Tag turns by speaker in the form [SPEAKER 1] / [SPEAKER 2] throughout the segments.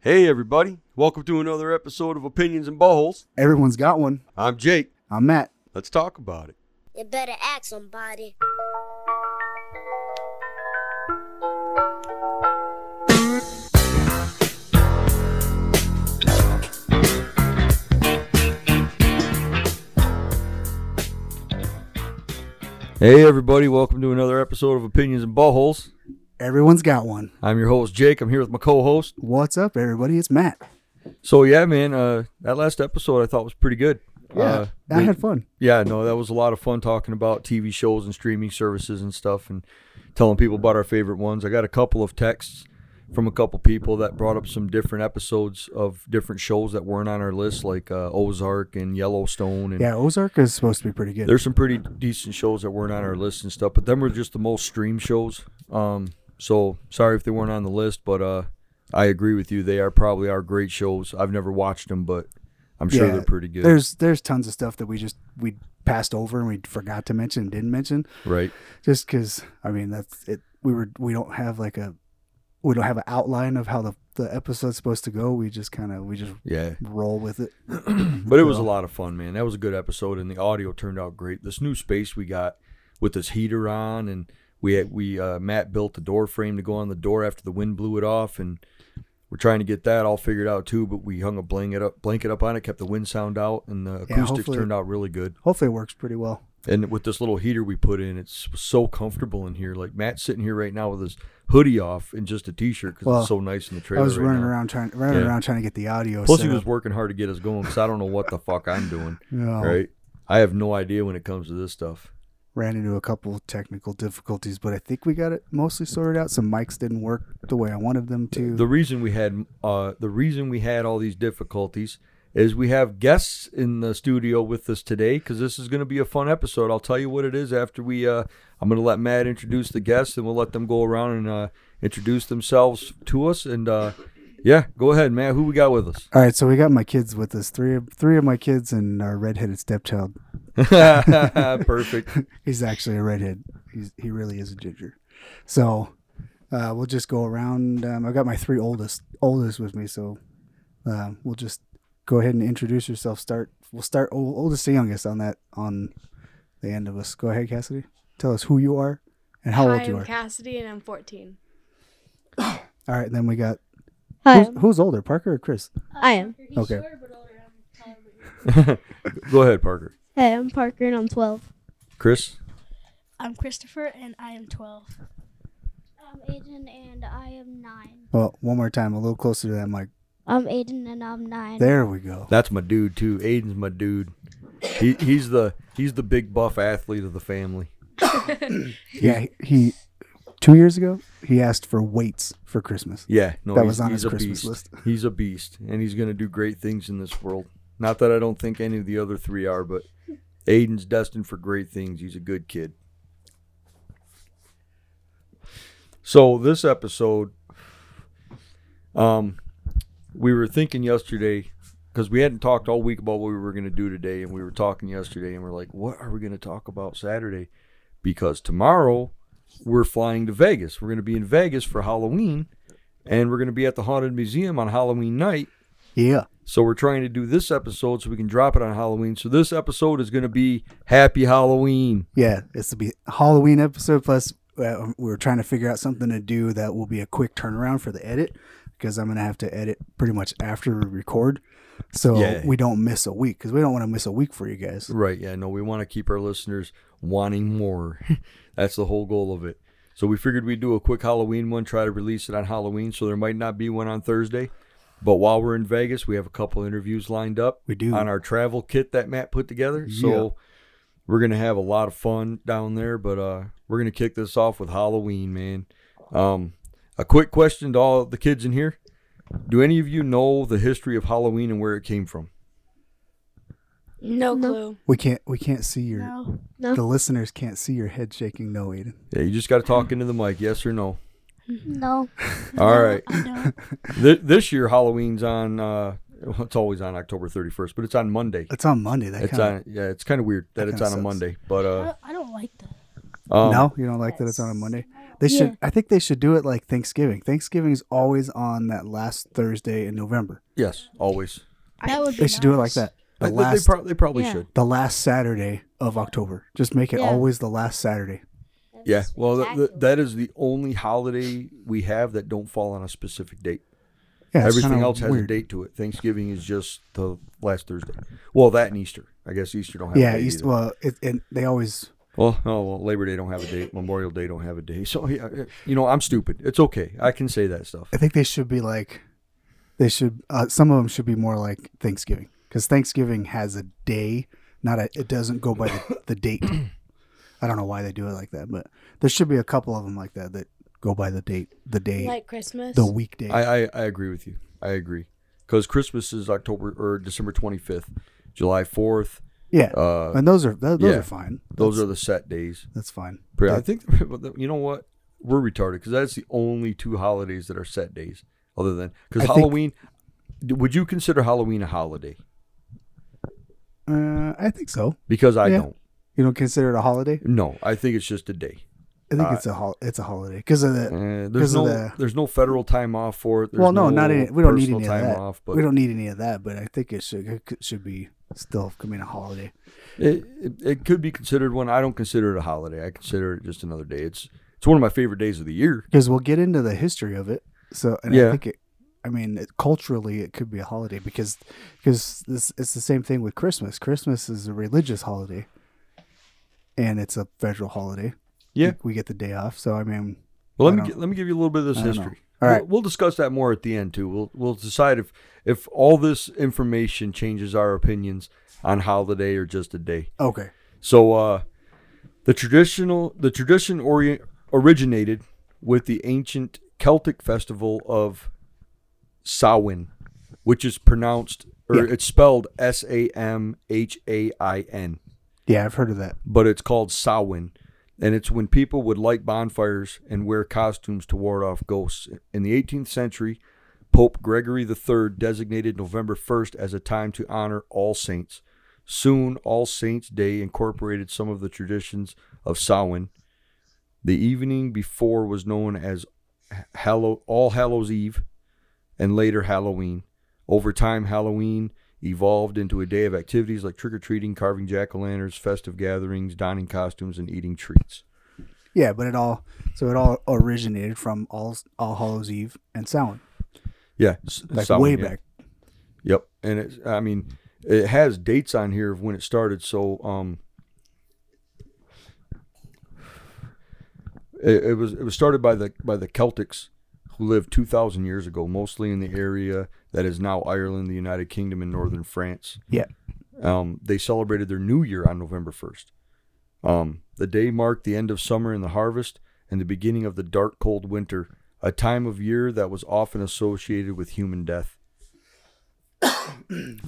[SPEAKER 1] Hey, everybody. Welcome to another episode of Opinions and Buttholes.
[SPEAKER 2] Everyone's got one.
[SPEAKER 1] I'm Jake.
[SPEAKER 2] I'm Matt.
[SPEAKER 1] Let's talk about it.
[SPEAKER 3] You better ask somebody.
[SPEAKER 1] Hey, everybody. Welcome to another episode of Opinions and Buttholes.
[SPEAKER 2] Everyone's got one.
[SPEAKER 1] I'm your host, Jake. I'm here with my co host.
[SPEAKER 2] What's up, everybody? It's Matt.
[SPEAKER 1] So, yeah, man, uh, that last episode I thought was pretty good. Uh,
[SPEAKER 2] I
[SPEAKER 1] we-
[SPEAKER 2] had fun.
[SPEAKER 1] yeah, no, that was a lot of fun talking about TV shows and streaming services and stuff and telling people about our favorite ones. I got a couple of texts from a couple people that brought up some different episodes of different shows that weren't on our list, like uh, Ozark and Yellowstone. And
[SPEAKER 2] Yeah, Ozark is supposed to be pretty good.
[SPEAKER 1] there's some pretty decent shows that weren't on our list and stuff, but them were just the most streamed shows. Um, so sorry if they weren't on the list, but uh, I agree with you. They are probably are great shows. I've never watched them, but I'm sure
[SPEAKER 2] Yeah,
[SPEAKER 1] they're pretty good.
[SPEAKER 2] There's there's tons of stuff that we just we passed over and we forgot to mention and didn't mention
[SPEAKER 1] right.
[SPEAKER 2] just because I mean that's it. We were we don't have like a we don't have an outline of how the the episode's supposed to go. We just kind of we just
[SPEAKER 1] Yeah.
[SPEAKER 2] roll with it.
[SPEAKER 1] But it was a lot of fun, man. That was a good episode, and the audio turned out great. This new space we got with this heater on, and we had, we uh, Matt built the door frame to go on the door after the wind blew it off, and we're trying to get that all figured out too. But we hung a blanket up blanket up on it, kept the wind sound out, and the
[SPEAKER 2] Yeah,
[SPEAKER 1] acoustics
[SPEAKER 2] hopefully-
[SPEAKER 1] turned out really good.
[SPEAKER 2] Hopefully, it works pretty well.
[SPEAKER 1] And with this little heater we put in, it's so comfortable in here. Like Matt's sitting here right now with his hoodie off and just a t-shirt because
[SPEAKER 2] Well,
[SPEAKER 1] it's so nice in the
[SPEAKER 2] I
[SPEAKER 1] trailer.
[SPEAKER 2] was
[SPEAKER 1] right
[SPEAKER 2] running
[SPEAKER 1] now.
[SPEAKER 2] around trying running
[SPEAKER 1] Yeah.
[SPEAKER 2] around trying to get the audio.
[SPEAKER 1] Plus,
[SPEAKER 2] set
[SPEAKER 1] he was
[SPEAKER 2] up. Oh,
[SPEAKER 1] working hard to get us going because I don't know what the fuck I'm doing.
[SPEAKER 2] No,
[SPEAKER 1] Right? I have no idea when it comes to this stuff.
[SPEAKER 2] ran into a couple of technical difficulties, but I think we got it mostly sorted out. Some mics didn't work the way I wanted them to.
[SPEAKER 1] The reason we had uh, the reason we had all these difficulties is we have guests in the studio with us today because this is going to be a fun episode. I'll tell you what it is after we. Uh, I'm going to let Matt introduce the guests, and we'll let them go around and uh, introduce themselves to us. And uh, yeah, go ahead, Matt. Who we got with us?
[SPEAKER 2] All right, so we got my kids with us. Three of three of my kids and our redheaded stepchild.
[SPEAKER 1] Perfect.
[SPEAKER 2] He's actually a redhead. He's he really is a ginger. So uh, we'll just go around. Um, I got my three oldest oldest with me, so uh, we'll just go ahead and introduce yourself. Start. We'll start old, oldest to youngest on that on the end of us. Go ahead, Cassidy. Tell us who you are and how
[SPEAKER 4] Hi,
[SPEAKER 2] old you
[SPEAKER 4] I'm
[SPEAKER 2] are.
[SPEAKER 4] Cassidy, and I'm 14.
[SPEAKER 2] All right, then we got
[SPEAKER 5] Hi,
[SPEAKER 2] Who's, who's older, Parker or Chris?
[SPEAKER 5] I am.
[SPEAKER 2] Okay.
[SPEAKER 1] go ahead, Parker.
[SPEAKER 5] Hey, I'm Parker and I'm 12.
[SPEAKER 1] Chris.
[SPEAKER 6] I'm Christopher and I am 12.
[SPEAKER 5] I'm Aiden and I am 9.
[SPEAKER 2] Well, one more time, a little closer to that mic.
[SPEAKER 5] I'm Aiden and I'm 9.
[SPEAKER 2] There we go.
[SPEAKER 1] That's my dude too. Aiden's my dude. He, he's the he's the big buff athlete of the family.
[SPEAKER 2] Yeah, he, he- two years ago he asked for weights for Christmas.
[SPEAKER 1] Yeah, no,
[SPEAKER 2] That
[SPEAKER 1] he's-
[SPEAKER 2] was on
[SPEAKER 1] he's
[SPEAKER 2] his
[SPEAKER 1] a
[SPEAKER 2] Christmas
[SPEAKER 1] beast.
[SPEAKER 2] list.
[SPEAKER 1] He's a beast, and he's going to do great things in this world. Not that I don't think any of the other three are, but Aiden's destined for great things. He's a good kid. So this episode, um, we were thinking yesterday because we hadn't talked all week about what we were going to do today, and we were talking yesterday, and we're like, what are we going to talk about Saturday? Because tomorrow we're flying to Vegas. We're going to be in Vegas for Halloween, and we're going to be at the Haunted Museum on Halloween night.
[SPEAKER 2] Yeah,
[SPEAKER 1] So we're trying to do this episode so we can drop it on Halloween. So this episode is going to be Happy Halloween.
[SPEAKER 2] yeah. It's to be Halloween episode. Plus, uh, we are trying to figure out something to do that will be a quick turnaround for the edit because I'm gonna have to edit pretty much after we record, so
[SPEAKER 1] Yeah.
[SPEAKER 2] we don't miss a week because we don't want to miss a week for you guys.
[SPEAKER 1] Right. Yeah, no, we want to keep our listeners wanting more. That's the whole goal of it. So we figured we'd do a quick Halloween one, try to release it on Halloween. So there might not be one on Thursday. But while we're in Vegas, we have a couple interviews lined up.
[SPEAKER 2] We do.
[SPEAKER 1] on our travel kit that Matt put together.
[SPEAKER 2] Yeah.
[SPEAKER 1] So we're gonna have a lot of fun down there, but uh, we're gonna kick this off with Halloween, man. Um, a quick question to all the kids in here: Do any of you know the history of Halloween and where it came from?
[SPEAKER 4] No,
[SPEAKER 5] No.
[SPEAKER 4] clue.
[SPEAKER 2] we can't. We can't see your.
[SPEAKER 6] No,
[SPEAKER 2] The listeners can't see your head shaking. No, Aiden.
[SPEAKER 1] Yeah, you just got to talk into the mic, yes or no.
[SPEAKER 5] No.
[SPEAKER 1] All right.
[SPEAKER 6] I don't.
[SPEAKER 1] Th- this year Halloween's on. Uh, well, it's always on October 31st, but it's on Monday.
[SPEAKER 2] It's on Monday. That
[SPEAKER 1] It's
[SPEAKER 2] kind of.
[SPEAKER 1] on. Yeah, it's kind of weird that,
[SPEAKER 2] that
[SPEAKER 1] it's
[SPEAKER 2] kinda
[SPEAKER 1] on a
[SPEAKER 2] sucks.
[SPEAKER 1] Monday, but
[SPEAKER 6] I
[SPEAKER 1] uh,
[SPEAKER 6] don't, I don't like that.
[SPEAKER 1] um,
[SPEAKER 2] no, you don't like that it's on a Monday. They should. I think they should do it like Thanksgiving. Thanksgiving is always on that last Thursday in November.
[SPEAKER 1] Yes, always.
[SPEAKER 6] That would be
[SPEAKER 2] They should do it like
[SPEAKER 6] nice.
[SPEAKER 2] that.
[SPEAKER 1] I-
[SPEAKER 2] The
[SPEAKER 1] they-
[SPEAKER 2] last,
[SPEAKER 1] they, prob- they probably
[SPEAKER 6] Yeah.
[SPEAKER 1] should.
[SPEAKER 2] the last Saturday of October. Just make it
[SPEAKER 6] Yeah.
[SPEAKER 2] always the last Saturday.
[SPEAKER 5] That'd be
[SPEAKER 1] Yeah. Well, th- th-
[SPEAKER 5] spectacular.
[SPEAKER 1] that is the only holiday we have that don't fall on a specific date.
[SPEAKER 2] Yeah, it's
[SPEAKER 1] Everything
[SPEAKER 2] kinda
[SPEAKER 1] else has
[SPEAKER 2] weird.
[SPEAKER 1] a date to it. Thanksgiving is just the last Thursday. Well, that and Easter. I guess Easter don't have a
[SPEAKER 2] Yeah,
[SPEAKER 1] date.
[SPEAKER 2] East,
[SPEAKER 1] either.
[SPEAKER 2] well, it, and they always
[SPEAKER 1] Well, oh, well, Labor Day don't have a date. Memorial Day don't have a date. So yeah, yeah, you know, I'm stupid. It's okay. I can say that stuff.
[SPEAKER 2] I think they should be like, they should. Uh, some of them should be more like Thanksgiving because Thanksgiving has a day, not a. It doesn't go by the, the date. I don't know why they do it like that, but there should be a couple of them like that that go by the date, the day,
[SPEAKER 4] Like Christmas.
[SPEAKER 2] the weekday.
[SPEAKER 1] I, I I agree with you. I agree because Christmas is October or December 25th, July 4th.
[SPEAKER 2] yeah,
[SPEAKER 1] Uh,
[SPEAKER 2] and those are those, those
[SPEAKER 1] yeah.
[SPEAKER 2] are fine.
[SPEAKER 1] those
[SPEAKER 2] that's,
[SPEAKER 1] are the set days.
[SPEAKER 2] that's fine.
[SPEAKER 1] But I
[SPEAKER 2] That-
[SPEAKER 1] think you know what we're retarded because that's the only two holidays that are set days other than
[SPEAKER 2] I
[SPEAKER 1] because
[SPEAKER 2] think-
[SPEAKER 1] Halloween. would you consider Halloween a holiday?
[SPEAKER 2] uh, I think so.
[SPEAKER 1] Because I
[SPEAKER 2] Yeah.
[SPEAKER 1] don't.
[SPEAKER 2] You don't consider it a holiday?
[SPEAKER 1] No, I think it's just a day.
[SPEAKER 2] I think
[SPEAKER 1] Uh,
[SPEAKER 2] it's a hol- it's a holiday because of the.
[SPEAKER 1] Uh, there's
[SPEAKER 2] 'Cause
[SPEAKER 1] no
[SPEAKER 2] of the-
[SPEAKER 1] there's no federal time off for it. There's
[SPEAKER 2] well, no, not any. We don't need
[SPEAKER 1] personal
[SPEAKER 2] any of
[SPEAKER 1] time
[SPEAKER 2] that.
[SPEAKER 1] off, but
[SPEAKER 2] we don't need any of that. But I think it should it should be still coming a holiday.
[SPEAKER 1] It, it, it could be considered one. I don't consider it a holiday. I consider it just another day. It's it's one of my favorite days of the year.
[SPEAKER 2] because we'll get into the history of it. So, and I
[SPEAKER 1] Yeah.
[SPEAKER 2] think it, I mean, it, culturally, it could be a holiday because because this it's the same thing with Christmas. Christmas is a religious holiday, and it's a federal holiday.
[SPEAKER 1] Yeah.
[SPEAKER 2] we, we get the day off. So, I mean,
[SPEAKER 1] Well,
[SPEAKER 2] I
[SPEAKER 1] let me
[SPEAKER 2] don't-
[SPEAKER 1] gi- let me give you a little bit of this
[SPEAKER 2] I don't know.
[SPEAKER 1] history.
[SPEAKER 2] All right.
[SPEAKER 1] we'll, we'll discuss that more at the end too. We'll we'll decide if if all this information changes our opinions on holiday or just a day.
[SPEAKER 2] okay,
[SPEAKER 1] So uh, the traditional the tradition ori- originated with the ancient Celtic festival of Samhain, which is pronounced or
[SPEAKER 2] Yeah.
[SPEAKER 1] it's spelled S A M H A I N,
[SPEAKER 2] yeah, I've heard of that.
[SPEAKER 1] but it's called Samhain, and it's when people would light bonfires and wear costumes to ward off ghosts. In the 18th century, Pope Gregory III designated November 1st as a time to honor all saints. Soon, All Saints' Day incorporated some of the traditions of Samhain. The evening before was known as Hallow- All Hallows' Eve and later Halloween. Over time, Halloween evolved into a day of activities like trick or treating, carving jack o' lanterns, festive gatherings, donning costumes, and eating treats.
[SPEAKER 2] Yeah, but it all so it all originated from All All Hallows Eve and Samhain,
[SPEAKER 1] Yeah, s-
[SPEAKER 2] like
[SPEAKER 1] Samhain,
[SPEAKER 2] way
[SPEAKER 1] yeah.
[SPEAKER 2] back.
[SPEAKER 1] Yep, and it's I mean it has dates on here of when it started. So um, it, it was it was started by the by the Celtics who lived two thousand years ago, mostly in the area that is now Ireland, the United Kingdom, and northern France.
[SPEAKER 2] Yeah.
[SPEAKER 1] um, they celebrated their new year on November first. Um, the day marked the end of summer and the harvest, and the beginning of the dark, cold winter, a time of year that was often associated with human death.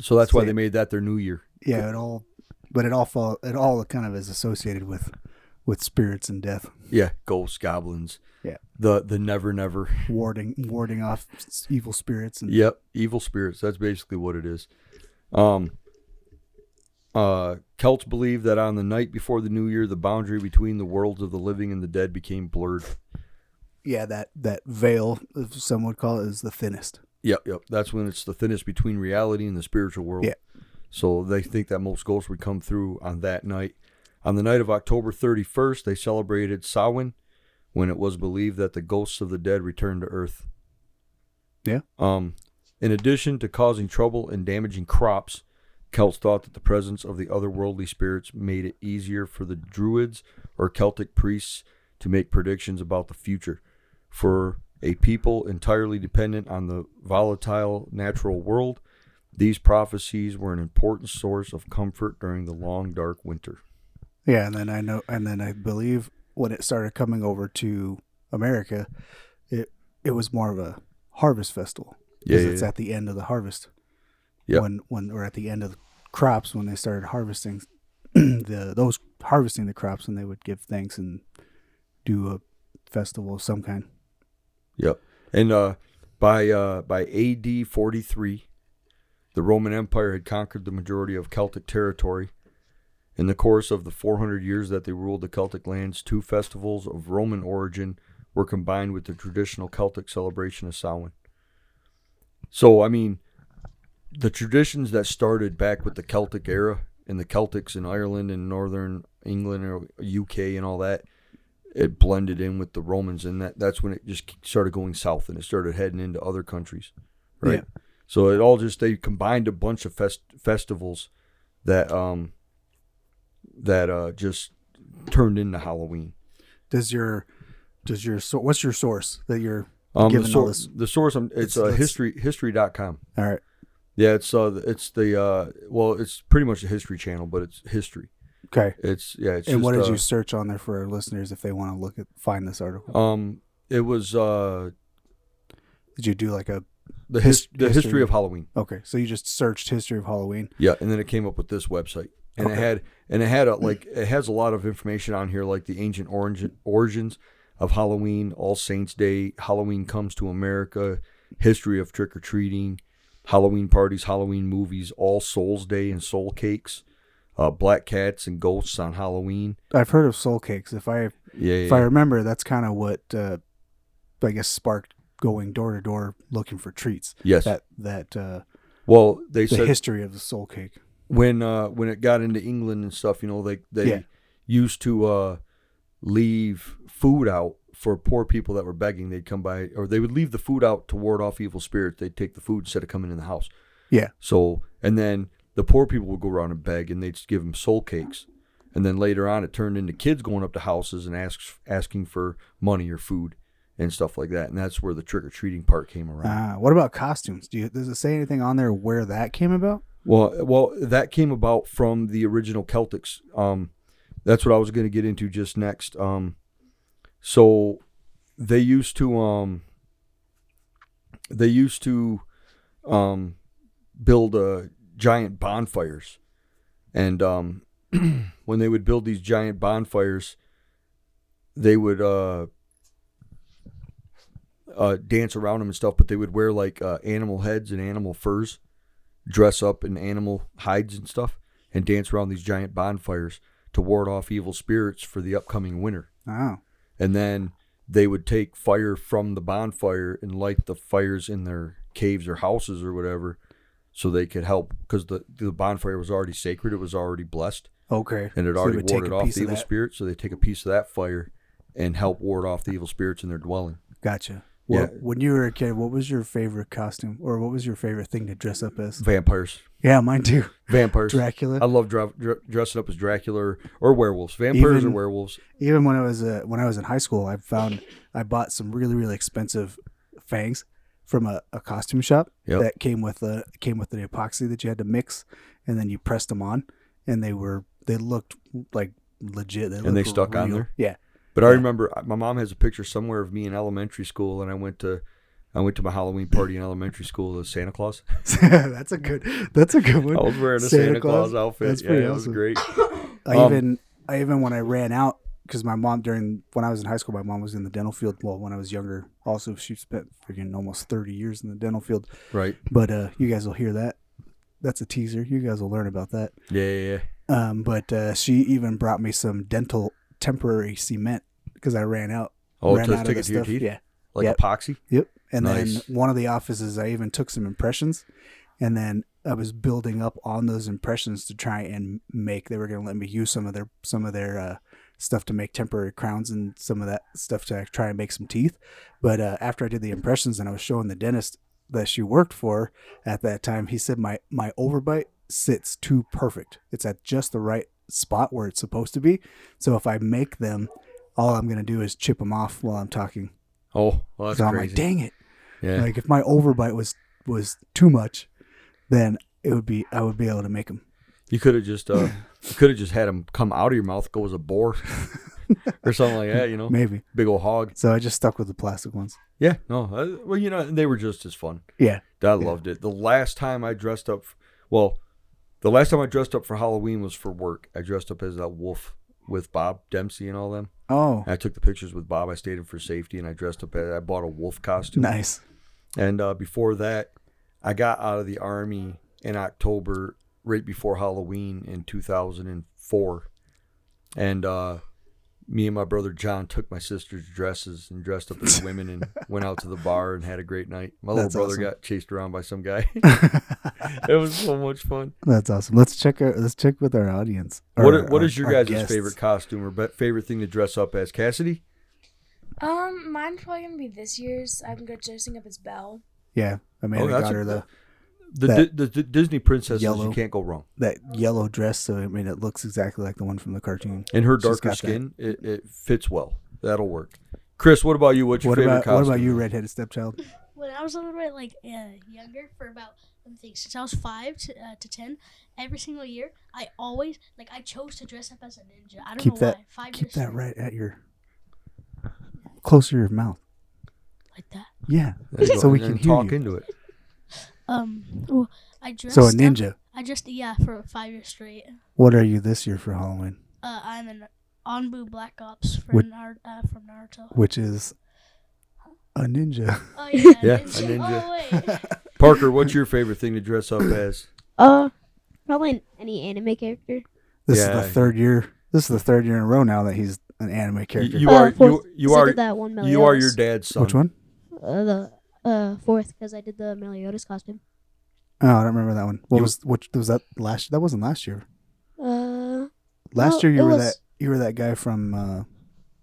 [SPEAKER 1] So that's why they made that their new year.
[SPEAKER 2] Yeah, it all, but it all fall it all kind of is associated with with spirits and death,
[SPEAKER 1] Yeah, ghosts, goblins.
[SPEAKER 2] Yeah.
[SPEAKER 1] The the never never.
[SPEAKER 2] warding warding off s- evil spirits and
[SPEAKER 1] Yep, evil spirits. That's basically what it is. Um uh Celts believe that on the night before the new year the boundary between the worlds of the living and the dead became blurred.
[SPEAKER 2] yeah, that that veil, if some would call it, is the thinnest.
[SPEAKER 1] Yep, yep. That's when it's the thinnest between reality and the spiritual world.
[SPEAKER 2] Yeah.
[SPEAKER 1] So they think that most ghosts would come through on that night. On the night of October 31st, they celebrated Samhain when it was believed that the ghosts of the dead returned to earth.
[SPEAKER 2] Yeah.
[SPEAKER 1] Um, in addition to causing trouble and damaging crops, Celts thought that the presence of the otherworldly spirits made it easier for the druids or Celtic priests to make predictions about the future. For a people entirely dependent on the volatile natural world, these prophecies were an important source of comfort during the long dark winter.
[SPEAKER 2] Yeah, and then I know, and then I believe when it started coming over to America, it it was more of a harvest festival because it's at the end of the harvest.
[SPEAKER 1] Yeah.
[SPEAKER 2] When when or at the end of the crops when they started harvesting the those harvesting the crops and they would give thanks and do a festival of some kind.
[SPEAKER 1] Yep. And uh, by uh, by AD 43, the Roman Empire had conquered the majority of Celtic territory. In the course of the 400 years that they ruled the Celtic lands, two festivals of Roman origin were combined with the traditional Celtic celebration of Samhain. So, I mean, the traditions that started back with the Celtic era and the Celtics in Ireland and Northern England or UK and all that, it blended in with the Romans, and that that's when it just started going south and it started heading into other countries, right? So it all just they combined a bunch of fest, festivals that um that uh just turned into Halloween.
[SPEAKER 2] Does your does your so, what's your source that you're
[SPEAKER 1] Um, the,
[SPEAKER 2] Given all
[SPEAKER 1] sor-
[SPEAKER 2] this-
[SPEAKER 1] the source, um, it's,
[SPEAKER 2] It's-
[SPEAKER 1] uh,
[SPEAKER 2] it's-
[SPEAKER 1] history history.com.
[SPEAKER 2] all right?
[SPEAKER 1] Yeah, it's uh, the- it's the uh, well, it's pretty much the History Channel, but it's history.
[SPEAKER 2] Okay.
[SPEAKER 1] It's yeah, it's
[SPEAKER 2] and what
[SPEAKER 1] just,
[SPEAKER 2] did
[SPEAKER 1] uh,
[SPEAKER 2] you search on there for our listeners if they want to look at find this article?
[SPEAKER 1] Um, it was uh
[SPEAKER 2] Did you do like a
[SPEAKER 1] the
[SPEAKER 2] His-
[SPEAKER 1] his- the history
[SPEAKER 2] history.
[SPEAKER 1] of Halloween.
[SPEAKER 2] okay? So you just searched history of Halloween.
[SPEAKER 1] Yeah, and then it came up with this website, and it
[SPEAKER 2] Okay.
[SPEAKER 1] had and it had a, like it has a lot of information on here, like the ancient origin origins of Halloween, All Saints Day, Halloween comes to America, history of trick or treating, Halloween parties, Halloween movies, All Souls Day, and soul cakes, uh, black cats and ghosts on Halloween.
[SPEAKER 2] I've heard of soul cakes. If I
[SPEAKER 1] Yeah,
[SPEAKER 2] if
[SPEAKER 1] yeah.
[SPEAKER 2] I remember, that's kind of what uh, I guess sparked going door to door looking for treats.
[SPEAKER 1] yes.
[SPEAKER 2] That that uh,
[SPEAKER 1] well, they
[SPEAKER 2] the
[SPEAKER 1] said
[SPEAKER 2] history of the soul cake.
[SPEAKER 1] when uh when it got into England and stuff, you know, they they
[SPEAKER 2] Yeah.
[SPEAKER 1] used to uh leave food out for poor people that were begging. They'd come by or they would leave the food out to ward off evil spirits. They'd take the food instead of coming in the house.
[SPEAKER 2] Yeah.
[SPEAKER 1] So and then the poor people would go around and beg and they'd just give them soul cakes. And then later on it turned into kids going up to houses and asks asking for money or food and stuff like that. And that's where the trick or treating part came around.
[SPEAKER 2] Uh, what about costumes? Do you does it say anything on there where that came about?
[SPEAKER 1] Well, well, that came about from the original Celtics. Um, that's what I was going to get into just next. Um, so they used to um, they used to um, build uh, giant bonfires, and um, when they would build these giant bonfires, they would uh, uh, dance around them and stuff. But they would wear like uh, animal heads and animal furs dress up in animal hides and stuff and dance around these giant bonfires to ward off evil spirits for the upcoming winter.
[SPEAKER 2] Oh,
[SPEAKER 1] And then they would take fire from the bonfire and light the fires in their caves or houses or whatever so they could help because the, the bonfire was already sacred, it was already blessed,
[SPEAKER 2] okay.
[SPEAKER 1] and it
[SPEAKER 2] So they
[SPEAKER 1] already
[SPEAKER 2] would take
[SPEAKER 1] warded
[SPEAKER 2] a
[SPEAKER 1] off
[SPEAKER 2] piece
[SPEAKER 1] the
[SPEAKER 2] of
[SPEAKER 1] evil
[SPEAKER 2] that.
[SPEAKER 1] spirits. So they take a piece of that fire and help ward off the evil spirits in their dwelling.
[SPEAKER 2] Gotcha. What,
[SPEAKER 1] Yeah.
[SPEAKER 2] When you were a kid, what was your favorite costume, or what was your favorite thing to dress up as?
[SPEAKER 1] Vampires.
[SPEAKER 2] Yeah, mine too.
[SPEAKER 1] Vampires.
[SPEAKER 2] Dracula.
[SPEAKER 1] I love dra- dra- dressing up as Dracula or, or werewolves. Vampires or
[SPEAKER 2] Even-
[SPEAKER 1] werewolves.
[SPEAKER 2] Even when I was uh, when I was in high school, I found I bought some really really expensive fangs from a, a costume shop
[SPEAKER 1] Yep.
[SPEAKER 2] that came with the came with the epoxy that you had to mix, and then you pressed them on, and they were they looked like legit.
[SPEAKER 1] And they
[SPEAKER 2] looked
[SPEAKER 1] stuck on
[SPEAKER 2] real.
[SPEAKER 1] there?
[SPEAKER 2] Yeah.
[SPEAKER 1] But I
[SPEAKER 2] Yeah.
[SPEAKER 1] remember uh, my mom has a picture somewhere of me in elementary school, and I went to I went to my Halloween party in elementary school as Santa Claus.
[SPEAKER 2] that's a good that's a good
[SPEAKER 1] I
[SPEAKER 2] one.
[SPEAKER 1] was wearing a Santa,
[SPEAKER 2] Santa
[SPEAKER 1] Claus,
[SPEAKER 2] Claus?
[SPEAKER 1] outfit.
[SPEAKER 2] That's
[SPEAKER 1] yeah,
[SPEAKER 2] pretty
[SPEAKER 1] it was
[SPEAKER 2] awesome.
[SPEAKER 1] great.
[SPEAKER 2] I
[SPEAKER 1] Um,
[SPEAKER 2] even I even when I ran out because my mom during when I was in high school, my mom was in the dental field. Well, when I was younger, also she spent freaking almost thirty years in the dental field.
[SPEAKER 1] Right?
[SPEAKER 2] But uh, you guys will hear that. That's a teaser. You guys will learn about that.
[SPEAKER 1] Yeah, yeah, yeah.
[SPEAKER 2] Um, but uh, she even brought me some dental temporary cement because I ran out.
[SPEAKER 1] Oh,
[SPEAKER 2] ran
[SPEAKER 1] to
[SPEAKER 2] out
[SPEAKER 1] stick
[SPEAKER 2] of
[SPEAKER 1] it
[SPEAKER 2] the
[SPEAKER 1] to your
[SPEAKER 2] stuff.
[SPEAKER 1] teeth,
[SPEAKER 2] Yeah.
[SPEAKER 1] like
[SPEAKER 2] Yep.
[SPEAKER 1] epoxy.
[SPEAKER 2] Yep. And
[SPEAKER 1] Nice.
[SPEAKER 2] then one of the offices, I even took some impressions, and then I was building up on those impressions to try and make. They were going to let me use some of their some of their uh, stuff to make temporary crowns and some of that stuff to try and make some teeth. But uh, after I did the impressions and I was showing the dentist that she worked for at that time, he said my my overbite sits too perfect. It's at just the right spot where it's supposed to be. So if I make them, all I'm going to do is chip them off while I'm talking.
[SPEAKER 1] Oh, well, that's
[SPEAKER 2] so I'm
[SPEAKER 1] crazy.
[SPEAKER 2] like, dang it.
[SPEAKER 1] yeah,
[SPEAKER 2] Like if my overbite was was too much, then it would be I would be able to make them.
[SPEAKER 1] you could have just uh, you could have just had him come out of your mouth, go as a boar or something like that. You know,
[SPEAKER 2] Maybe.
[SPEAKER 1] big old hog.
[SPEAKER 2] So I just stuck with the plastic ones.
[SPEAKER 1] Yeah. No. uh, well, you know, they were just as fun.
[SPEAKER 2] Yeah.
[SPEAKER 1] I loved it. The last time I dressed up, well, the last time I dressed up for Halloween was for work. I dressed up as that wolf with Bob Dempsey and all them.
[SPEAKER 2] Oh,
[SPEAKER 1] I took the pictures with Bob. I stayed in for safety, and I dressed up. As, I bought a wolf costume.
[SPEAKER 2] nice.
[SPEAKER 1] And uh, before that, I got out of the army in October, right before Halloween in 2004. And uh, me and my brother John took my sister's dresses and dressed up as women and went out to the bar and had a great night. My little
[SPEAKER 2] That's
[SPEAKER 1] brother
[SPEAKER 2] awesome.
[SPEAKER 1] got chased around by some guy. it was so much fun.
[SPEAKER 2] That's awesome. Let's check. Our, let's check with our audience.
[SPEAKER 1] what
[SPEAKER 2] Our-
[SPEAKER 1] i- What
[SPEAKER 2] our-
[SPEAKER 1] is your
[SPEAKER 2] our
[SPEAKER 1] guys'
[SPEAKER 2] guests.
[SPEAKER 1] favorite costume or be- favorite thing to dress up as? Cassidy?
[SPEAKER 4] Um, mine's probably gonna be this year's. I'm gonna dressing up as Belle.
[SPEAKER 2] Yeah, Amanda
[SPEAKER 1] Oh, that's
[SPEAKER 2] got
[SPEAKER 1] a-
[SPEAKER 2] her the
[SPEAKER 1] The,
[SPEAKER 2] That-
[SPEAKER 1] Di- the, the Disney princesses,
[SPEAKER 2] Yellow.
[SPEAKER 1] you can't go wrong.
[SPEAKER 2] that yellow dress, so I mean it looks exactly like the one from the cartoon.
[SPEAKER 1] And her
[SPEAKER 2] She's
[SPEAKER 1] darker
[SPEAKER 2] got that.
[SPEAKER 1] skin, it, it fits well. That'll work. Chris, what about you? What's your
[SPEAKER 2] What
[SPEAKER 1] favorite
[SPEAKER 2] about
[SPEAKER 1] costume?
[SPEAKER 2] what about you, redheaded stepchild?
[SPEAKER 6] When I was a little bit like uh, younger, for about let me think, since I was five to, uh, to ten, every single year I always like I chose to dress up as a ninja. I don't
[SPEAKER 2] Keep
[SPEAKER 6] know
[SPEAKER 2] that-
[SPEAKER 6] why. Five
[SPEAKER 2] Keep
[SPEAKER 6] years
[SPEAKER 2] that
[SPEAKER 6] straight,
[SPEAKER 2] right at your closer to your mouth.
[SPEAKER 6] like that.
[SPEAKER 2] Yeah.
[SPEAKER 1] There you go.
[SPEAKER 2] So we
[SPEAKER 1] And
[SPEAKER 2] can hear
[SPEAKER 1] talk
[SPEAKER 2] you.
[SPEAKER 1] into it.
[SPEAKER 6] Um, well, I dressed.
[SPEAKER 2] So a
[SPEAKER 6] up-
[SPEAKER 2] ninja.
[SPEAKER 6] I dressed yeah for five years straight.
[SPEAKER 2] What are you this year for Halloween?
[SPEAKER 6] Uh, I'm an Anbu Black Ops from
[SPEAKER 2] What-
[SPEAKER 6] Nar- uh, from Naruto.
[SPEAKER 2] Which is a ninja.
[SPEAKER 6] Oh yeah,
[SPEAKER 1] Yeah, a
[SPEAKER 6] Oh, wait.
[SPEAKER 1] Parker, what's your favorite thing to dress up as?
[SPEAKER 7] Uh, probably any anime character.
[SPEAKER 2] This
[SPEAKER 1] Yeah.
[SPEAKER 2] is the third year. This is the third year in a row now that he's an anime
[SPEAKER 1] You,
[SPEAKER 2] character.
[SPEAKER 1] you
[SPEAKER 7] Uh,
[SPEAKER 1] are
[SPEAKER 7] fourth,
[SPEAKER 1] you, you
[SPEAKER 7] 'cause I
[SPEAKER 1] are
[SPEAKER 7] did that one
[SPEAKER 1] you are your
[SPEAKER 7] Meliodas.
[SPEAKER 1] dad's son.
[SPEAKER 2] Which one?
[SPEAKER 7] Uh, the uh fourth because I did the Meliodas costume.
[SPEAKER 2] Oh, I don't remember that one. What
[SPEAKER 1] You-
[SPEAKER 2] was which was that last? That wasn't last year.
[SPEAKER 7] Uh,
[SPEAKER 2] Last
[SPEAKER 7] No,
[SPEAKER 2] year you
[SPEAKER 7] it
[SPEAKER 2] were
[SPEAKER 7] was-
[SPEAKER 2] that you were that guy from uh,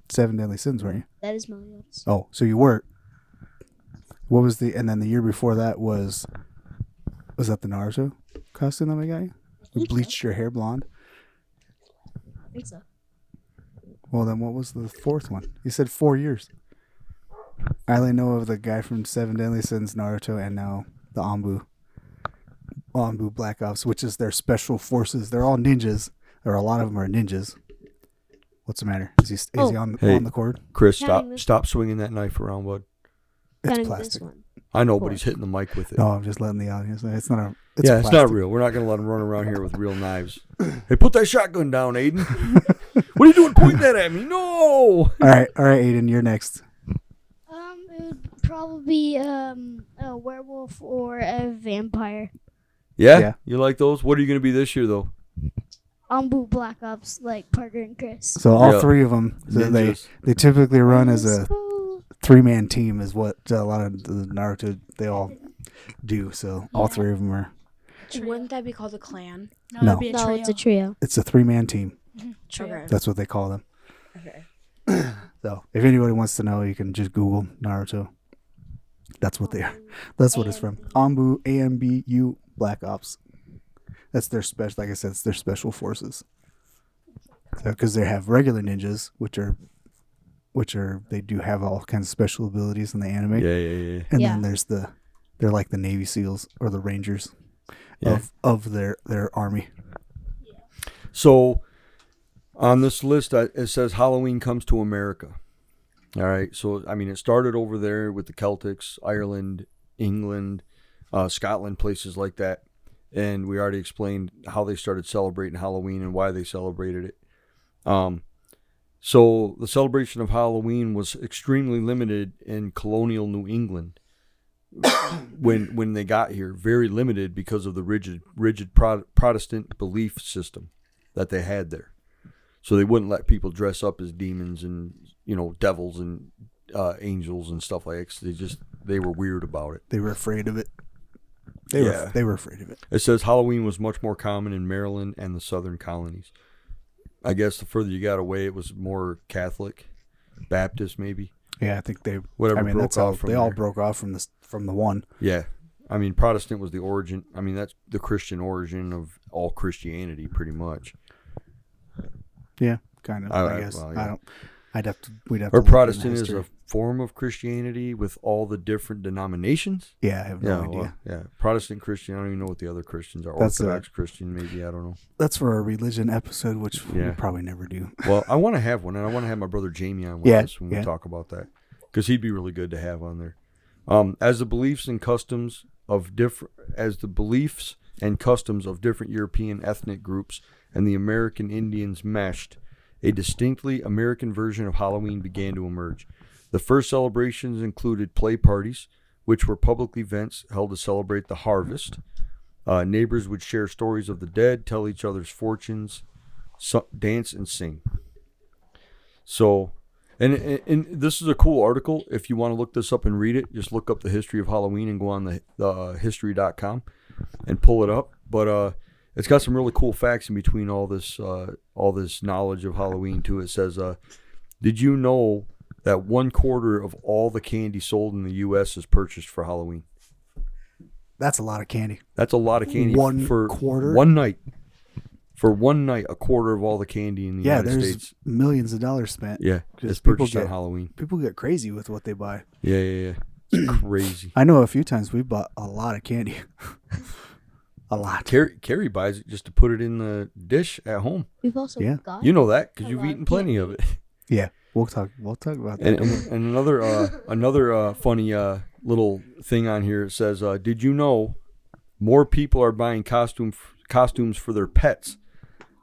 [SPEAKER 2] Seven Deadly Sins, weren't you?
[SPEAKER 7] that is Meliodas.
[SPEAKER 2] Oh, so you were. What was the and then the year before that was was that the Naruto costume that we got you? We bleached your hair blonde.
[SPEAKER 7] I think so.
[SPEAKER 2] Well then what was the fourth one? You said four years. I only know of the guy from Seven Deadly Sins, Naruto, and now the Ambu. Ambu Black Ops, which is their special forces. They're all ninjas. Or a lot of them are ninjas. What's the matter? Is he, is he
[SPEAKER 7] Oh.
[SPEAKER 2] on,
[SPEAKER 1] Hey.
[SPEAKER 2] on the cord?
[SPEAKER 1] Chris,
[SPEAKER 7] Having
[SPEAKER 1] stop
[SPEAKER 7] this-
[SPEAKER 1] stop swinging that knife around, bud.
[SPEAKER 2] It's
[SPEAKER 7] Counting
[SPEAKER 2] plastic.
[SPEAKER 7] this one.
[SPEAKER 1] I know,
[SPEAKER 7] Cool.
[SPEAKER 1] but he's hitting the mic with it.
[SPEAKER 2] No, I'm just letting the audience know. It's not a. It's
[SPEAKER 1] yeah, it's not
[SPEAKER 2] plastic.
[SPEAKER 1] real. We're not going to let him run around here with real knives. Hey, put that shotgun down, Aiden. what are you doing pointing that at me? No.
[SPEAKER 2] All right, all right, Aiden, you're next.
[SPEAKER 5] Um, it would probably be um a werewolf or a vampire.
[SPEAKER 1] Yeah?
[SPEAKER 2] Yeah.
[SPEAKER 1] You like those? What are you going to be this year, though?
[SPEAKER 5] Umbu Black Ops, like Parker and Chris.
[SPEAKER 2] So all
[SPEAKER 1] Yeah.
[SPEAKER 2] three of them, they
[SPEAKER 1] Ninjas.
[SPEAKER 2] they typically run as a
[SPEAKER 5] Ooh.
[SPEAKER 2] three man team, is what uh, a lot of the Naruto they all do. So all three of them are.
[SPEAKER 6] Trio.
[SPEAKER 4] Wouldn't that be called a clan?
[SPEAKER 6] No,
[SPEAKER 2] No.
[SPEAKER 6] that'd be a
[SPEAKER 7] No,
[SPEAKER 6] trio.
[SPEAKER 7] it's a trio.
[SPEAKER 2] It's a three man team.
[SPEAKER 6] trio.
[SPEAKER 2] That's what they call them.
[SPEAKER 4] Okay.
[SPEAKER 2] So if anybody wants to know, you can just Google Naruto. That's what they are. That's what it's from. Ambu A M B U Black Ops. That's their special. Like I said, it's their special forces. Because they have regular ninjas, which are, which are they do have all kinds of special abilities in the anime.
[SPEAKER 1] Yeah, yeah, yeah.
[SPEAKER 2] And
[SPEAKER 7] Yeah.
[SPEAKER 2] then there's the, they're like the Navy SEALs or the Rangers,
[SPEAKER 1] Yeah.
[SPEAKER 2] of of their their army.
[SPEAKER 1] So on this list, I- it says Halloween comes to America. All right. So, I mean, it started over there with the Celtics, Ireland, England, uh, Scotland, places like that. And we already explained how they started celebrating Halloween and why they celebrated it. Um, so, the celebration of Halloween was extremely limited in colonial New England when when they got here. Very limited because of the rigid rigid Pro- Protestant belief system that they had there. So they wouldn't let people dress up as demons and you know devils and uh, angels and stuff like that. 'cause They just they were weird about it.
[SPEAKER 2] They were afraid of it. They
[SPEAKER 1] Yeah.
[SPEAKER 2] were they were afraid of it.
[SPEAKER 1] It says Halloween was much more common in Maryland and the southern colonies. I guess the further you got away, it was more Catholic, Baptist maybe.
[SPEAKER 2] Yeah, I think they.
[SPEAKER 1] Whatever
[SPEAKER 2] I mean,
[SPEAKER 1] broke
[SPEAKER 2] that's how
[SPEAKER 1] off from
[SPEAKER 2] they all
[SPEAKER 1] there.
[SPEAKER 2] broke off from this from the one.
[SPEAKER 1] Yeah. I mean, Protestant was the origin. I mean, that's the Christian origin of all Christianity, pretty much.
[SPEAKER 2] Yeah, kind of.
[SPEAKER 1] All
[SPEAKER 2] I
[SPEAKER 1] right,
[SPEAKER 2] guess
[SPEAKER 1] well,
[SPEAKER 2] I
[SPEAKER 1] yeah.
[SPEAKER 2] don't. I'd have to. We'd have. to
[SPEAKER 1] Or
[SPEAKER 2] look in the
[SPEAKER 1] Protestant is
[SPEAKER 2] history.
[SPEAKER 1] a form of Christianity with all the different denominations.
[SPEAKER 2] Yeah, I have no idea.
[SPEAKER 1] well, yeah. Protestant Christian. I don't even know what the other Christians are.
[SPEAKER 2] That's a-
[SPEAKER 1] Orthodox Christian, maybe. I don't know.
[SPEAKER 2] That's for a religion episode, which we
[SPEAKER 1] Yeah.
[SPEAKER 2] probably never do.
[SPEAKER 1] Well, I want to have one, and I want to have my brother Jamie on with
[SPEAKER 2] Yeah,
[SPEAKER 1] us when
[SPEAKER 2] yeah.
[SPEAKER 1] we talk about that because he'd be really good to have on there. Um, as the beliefs and customs of different, as the beliefs and customs of different European ethnic groups and the American Indians meshed, a distinctly American version of Halloween began to emerge. The first celebrations included play parties, which were public events held to celebrate the harvest. Uh, neighbors would share stories of the dead, tell each other's fortunes, su- dance, and sing. So, and, and and this is a cool article. If you want to look this up and read it, just look up the history of Halloween and go on the, the uh, history.com and pull it up. But uh, it's got some really cool facts in between all this uh, all this knowledge of Halloween too. It says, uh, "Did you know that one quarter of all the candy sold in the U.S. is purchased for Halloween?"
[SPEAKER 2] That's a lot of candy.
[SPEAKER 1] That's a lot of candy
[SPEAKER 2] One
[SPEAKER 1] for
[SPEAKER 2] quarter?
[SPEAKER 1] one night. For one night, a quarter of all the candy in the
[SPEAKER 2] yeah,
[SPEAKER 1] United
[SPEAKER 2] there's
[SPEAKER 1] States.
[SPEAKER 2] millions of dollars spent.
[SPEAKER 1] Yeah,
[SPEAKER 2] Because
[SPEAKER 1] it's
[SPEAKER 2] people
[SPEAKER 1] purchased on
[SPEAKER 2] get-
[SPEAKER 1] Halloween.
[SPEAKER 2] People get crazy with what they buy.
[SPEAKER 1] Yeah, yeah, yeah. It's crazy.
[SPEAKER 2] I know a few times we bought a lot of candy. a lot.
[SPEAKER 1] Carrie, Carrie buys it just to put it in the dish at home.
[SPEAKER 7] We've also
[SPEAKER 2] Yeah.
[SPEAKER 7] got
[SPEAKER 1] You know that because
[SPEAKER 7] I
[SPEAKER 1] you've
[SPEAKER 7] love
[SPEAKER 1] eaten plenty of it.
[SPEAKER 2] Yeah, we'll talk. We'll talk about that.
[SPEAKER 1] And, and, and another uh, another uh, funny uh, little thing on here it says, uh, "Did you know more people are buying costume f- costumes for their pets?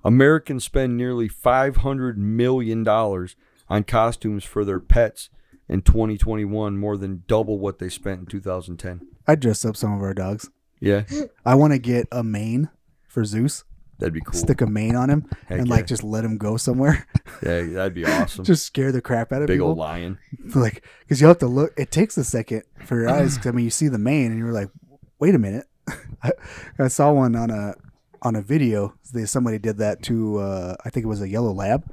[SPEAKER 1] Americans spend nearly five hundred million dollars on costumes for their pets in 2021, more than double what they spent in 2010."
[SPEAKER 2] I dressed up some of our dogs.
[SPEAKER 1] Yeah,
[SPEAKER 2] I want to get a mane for Zeus.
[SPEAKER 1] that'd be cool.
[SPEAKER 2] Stick a mane on him
[SPEAKER 1] Heck
[SPEAKER 2] and
[SPEAKER 1] yeah.
[SPEAKER 2] like just let him go somewhere.
[SPEAKER 1] yeah, that'd be awesome.
[SPEAKER 2] just scare the crap out of
[SPEAKER 1] Big
[SPEAKER 2] people.
[SPEAKER 1] old lion.
[SPEAKER 2] like because you have to look it takes a second for your eyes 'cause, i mean you see the mane and you're like wait a minute I, I saw one on a on a video they, somebody did that to uh, i think it was a yellow lab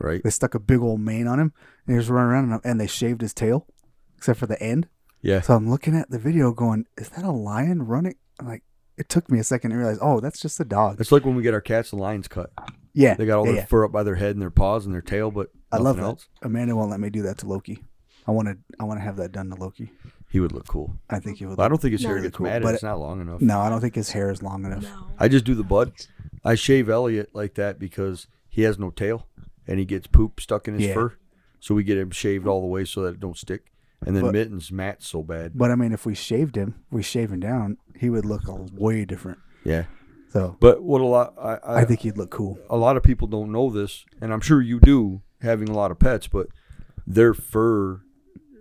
[SPEAKER 1] Right.
[SPEAKER 2] they stuck a big old mane on him and he was running around and, and they shaved his tail except for the end
[SPEAKER 1] Yeah.
[SPEAKER 2] so i'm looking at the video going is that a lion running I'm like it took me a second to realize oh that's just a dog
[SPEAKER 1] It's like when we get our cats and lions cut.
[SPEAKER 2] yeah
[SPEAKER 1] They got all
[SPEAKER 2] yeah,
[SPEAKER 1] their
[SPEAKER 2] yeah.
[SPEAKER 1] fur up by their head and their paws and their tail, but
[SPEAKER 2] i love
[SPEAKER 1] nothing
[SPEAKER 2] that
[SPEAKER 1] else.
[SPEAKER 2] amanda won't let me do that to loki i want to i want to have that done to loki
[SPEAKER 1] He would look cool.
[SPEAKER 2] i think he would
[SPEAKER 1] Well, I don't think his hair
[SPEAKER 2] Really
[SPEAKER 1] gets
[SPEAKER 2] cool,
[SPEAKER 1] matted.
[SPEAKER 2] but-
[SPEAKER 1] It's not long enough.
[SPEAKER 2] no i don't think his hair is long enough
[SPEAKER 6] No.
[SPEAKER 1] I just do the bud. I shave Elliot like that because he has no tail and he gets poop stuck in his
[SPEAKER 2] Yeah.
[SPEAKER 1] fur. So we get him shaved all the way so that it don't stick. And then
[SPEAKER 2] But-
[SPEAKER 1] mittens mats so bad.
[SPEAKER 2] But I mean, if we shaved him, we shave him down, he would look a- way different.
[SPEAKER 1] Yeah.
[SPEAKER 2] So
[SPEAKER 1] But what a lot I, I,
[SPEAKER 2] I think he'd look cool.
[SPEAKER 1] a lot of people don't know this, and I'm sure you do, having a lot of pets, but their fur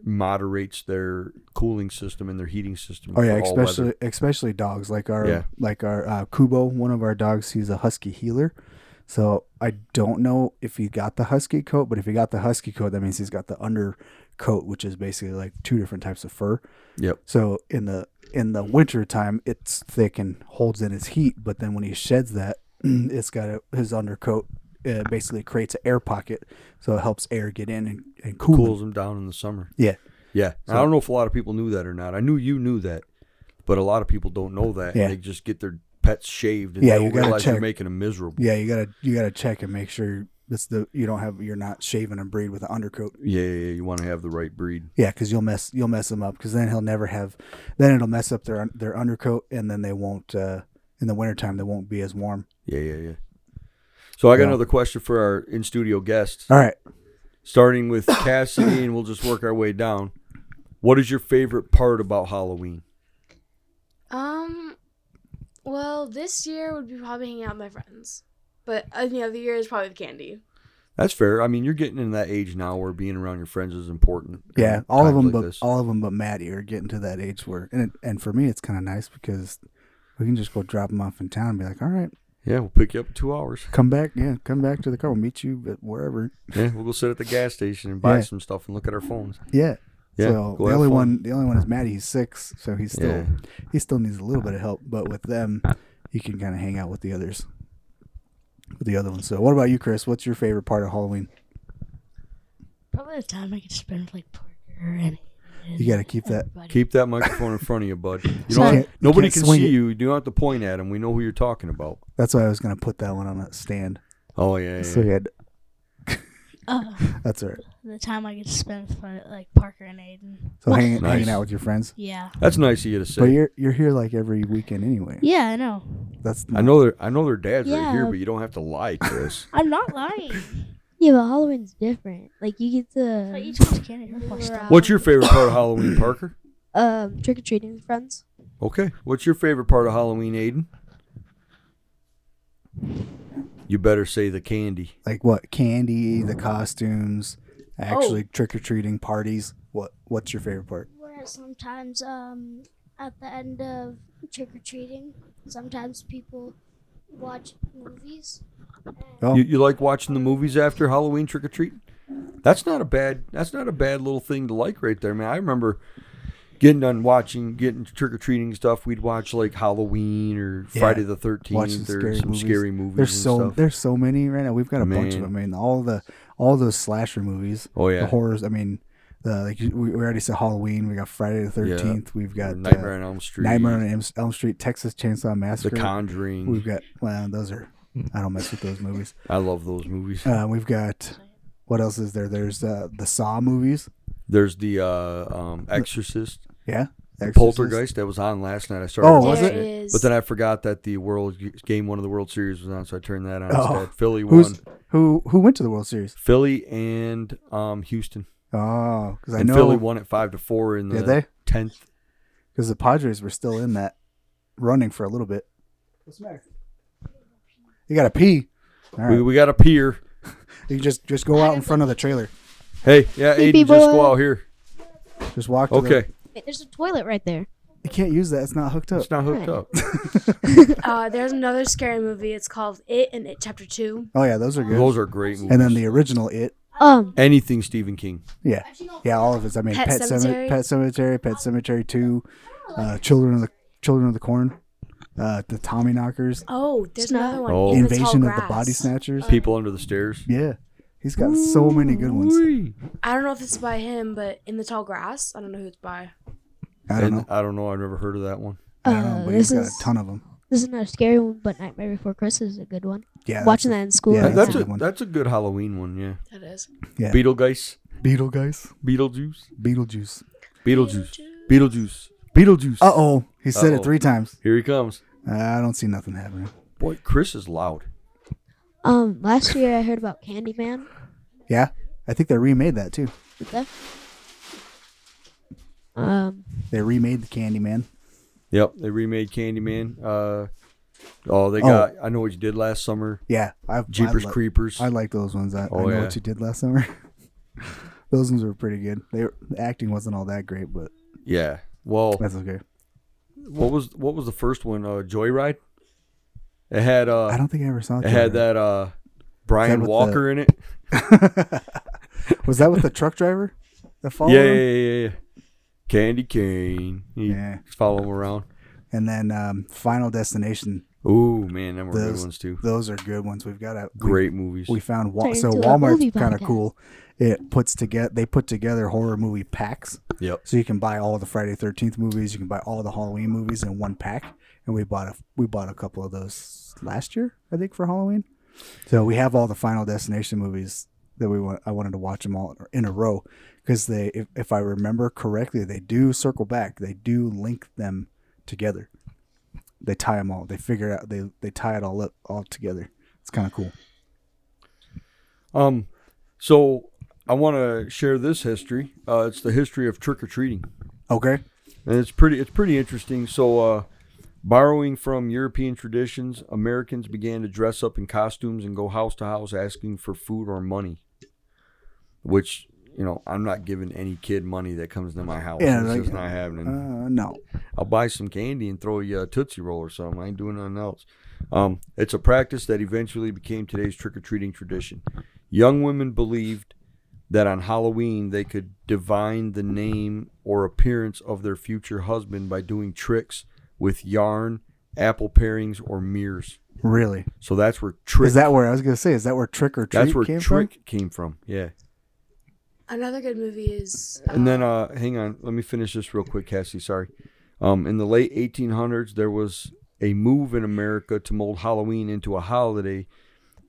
[SPEAKER 1] moderates their cooling system and their heating system.
[SPEAKER 2] Oh yeah,
[SPEAKER 1] for all weather.
[SPEAKER 2] especially especially dogs like our
[SPEAKER 1] Yeah.
[SPEAKER 2] like our uh, Kubo, one of our dogs. He's a husky healer. So I don't know if he got the husky coat, but if he got the husky coat, that means he's got the undercoat, which is basically like two different types of fur.
[SPEAKER 1] Yep.
[SPEAKER 2] So in the in the winter time, it's thick and holds in his heat, but then when he sheds that, it's got a, his undercoat. uh basically creates an air pocket, so it helps air get in and, and cool. him.
[SPEAKER 1] cools them down in the summer.
[SPEAKER 2] Yeah.
[SPEAKER 1] Yeah. And I don't know if a lot of people knew that or not. I knew you knew that, but a lot of people don't know that.
[SPEAKER 2] Yeah.
[SPEAKER 1] They just get their pets shaved and
[SPEAKER 2] Yeah,
[SPEAKER 1] they
[SPEAKER 2] you
[SPEAKER 1] don't
[SPEAKER 2] gotta
[SPEAKER 1] realize you're
[SPEAKER 2] check.
[SPEAKER 1] making them miserable.
[SPEAKER 2] Yeah, you gotta you gotta check and make sure that's the you don't have you're not shaving a breed with an undercoat.
[SPEAKER 1] Yeah, yeah, yeah. You want to have the right breed.
[SPEAKER 2] Yeah, because you'll mess you'll mess him up because then he'll never have. Then it'll mess up their un- their undercoat and then they won't uh, in the wintertime they won't be as warm.
[SPEAKER 1] Yeah, yeah, yeah. So I got
[SPEAKER 2] Yeah.
[SPEAKER 1] another question for our in studio guests,
[SPEAKER 2] All right,
[SPEAKER 1] starting with Cassidy, and we'll just work our way down. What is your favorite part about Halloween?
[SPEAKER 4] Um, well, this year would be probably hanging out with my friends, but any other year is probably the candy.
[SPEAKER 1] That's fair. I mean, you're getting in that age now where being around your friends is important.
[SPEAKER 2] yeah,
[SPEAKER 1] in
[SPEAKER 2] all of
[SPEAKER 1] times like
[SPEAKER 2] them but
[SPEAKER 1] this.
[SPEAKER 2] all of them but Maddie are getting to that age where and it, and for me it's kind of nice because we can just go drop them off in town and be like, all right,
[SPEAKER 1] yeah, we'll pick you up in two hours.
[SPEAKER 2] come back, yeah, come back to the car, we'll meet you at wherever.
[SPEAKER 1] Yeah, we'll go sit at the gas station and buy
[SPEAKER 2] Yeah.
[SPEAKER 1] some stuff and look at our phones.
[SPEAKER 2] Yeah.
[SPEAKER 1] Yeah,
[SPEAKER 2] so
[SPEAKER 1] go
[SPEAKER 2] the
[SPEAKER 1] have
[SPEAKER 2] only
[SPEAKER 1] fun.
[SPEAKER 2] one, the only one is Maddie. He's six, so he's still
[SPEAKER 1] Yeah.
[SPEAKER 2] he still needs a little bit of help. But with them, he can kind of hang out with the others, with the other ones. So, what about you, Chris? What's your favorite part of Halloween?
[SPEAKER 6] Probably the time I could spend with like Parker and.
[SPEAKER 2] You got to keep that.
[SPEAKER 6] everybody.
[SPEAKER 1] Keep that microphone in front of you, bud. You don't
[SPEAKER 2] You can't-
[SPEAKER 1] have-
[SPEAKER 2] you
[SPEAKER 1] nobody
[SPEAKER 2] can't
[SPEAKER 1] can
[SPEAKER 2] swing
[SPEAKER 1] see
[SPEAKER 2] it.
[SPEAKER 1] you. You don't have to point at them. We know who you're talking about.
[SPEAKER 2] That's why I was gonna put that one on a stand.
[SPEAKER 1] Oh yeah, yeah,
[SPEAKER 2] So
[SPEAKER 1] yeah.
[SPEAKER 2] he had.
[SPEAKER 6] Uh,
[SPEAKER 2] That's all right.
[SPEAKER 6] the time I get to spend with uh, like Parker and Aiden.
[SPEAKER 2] So hanging
[SPEAKER 1] Nice.
[SPEAKER 2] hanging out with your friends.
[SPEAKER 6] Yeah.
[SPEAKER 1] that's nice of you to
[SPEAKER 2] But
[SPEAKER 1] say.
[SPEAKER 2] you're you're here like every weekend anyway.
[SPEAKER 6] Yeah, I know.
[SPEAKER 2] That's
[SPEAKER 1] I know their I know their dad's right
[SPEAKER 7] Yeah.
[SPEAKER 1] here, but you don't have to lie, Chris.
[SPEAKER 6] I'm not lying.
[SPEAKER 7] Yeah, but Halloween's different. Like you get
[SPEAKER 6] I
[SPEAKER 7] to
[SPEAKER 6] eat too much candy. Hurt my stomach.
[SPEAKER 1] What's your favorite part of Halloween, Parker?
[SPEAKER 7] um trick or treating with friends.
[SPEAKER 1] Okay. What's your favorite part of Halloween, Aiden? You better say the candy.
[SPEAKER 2] like what candy,
[SPEAKER 1] Mm.
[SPEAKER 2] the costumes, actually trick or treating parties. What what's your favorite part?
[SPEAKER 5] Where sometimes um, at the end of trick or treating, sometimes people watch movies.
[SPEAKER 2] Oh,
[SPEAKER 1] You, you like watching the movies after Halloween trick or treat? That's not a bad. That's not a bad little thing to like right there, man. I remember getting done watching, getting trick or treating stuff. We'd watch like Halloween or
[SPEAKER 2] Yeah.
[SPEAKER 1] Friday the
[SPEAKER 2] Watching
[SPEAKER 1] Thirteenth or
[SPEAKER 2] scary
[SPEAKER 1] some
[SPEAKER 2] movies.
[SPEAKER 1] scary movies.
[SPEAKER 2] There's
[SPEAKER 1] and
[SPEAKER 2] so
[SPEAKER 1] stuff.
[SPEAKER 2] there's so many right now. We've got a bunch
[SPEAKER 1] Man.
[SPEAKER 2] of them. I mean, all the all those slasher movies,
[SPEAKER 1] oh
[SPEAKER 2] the
[SPEAKER 1] yeah,
[SPEAKER 2] horrors. I mean, the like we, we already said Halloween. We got Friday the Thirteenth. We've got
[SPEAKER 1] Nightmare
[SPEAKER 2] uh,
[SPEAKER 1] on Elm Street,
[SPEAKER 2] Nightmare on Elm, Elm Street, Texas Chainsaw
[SPEAKER 1] The
[SPEAKER 2] Massacre.
[SPEAKER 1] Conjuring.
[SPEAKER 2] We've got well, those are I don't mess with those movies.
[SPEAKER 1] I love those movies.
[SPEAKER 2] Uh, we've got what else is there? There's uh, the Saw movies.
[SPEAKER 1] There's the uh, um, Exorcist,
[SPEAKER 2] Yeah,
[SPEAKER 1] The
[SPEAKER 2] Exorcist.
[SPEAKER 1] Poltergeist that was on last night. I started
[SPEAKER 2] Oh, was
[SPEAKER 1] watching
[SPEAKER 4] There
[SPEAKER 1] it.
[SPEAKER 4] is.
[SPEAKER 1] But then I forgot that the World Game One of the World Series was on, so I turned that on
[SPEAKER 2] Oh.
[SPEAKER 1] instead. Philly won.
[SPEAKER 2] Who's who? Who went to the World Series?
[SPEAKER 1] Philly and um, Houston,
[SPEAKER 2] Oh, because I
[SPEAKER 1] and Philly
[SPEAKER 2] know
[SPEAKER 1] won at five to four in
[SPEAKER 2] did
[SPEAKER 1] the
[SPEAKER 2] they?
[SPEAKER 1] tenth.
[SPEAKER 2] Because the Padres were still in that running for a little bit. What's the matter? You got to pee. All right.
[SPEAKER 1] We, we got a pier.
[SPEAKER 2] You just just go out in front of the trailer.
[SPEAKER 1] Hey, yeah,
[SPEAKER 7] Sleepy
[SPEAKER 1] Aiden, just go
[SPEAKER 7] boy.
[SPEAKER 1] out here.
[SPEAKER 2] Just walk. To
[SPEAKER 1] Okay,
[SPEAKER 7] Wait, there's a toilet right there.
[SPEAKER 2] The, you can't use that. It's not hooked up.
[SPEAKER 1] it's not hooked up.
[SPEAKER 4] uh, there's another scary movie. It's called It and It Chapter Two.
[SPEAKER 2] Oh yeah, those are good.
[SPEAKER 1] Those are great movies.
[SPEAKER 2] and then the original it.
[SPEAKER 7] Um,
[SPEAKER 1] anything Stephen King.
[SPEAKER 2] Yeah,
[SPEAKER 6] I've seen all
[SPEAKER 2] yeah, all of it. I mean,
[SPEAKER 4] Pet
[SPEAKER 2] Pet,
[SPEAKER 4] Sematary.
[SPEAKER 2] Cemetery, Pet Cemetery, Pet Cemetery Two, uh, Children of the Children of the Corn, uh, the Tommy Knockers,
[SPEAKER 4] Oh, there's
[SPEAKER 7] Snap.
[SPEAKER 4] another one.
[SPEAKER 1] Oh.
[SPEAKER 4] Even Tall
[SPEAKER 2] Invasion of the Body
[SPEAKER 4] Grass.
[SPEAKER 2] Snatchers.
[SPEAKER 1] People under the stairs.
[SPEAKER 2] Yeah, he's got so many good ones.
[SPEAKER 1] Wee.
[SPEAKER 4] I don't know if it's by him, but in the tall grass, I don't know who it's by.
[SPEAKER 2] I don't
[SPEAKER 1] And
[SPEAKER 2] know.
[SPEAKER 1] I don't know. I've never heard of that one.
[SPEAKER 2] I don't know,
[SPEAKER 7] Uh,
[SPEAKER 2] but he's
[SPEAKER 7] this
[SPEAKER 2] got
[SPEAKER 7] is-
[SPEAKER 2] a ton of them.
[SPEAKER 7] this is not a scary one, but Nightmare Before Christmas is a good one.
[SPEAKER 2] Yeah,
[SPEAKER 7] Watching that in school.
[SPEAKER 2] yeah,
[SPEAKER 7] right
[SPEAKER 1] That-
[SPEAKER 2] that's
[SPEAKER 1] that's
[SPEAKER 2] a
[SPEAKER 1] a
[SPEAKER 2] good one.
[SPEAKER 1] that's a good Halloween one. Yeah,
[SPEAKER 4] That is.
[SPEAKER 2] Yeah.
[SPEAKER 1] Beetlegeist,
[SPEAKER 2] Beetle guys,
[SPEAKER 1] Beetlejuice,
[SPEAKER 2] Beetlejuice.
[SPEAKER 1] Beetlejuice, Beetlejuice, Beetlejuice.
[SPEAKER 2] Uh oh, he said
[SPEAKER 1] Uh-oh.
[SPEAKER 2] it three times. Uh,
[SPEAKER 1] Here he comes.
[SPEAKER 2] I don't see nothing happening.
[SPEAKER 1] Boy, Chris is loud.
[SPEAKER 7] now. Um, last year I heard about Candyman.
[SPEAKER 2] Yeah, I think they remade that too.
[SPEAKER 7] Did they? Um,
[SPEAKER 2] They remade the Candyman.
[SPEAKER 1] Yep, they remade Candyman. Uh, oh, they got. I know what you did last summer.
[SPEAKER 2] Yeah, I've
[SPEAKER 1] Jeepers
[SPEAKER 2] I lo-
[SPEAKER 1] Creepers.
[SPEAKER 2] I like those ones. I,
[SPEAKER 1] Oh,
[SPEAKER 2] I know
[SPEAKER 1] yeah.
[SPEAKER 2] what you did last summer. those ones were pretty good. They were, the acting wasn't all that great, but
[SPEAKER 1] yeah. Well,
[SPEAKER 2] that's okay.
[SPEAKER 1] what was what was the first one? Uh, Joyride. It had
[SPEAKER 2] I
[SPEAKER 1] uh,
[SPEAKER 2] don't think I ever saw
[SPEAKER 1] it had that uh, Brian
[SPEAKER 2] with the-
[SPEAKER 1] Walker in it.
[SPEAKER 2] that. Was that with the truck driver? that followed
[SPEAKER 1] Yeah, yeah,
[SPEAKER 2] him?
[SPEAKER 1] yeah, yeah. Candy cane.
[SPEAKER 2] Yeah.
[SPEAKER 1] Yeah. Follow him around.
[SPEAKER 2] And then um, Final Destination.
[SPEAKER 1] Ooh, man, them were good
[SPEAKER 2] Those-
[SPEAKER 1] ones too.
[SPEAKER 2] Those are good ones. We've got a
[SPEAKER 1] Great movies.
[SPEAKER 2] We found Wa-
[SPEAKER 7] Turn
[SPEAKER 2] so
[SPEAKER 7] into a movie
[SPEAKER 2] Walmart's kind of
[SPEAKER 7] podcast.
[SPEAKER 2] cool. It puts together they put together horror movie packs.
[SPEAKER 1] Yep.
[SPEAKER 2] So you can buy all the Friday Thirteenth movies. You can buy all the Halloween movies in one pack. And we bought a we bought a couple of those last year, I think, for Halloween. So we have all the Final Destination movies that we want. I wanted to watch them all in a row because they, if, if I remember correctly, they do circle back. They do link them together. They tie them all. They figure out. They they tie it all up all together. It's kind of cool.
[SPEAKER 1] Um, so I want to share this history. Uh, it's the history of trick or treating,
[SPEAKER 2] Okay.
[SPEAKER 1] and it's pretty. It's pretty interesting. So, uh, borrowing from European traditions, Americans began to dress up in costumes and go house to house asking for food or money. Which you know, I'm not giving any kid money that comes to my house.
[SPEAKER 2] Yeah,
[SPEAKER 1] it's
[SPEAKER 2] like-
[SPEAKER 1] just not happening.
[SPEAKER 2] Uh, no.
[SPEAKER 1] I'll buy some candy and throw you a uh, Tootsie Roll or something. I ain't doing nothing else. Um, it's a practice that eventually became today's trick or treating tradition. Young women believed that on Halloween they could divine the name or appearance of their future husband by doing tricks with yarn, apple pairings, or mirrors.
[SPEAKER 2] Really?
[SPEAKER 1] So that's where trick.
[SPEAKER 2] Is that where I was gonna say? Is that where trick or treat
[SPEAKER 1] that's where
[SPEAKER 2] came
[SPEAKER 1] trick came from? Yeah.
[SPEAKER 4] Another good movie is.
[SPEAKER 1] And then, uh, hang on, let me finish this real quick, Cassie. Sorry. Um, in the late 1800s, there was a move in America to mold Halloween into a holiday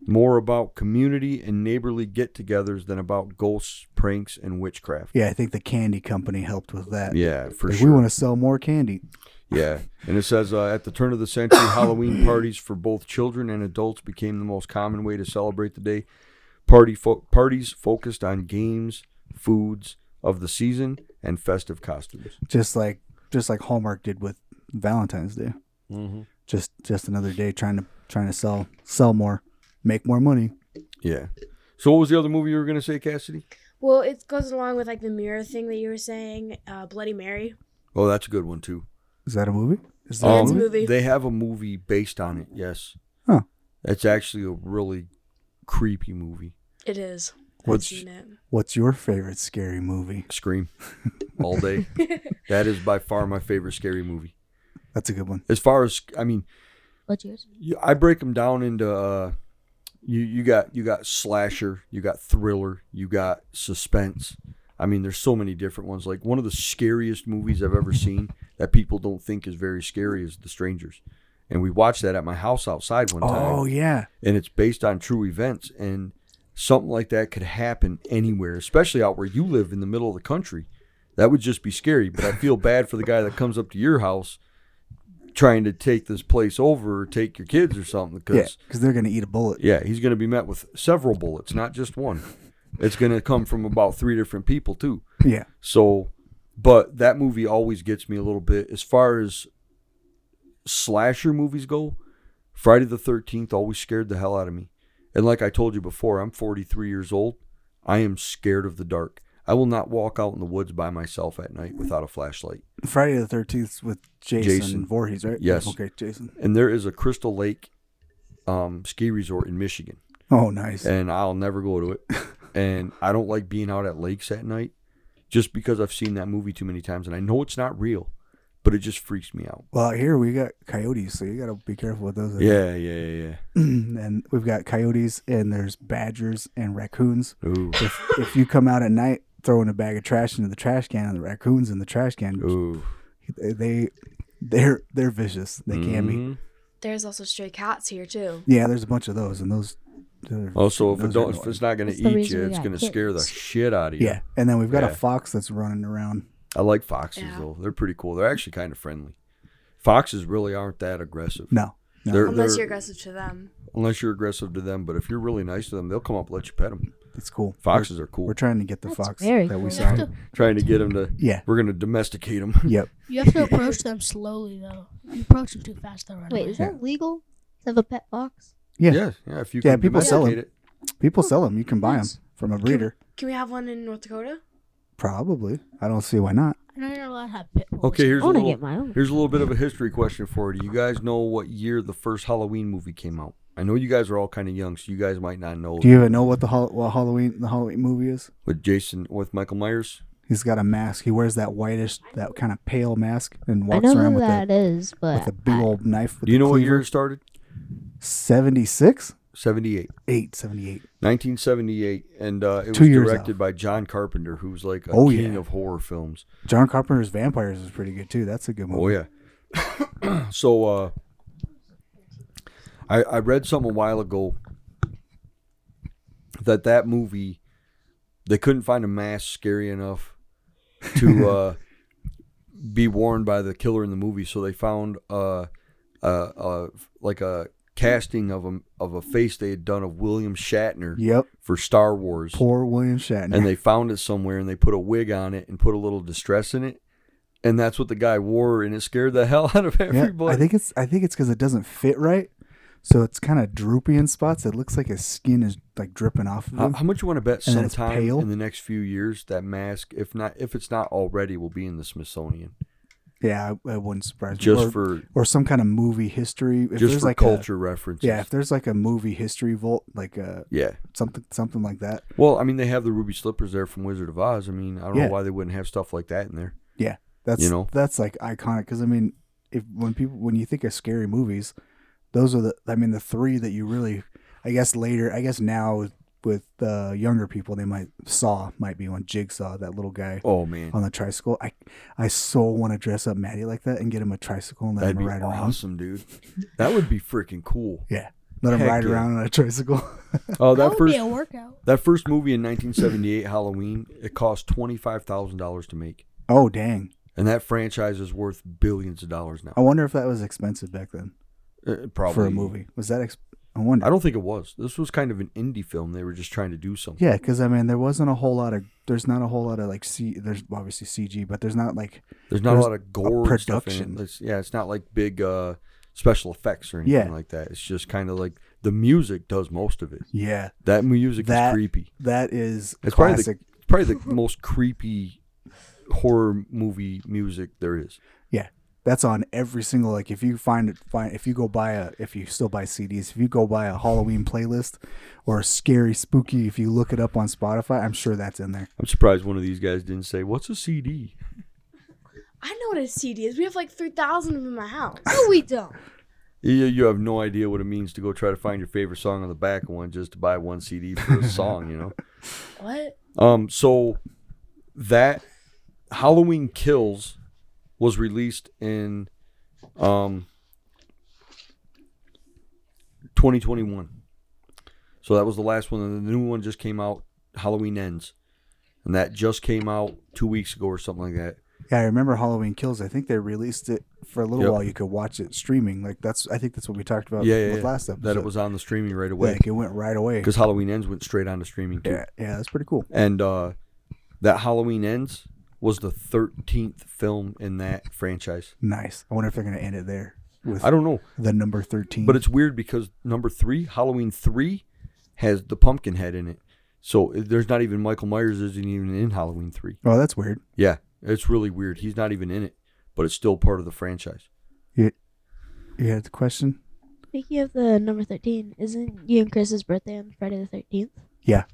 [SPEAKER 1] more about community and neighborly get-togethers than about ghosts, pranks, and witchcraft.
[SPEAKER 2] from? Yeah, I think the candy company helped with that.
[SPEAKER 1] Yeah, for
[SPEAKER 2] Like,
[SPEAKER 1] sure.
[SPEAKER 2] We want to sell more candy.
[SPEAKER 1] Yeah, and it says uh, at the turn of the century, Halloween parties for both children and adults became the most common way to celebrate the day. Party fo- parties focused on games, foods of the season, and festive costumes.
[SPEAKER 2] just like just like Hallmark did with Valentine's Day.
[SPEAKER 1] Mm-hmm.
[SPEAKER 2] Just just another day trying to trying to sell sell more, make more money.
[SPEAKER 1] Yeah. So what was the other movie you were gonna say, Cassidy?
[SPEAKER 4] Well, it goes along with like the mirror thing that you were saying. Uh, Bloody Mary.
[SPEAKER 1] Oh, that's a good one too.
[SPEAKER 2] Is that a movie? Is that
[SPEAKER 4] Yeah,
[SPEAKER 2] a
[SPEAKER 1] Um,
[SPEAKER 4] it's a
[SPEAKER 2] movie?
[SPEAKER 4] movie.
[SPEAKER 1] They have a movie based on it. Yes.
[SPEAKER 2] Huh.
[SPEAKER 1] That's actually a really creepy movie.
[SPEAKER 4] It is. I've
[SPEAKER 2] What's-
[SPEAKER 4] seen it.
[SPEAKER 2] What's your favorite scary movie?
[SPEAKER 1] Scream all day. that is by far my favorite scary movie.
[SPEAKER 2] That's a good one.
[SPEAKER 1] As far as I mean,
[SPEAKER 7] What's yours?
[SPEAKER 1] you, I break them down into uh, you you got you got slasher, you got thriller, you got suspense. I mean, there's so many different ones. Like one of the scariest movies I've ever seen that people don't think is very scary is The Strangers, and we watched that at my house outside one time.
[SPEAKER 2] Oh yeah,
[SPEAKER 1] and it's based on true events and something like that could happen anywhere especially out where you live in the middle of the country that would just be scary but i feel bad for the guy that comes up to your house trying to take this place over or take your kids or something
[SPEAKER 2] yeah.
[SPEAKER 1] because
[SPEAKER 2] Because they're gonna eat a bullet.
[SPEAKER 1] yeah, he's going to be met with several bullets not just one it's going to come from about three different people too
[SPEAKER 2] Yeah.
[SPEAKER 1] so, but that movie always gets me a little bit. As far as slasher movies go, Friday the 13th always scared the hell out of me. And like I told you before, I'm 43 years old. I am scared of the dark. I will not walk out in the woods by myself at night without a flashlight.
[SPEAKER 2] Friday the Thirteenth with Jason,
[SPEAKER 1] Jason.
[SPEAKER 2] Voorhees, right?
[SPEAKER 1] Yes.
[SPEAKER 2] Okay, Jason.
[SPEAKER 1] And there is a Crystal Lake um, ski resort in Michigan,
[SPEAKER 2] Oh, nice.
[SPEAKER 1] and I'll never go to it. And I don't like being out at lakes at night just because I've seen that movie too many times. And I know it's not real, but it just freaks me out.
[SPEAKER 2] Well, out here we got coyotes, so you gotta be careful with those.
[SPEAKER 1] Yeah, yeah, yeah,
[SPEAKER 2] and we've got coyotes, and there's badgers and raccoons.
[SPEAKER 1] yeah. Ooh,
[SPEAKER 2] If if you come out at night throwing a bag of trash into the trash can, and the raccoons in the trash can,
[SPEAKER 1] ooh.
[SPEAKER 2] they they're they're vicious. They can be.
[SPEAKER 1] Mhm.
[SPEAKER 4] There's also stray cats here too.
[SPEAKER 2] Yeah, there's a bunch of those, and those. they're-
[SPEAKER 1] Also, Oh, if it
[SPEAKER 2] those
[SPEAKER 1] don't,
[SPEAKER 2] are
[SPEAKER 1] if it's not gonna
[SPEAKER 7] That's the
[SPEAKER 1] eat
[SPEAKER 7] reason
[SPEAKER 1] you,
[SPEAKER 7] we
[SPEAKER 1] it's
[SPEAKER 7] got
[SPEAKER 1] gonna
[SPEAKER 7] kittens.
[SPEAKER 1] scare the shit out of you.
[SPEAKER 2] Yeah, and then we've got
[SPEAKER 1] Yeah.
[SPEAKER 2] a fox that's running around.
[SPEAKER 1] I like foxes
[SPEAKER 4] Yeah.
[SPEAKER 1] though. They're pretty cool. They're actually kind of friendly. Foxes really aren't that aggressive.
[SPEAKER 2] No, no.
[SPEAKER 1] They're,
[SPEAKER 4] Unless
[SPEAKER 1] they're-
[SPEAKER 4] you're aggressive to them.
[SPEAKER 1] unless you're aggressive to them, but if you're really nice to them, they'll come up and let you pet them.
[SPEAKER 2] it's cool.
[SPEAKER 1] Foxes are cool.
[SPEAKER 2] We're, we're trying to get the
[SPEAKER 7] That's
[SPEAKER 2] fox
[SPEAKER 7] very
[SPEAKER 2] that we
[SPEAKER 6] You
[SPEAKER 7] cool.
[SPEAKER 2] saw.
[SPEAKER 6] have, to,
[SPEAKER 1] trying to get them to.
[SPEAKER 2] Yeah.
[SPEAKER 1] We're gonna domesticate them.
[SPEAKER 2] Yep.
[SPEAKER 6] you have to approach them slowly though. If you approach them too fast, they'll run
[SPEAKER 7] Wait,
[SPEAKER 6] away.
[SPEAKER 7] is that legal to have a pet fox?
[SPEAKER 2] Yeah.
[SPEAKER 1] Yeah, yeah. If you
[SPEAKER 2] Yeah,
[SPEAKER 1] can
[SPEAKER 2] people sell
[SPEAKER 1] domesticate
[SPEAKER 2] People sell them. You can buy them from a breeder.
[SPEAKER 4] Can we have one in North Dakota?
[SPEAKER 2] Probably. I don't see why not.
[SPEAKER 6] I know you're not allowed to have pit
[SPEAKER 1] it.
[SPEAKER 6] bulls.
[SPEAKER 1] Okay, here's
[SPEAKER 7] I
[SPEAKER 1] a
[SPEAKER 7] want to
[SPEAKER 1] little
[SPEAKER 7] get my own.
[SPEAKER 1] Here's a little bit of a history question for you. Do you guys know what year the first Halloween movie came out? I know you guys are all kind of young, so you guys might not know
[SPEAKER 2] Do you even know what the hol- what Halloween the Halloween movie is?
[SPEAKER 1] with Jason with Michael Myers.
[SPEAKER 2] He's got a mask. He wears that whitish, that kind of pale mask, and
[SPEAKER 7] I
[SPEAKER 2] walks
[SPEAKER 7] know
[SPEAKER 2] around
[SPEAKER 7] who
[SPEAKER 2] with
[SPEAKER 7] that
[SPEAKER 2] a,
[SPEAKER 7] is,
[SPEAKER 2] with
[SPEAKER 7] but
[SPEAKER 2] a big
[SPEAKER 7] I-
[SPEAKER 2] old knife. With
[SPEAKER 1] Do you know what year it started?
[SPEAKER 2] Seventy six.
[SPEAKER 1] 78.
[SPEAKER 2] Eight seventy eight.
[SPEAKER 1] 1978 and uh, it
[SPEAKER 2] Two
[SPEAKER 1] was
[SPEAKER 2] years
[SPEAKER 1] directed
[SPEAKER 2] out.
[SPEAKER 1] by John Carpenter who's like a
[SPEAKER 2] Oh,
[SPEAKER 1] king
[SPEAKER 2] yeah.
[SPEAKER 1] of horror films.
[SPEAKER 2] John Carpenter's Vampires is pretty good too. That's a good
[SPEAKER 1] Oh
[SPEAKER 2] movie.
[SPEAKER 1] yeah. so uh I I read something a while ago that that movie they couldn't find a mask scary enough to uh be warned by the killer in the movie so they found uh uh, uh like a casting of a of a face they had done of William Shatner
[SPEAKER 2] Yep.
[SPEAKER 1] for Star Wars
[SPEAKER 2] Poor William Shatner.
[SPEAKER 1] and they found it somewhere and they put a wig on it and put a little distress in it and that's what the guy wore and it scared the hell out of
[SPEAKER 2] Yeah,
[SPEAKER 1] everybody
[SPEAKER 2] I think it's I think it's because it doesn't fit right, so it's kind of droopy in spots. It looks like his skin is like dripping off of
[SPEAKER 1] how,
[SPEAKER 2] him.
[SPEAKER 1] how much you want to bet
[SPEAKER 2] And then it's
[SPEAKER 1] sometime
[SPEAKER 2] pale.
[SPEAKER 1] in the next few years that mask if not if it's not already will be in the smithsonian
[SPEAKER 2] yeah, I, I wouldn't surprise me.
[SPEAKER 1] just
[SPEAKER 2] or,
[SPEAKER 1] for
[SPEAKER 2] or some kind of movie history. If
[SPEAKER 1] just
[SPEAKER 2] there's
[SPEAKER 1] for
[SPEAKER 2] like
[SPEAKER 1] culture
[SPEAKER 2] A,
[SPEAKER 1] references
[SPEAKER 2] yeah, if there's like a movie history vault, like uh
[SPEAKER 1] yeah
[SPEAKER 2] something something like that.
[SPEAKER 1] well i mean they have the ruby slippers there from wizard of oz i mean i don't
[SPEAKER 2] Yeah.
[SPEAKER 1] know why they wouldn't have stuff like that in there
[SPEAKER 2] That's
[SPEAKER 1] You know?
[SPEAKER 2] that's like iconic because I mean, if when people when you think of scary movies, those are the I mean the three that you really I guess later I guess now with- with uh, younger people they might saw might be one jigsaw that little guy
[SPEAKER 1] oh man
[SPEAKER 2] on the tricycle. I I so want to dress up Maddie like that and get him a tricycle and let
[SPEAKER 1] that'd
[SPEAKER 2] him
[SPEAKER 1] be
[SPEAKER 2] ride around.
[SPEAKER 1] awesome dude that would be freaking cool
[SPEAKER 2] Let him
[SPEAKER 1] Heck
[SPEAKER 2] ride
[SPEAKER 1] yeah.
[SPEAKER 2] around on a tricycle.
[SPEAKER 1] oh
[SPEAKER 6] that
[SPEAKER 1] that,
[SPEAKER 6] would
[SPEAKER 1] first
[SPEAKER 6] be a workout.
[SPEAKER 1] that first movie in 1978 halloween it cost $25000 to make
[SPEAKER 2] oh dang!
[SPEAKER 1] And that franchise is worth billions of dollars now.
[SPEAKER 2] I wonder if that was expensive back then
[SPEAKER 1] Uh, probably
[SPEAKER 2] for a movie. Was that? Ex- I wonder.
[SPEAKER 1] I don't think it was. This was kind of an indie film. They were just trying to do something.
[SPEAKER 2] Yeah, because I mean, there wasn't a whole lot of. There's not a whole lot of like C. There's obviously CG, but there's not like
[SPEAKER 1] There's not
[SPEAKER 2] There's
[SPEAKER 1] a lot of gore and stuff in it.
[SPEAKER 2] production.
[SPEAKER 1] It's- yeah, it's not like big uh, special effects or anything
[SPEAKER 2] Yeah.
[SPEAKER 1] like that. It's just kind of like the music does most of it.
[SPEAKER 2] yeah.
[SPEAKER 1] That music is
[SPEAKER 2] That-
[SPEAKER 1] creepy.
[SPEAKER 2] That is
[SPEAKER 1] It's probably the-
[SPEAKER 2] classic.
[SPEAKER 1] It's probably the most creepy horror movie music there is.
[SPEAKER 2] That's on every single like if you find it find if you go buy a if you still buy CDs, if you go buy a Halloween playlist or a scary spooky, if you look it up on Spotify, I'm sure that's in there.
[SPEAKER 1] I'm surprised one of these guys didn't say, "What's a CD?"
[SPEAKER 4] I know what a CD is. We have like 3,000 of them in my house.
[SPEAKER 5] No, we don't.
[SPEAKER 1] You, you have no idea what it means to go try to find your favorite song on the back of one just to buy one CD for a song, you know.
[SPEAKER 4] What?
[SPEAKER 1] Um, so that Halloween Kills was released in um 2021. So that was the last one, and the new one just came out. Halloween Ends, and that just came out two weeks ago or something like that.
[SPEAKER 2] Yeah, I remember Halloween Kills. I think they released it for a little
[SPEAKER 1] Yep.
[SPEAKER 2] while. You could watch it streaming. Like that's I think that's what we talked about
[SPEAKER 1] Yeah, yeah,
[SPEAKER 2] with
[SPEAKER 1] yeah.
[SPEAKER 2] last episode.
[SPEAKER 1] That it was on the streaming right away
[SPEAKER 2] like it went right away.
[SPEAKER 1] because Halloween Ends went straight on to streaming too.
[SPEAKER 2] Yeah, yeah, that's pretty cool.
[SPEAKER 1] and uh, that Halloween Ends was the thirteenth film in that franchise.
[SPEAKER 2] Nice. I wonder if they're gonna end it there with
[SPEAKER 1] I don't know,
[SPEAKER 2] the number thirteen.
[SPEAKER 1] but it's weird because number three, Halloween three, has the pumpkin head in it. So uh, there's not even Michael Myers isn't even in Halloween three.
[SPEAKER 2] oh, that's weird.
[SPEAKER 1] Yeah, it's really weird. He's not even in it, but it's still part of the franchise.
[SPEAKER 2] You had the question.
[SPEAKER 7] Speaking of the number 13, isn't you and Chris's birthday on Friday the 13th?
[SPEAKER 2] Yep.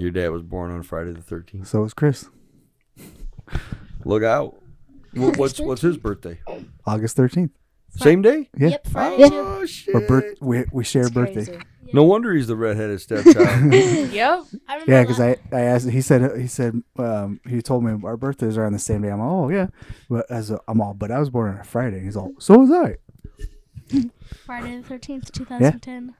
[SPEAKER 1] Your dad was born on Friday the thirteenth.
[SPEAKER 2] So was Chris.
[SPEAKER 1] Look out! What, what's what's his birthday?
[SPEAKER 2] August thirteenth.
[SPEAKER 1] Same day?
[SPEAKER 2] Yeah.
[SPEAKER 6] Yep, Friday.
[SPEAKER 1] Oh shit!
[SPEAKER 2] Or birth. We we share
[SPEAKER 4] It's
[SPEAKER 2] birthday.
[SPEAKER 4] crazy.
[SPEAKER 1] No wonder he's the redheaded stepchild.
[SPEAKER 4] Yep.
[SPEAKER 6] I remember
[SPEAKER 2] Yeah, because
[SPEAKER 6] la-
[SPEAKER 2] I, I asked. He said he said um, he told me our birthdays are on the same day. I'm all, oh yeah, but as a, I'm all, but I was born on a Friday. And he's all, so was I.
[SPEAKER 6] Friday the 13th, 2010.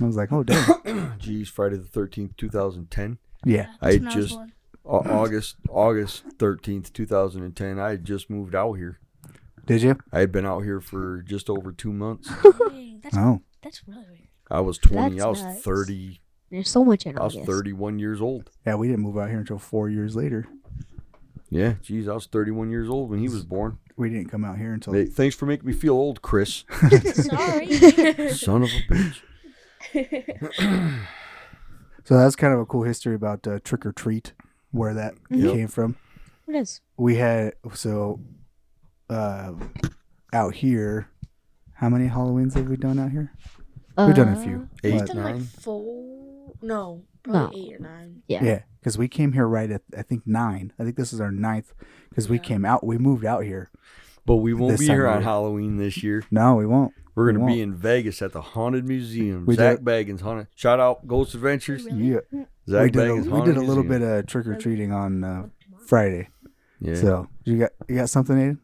[SPEAKER 2] I was like, oh damn,
[SPEAKER 1] Jeez, Friday the thirteenth, two thousand ten.
[SPEAKER 2] yeah.
[SPEAKER 1] I
[SPEAKER 6] that's when was
[SPEAKER 1] just-
[SPEAKER 6] born.
[SPEAKER 1] Au- August August thirteenth, two thousand and ten. I had just moved out here.
[SPEAKER 2] Did you?
[SPEAKER 1] I had been out here for just over two months.
[SPEAKER 6] Dang, that's,
[SPEAKER 2] Oh,
[SPEAKER 6] that's really weird.
[SPEAKER 1] I was twenty.
[SPEAKER 7] That's
[SPEAKER 1] I was
[SPEAKER 7] nuts.
[SPEAKER 1] thirty.
[SPEAKER 7] There's so much in
[SPEAKER 1] I was
[SPEAKER 7] August.
[SPEAKER 1] thirty-one years old.
[SPEAKER 2] yeah. We didn't move out here until four years later.
[SPEAKER 1] Yeah, geez, I was thirty-one years old when he was born.
[SPEAKER 2] We didn't come out here until
[SPEAKER 1] Hey, thanks for making me feel old, Chris.
[SPEAKER 6] Sorry.
[SPEAKER 1] Son of a bitch.
[SPEAKER 2] so. That's kind of a cool history about uh, trick or treat, where that
[SPEAKER 4] Mm-hmm.
[SPEAKER 1] Yep.
[SPEAKER 2] came from.
[SPEAKER 7] What is?
[SPEAKER 2] we had so uh out here how many halloweens have we done out here we've done
[SPEAKER 7] Uh,
[SPEAKER 2] a
[SPEAKER 5] Uh,
[SPEAKER 2] few
[SPEAKER 1] Eight,
[SPEAKER 2] but-
[SPEAKER 4] Done like
[SPEAKER 1] nine.
[SPEAKER 4] four. No, probably eight or nine.
[SPEAKER 7] Yeah.
[SPEAKER 2] yeah because we came here right at i think nine i think this is our ninth because we
[SPEAKER 4] Yeah.
[SPEAKER 2] came out we moved out here
[SPEAKER 1] But we won't
[SPEAKER 2] This
[SPEAKER 1] be
[SPEAKER 2] time
[SPEAKER 1] here
[SPEAKER 2] of
[SPEAKER 1] on
[SPEAKER 2] year.
[SPEAKER 1] Halloween this year.
[SPEAKER 2] no we won't
[SPEAKER 1] We're
[SPEAKER 2] We
[SPEAKER 1] gonna be
[SPEAKER 2] won't.
[SPEAKER 1] in Vegas at the Haunted Museum.
[SPEAKER 2] We
[SPEAKER 1] Zach
[SPEAKER 2] did-
[SPEAKER 1] Baggins haunted. Shout out Ghost Adventures.
[SPEAKER 6] Really?
[SPEAKER 2] yeah
[SPEAKER 1] Zach
[SPEAKER 2] we did, a,
[SPEAKER 1] Baggins
[SPEAKER 2] we
[SPEAKER 1] Haunted
[SPEAKER 2] did a little
[SPEAKER 1] Museum.
[SPEAKER 2] bit of trick-or-treating on uh, friday
[SPEAKER 1] Yeah.
[SPEAKER 2] so you got you got something aiden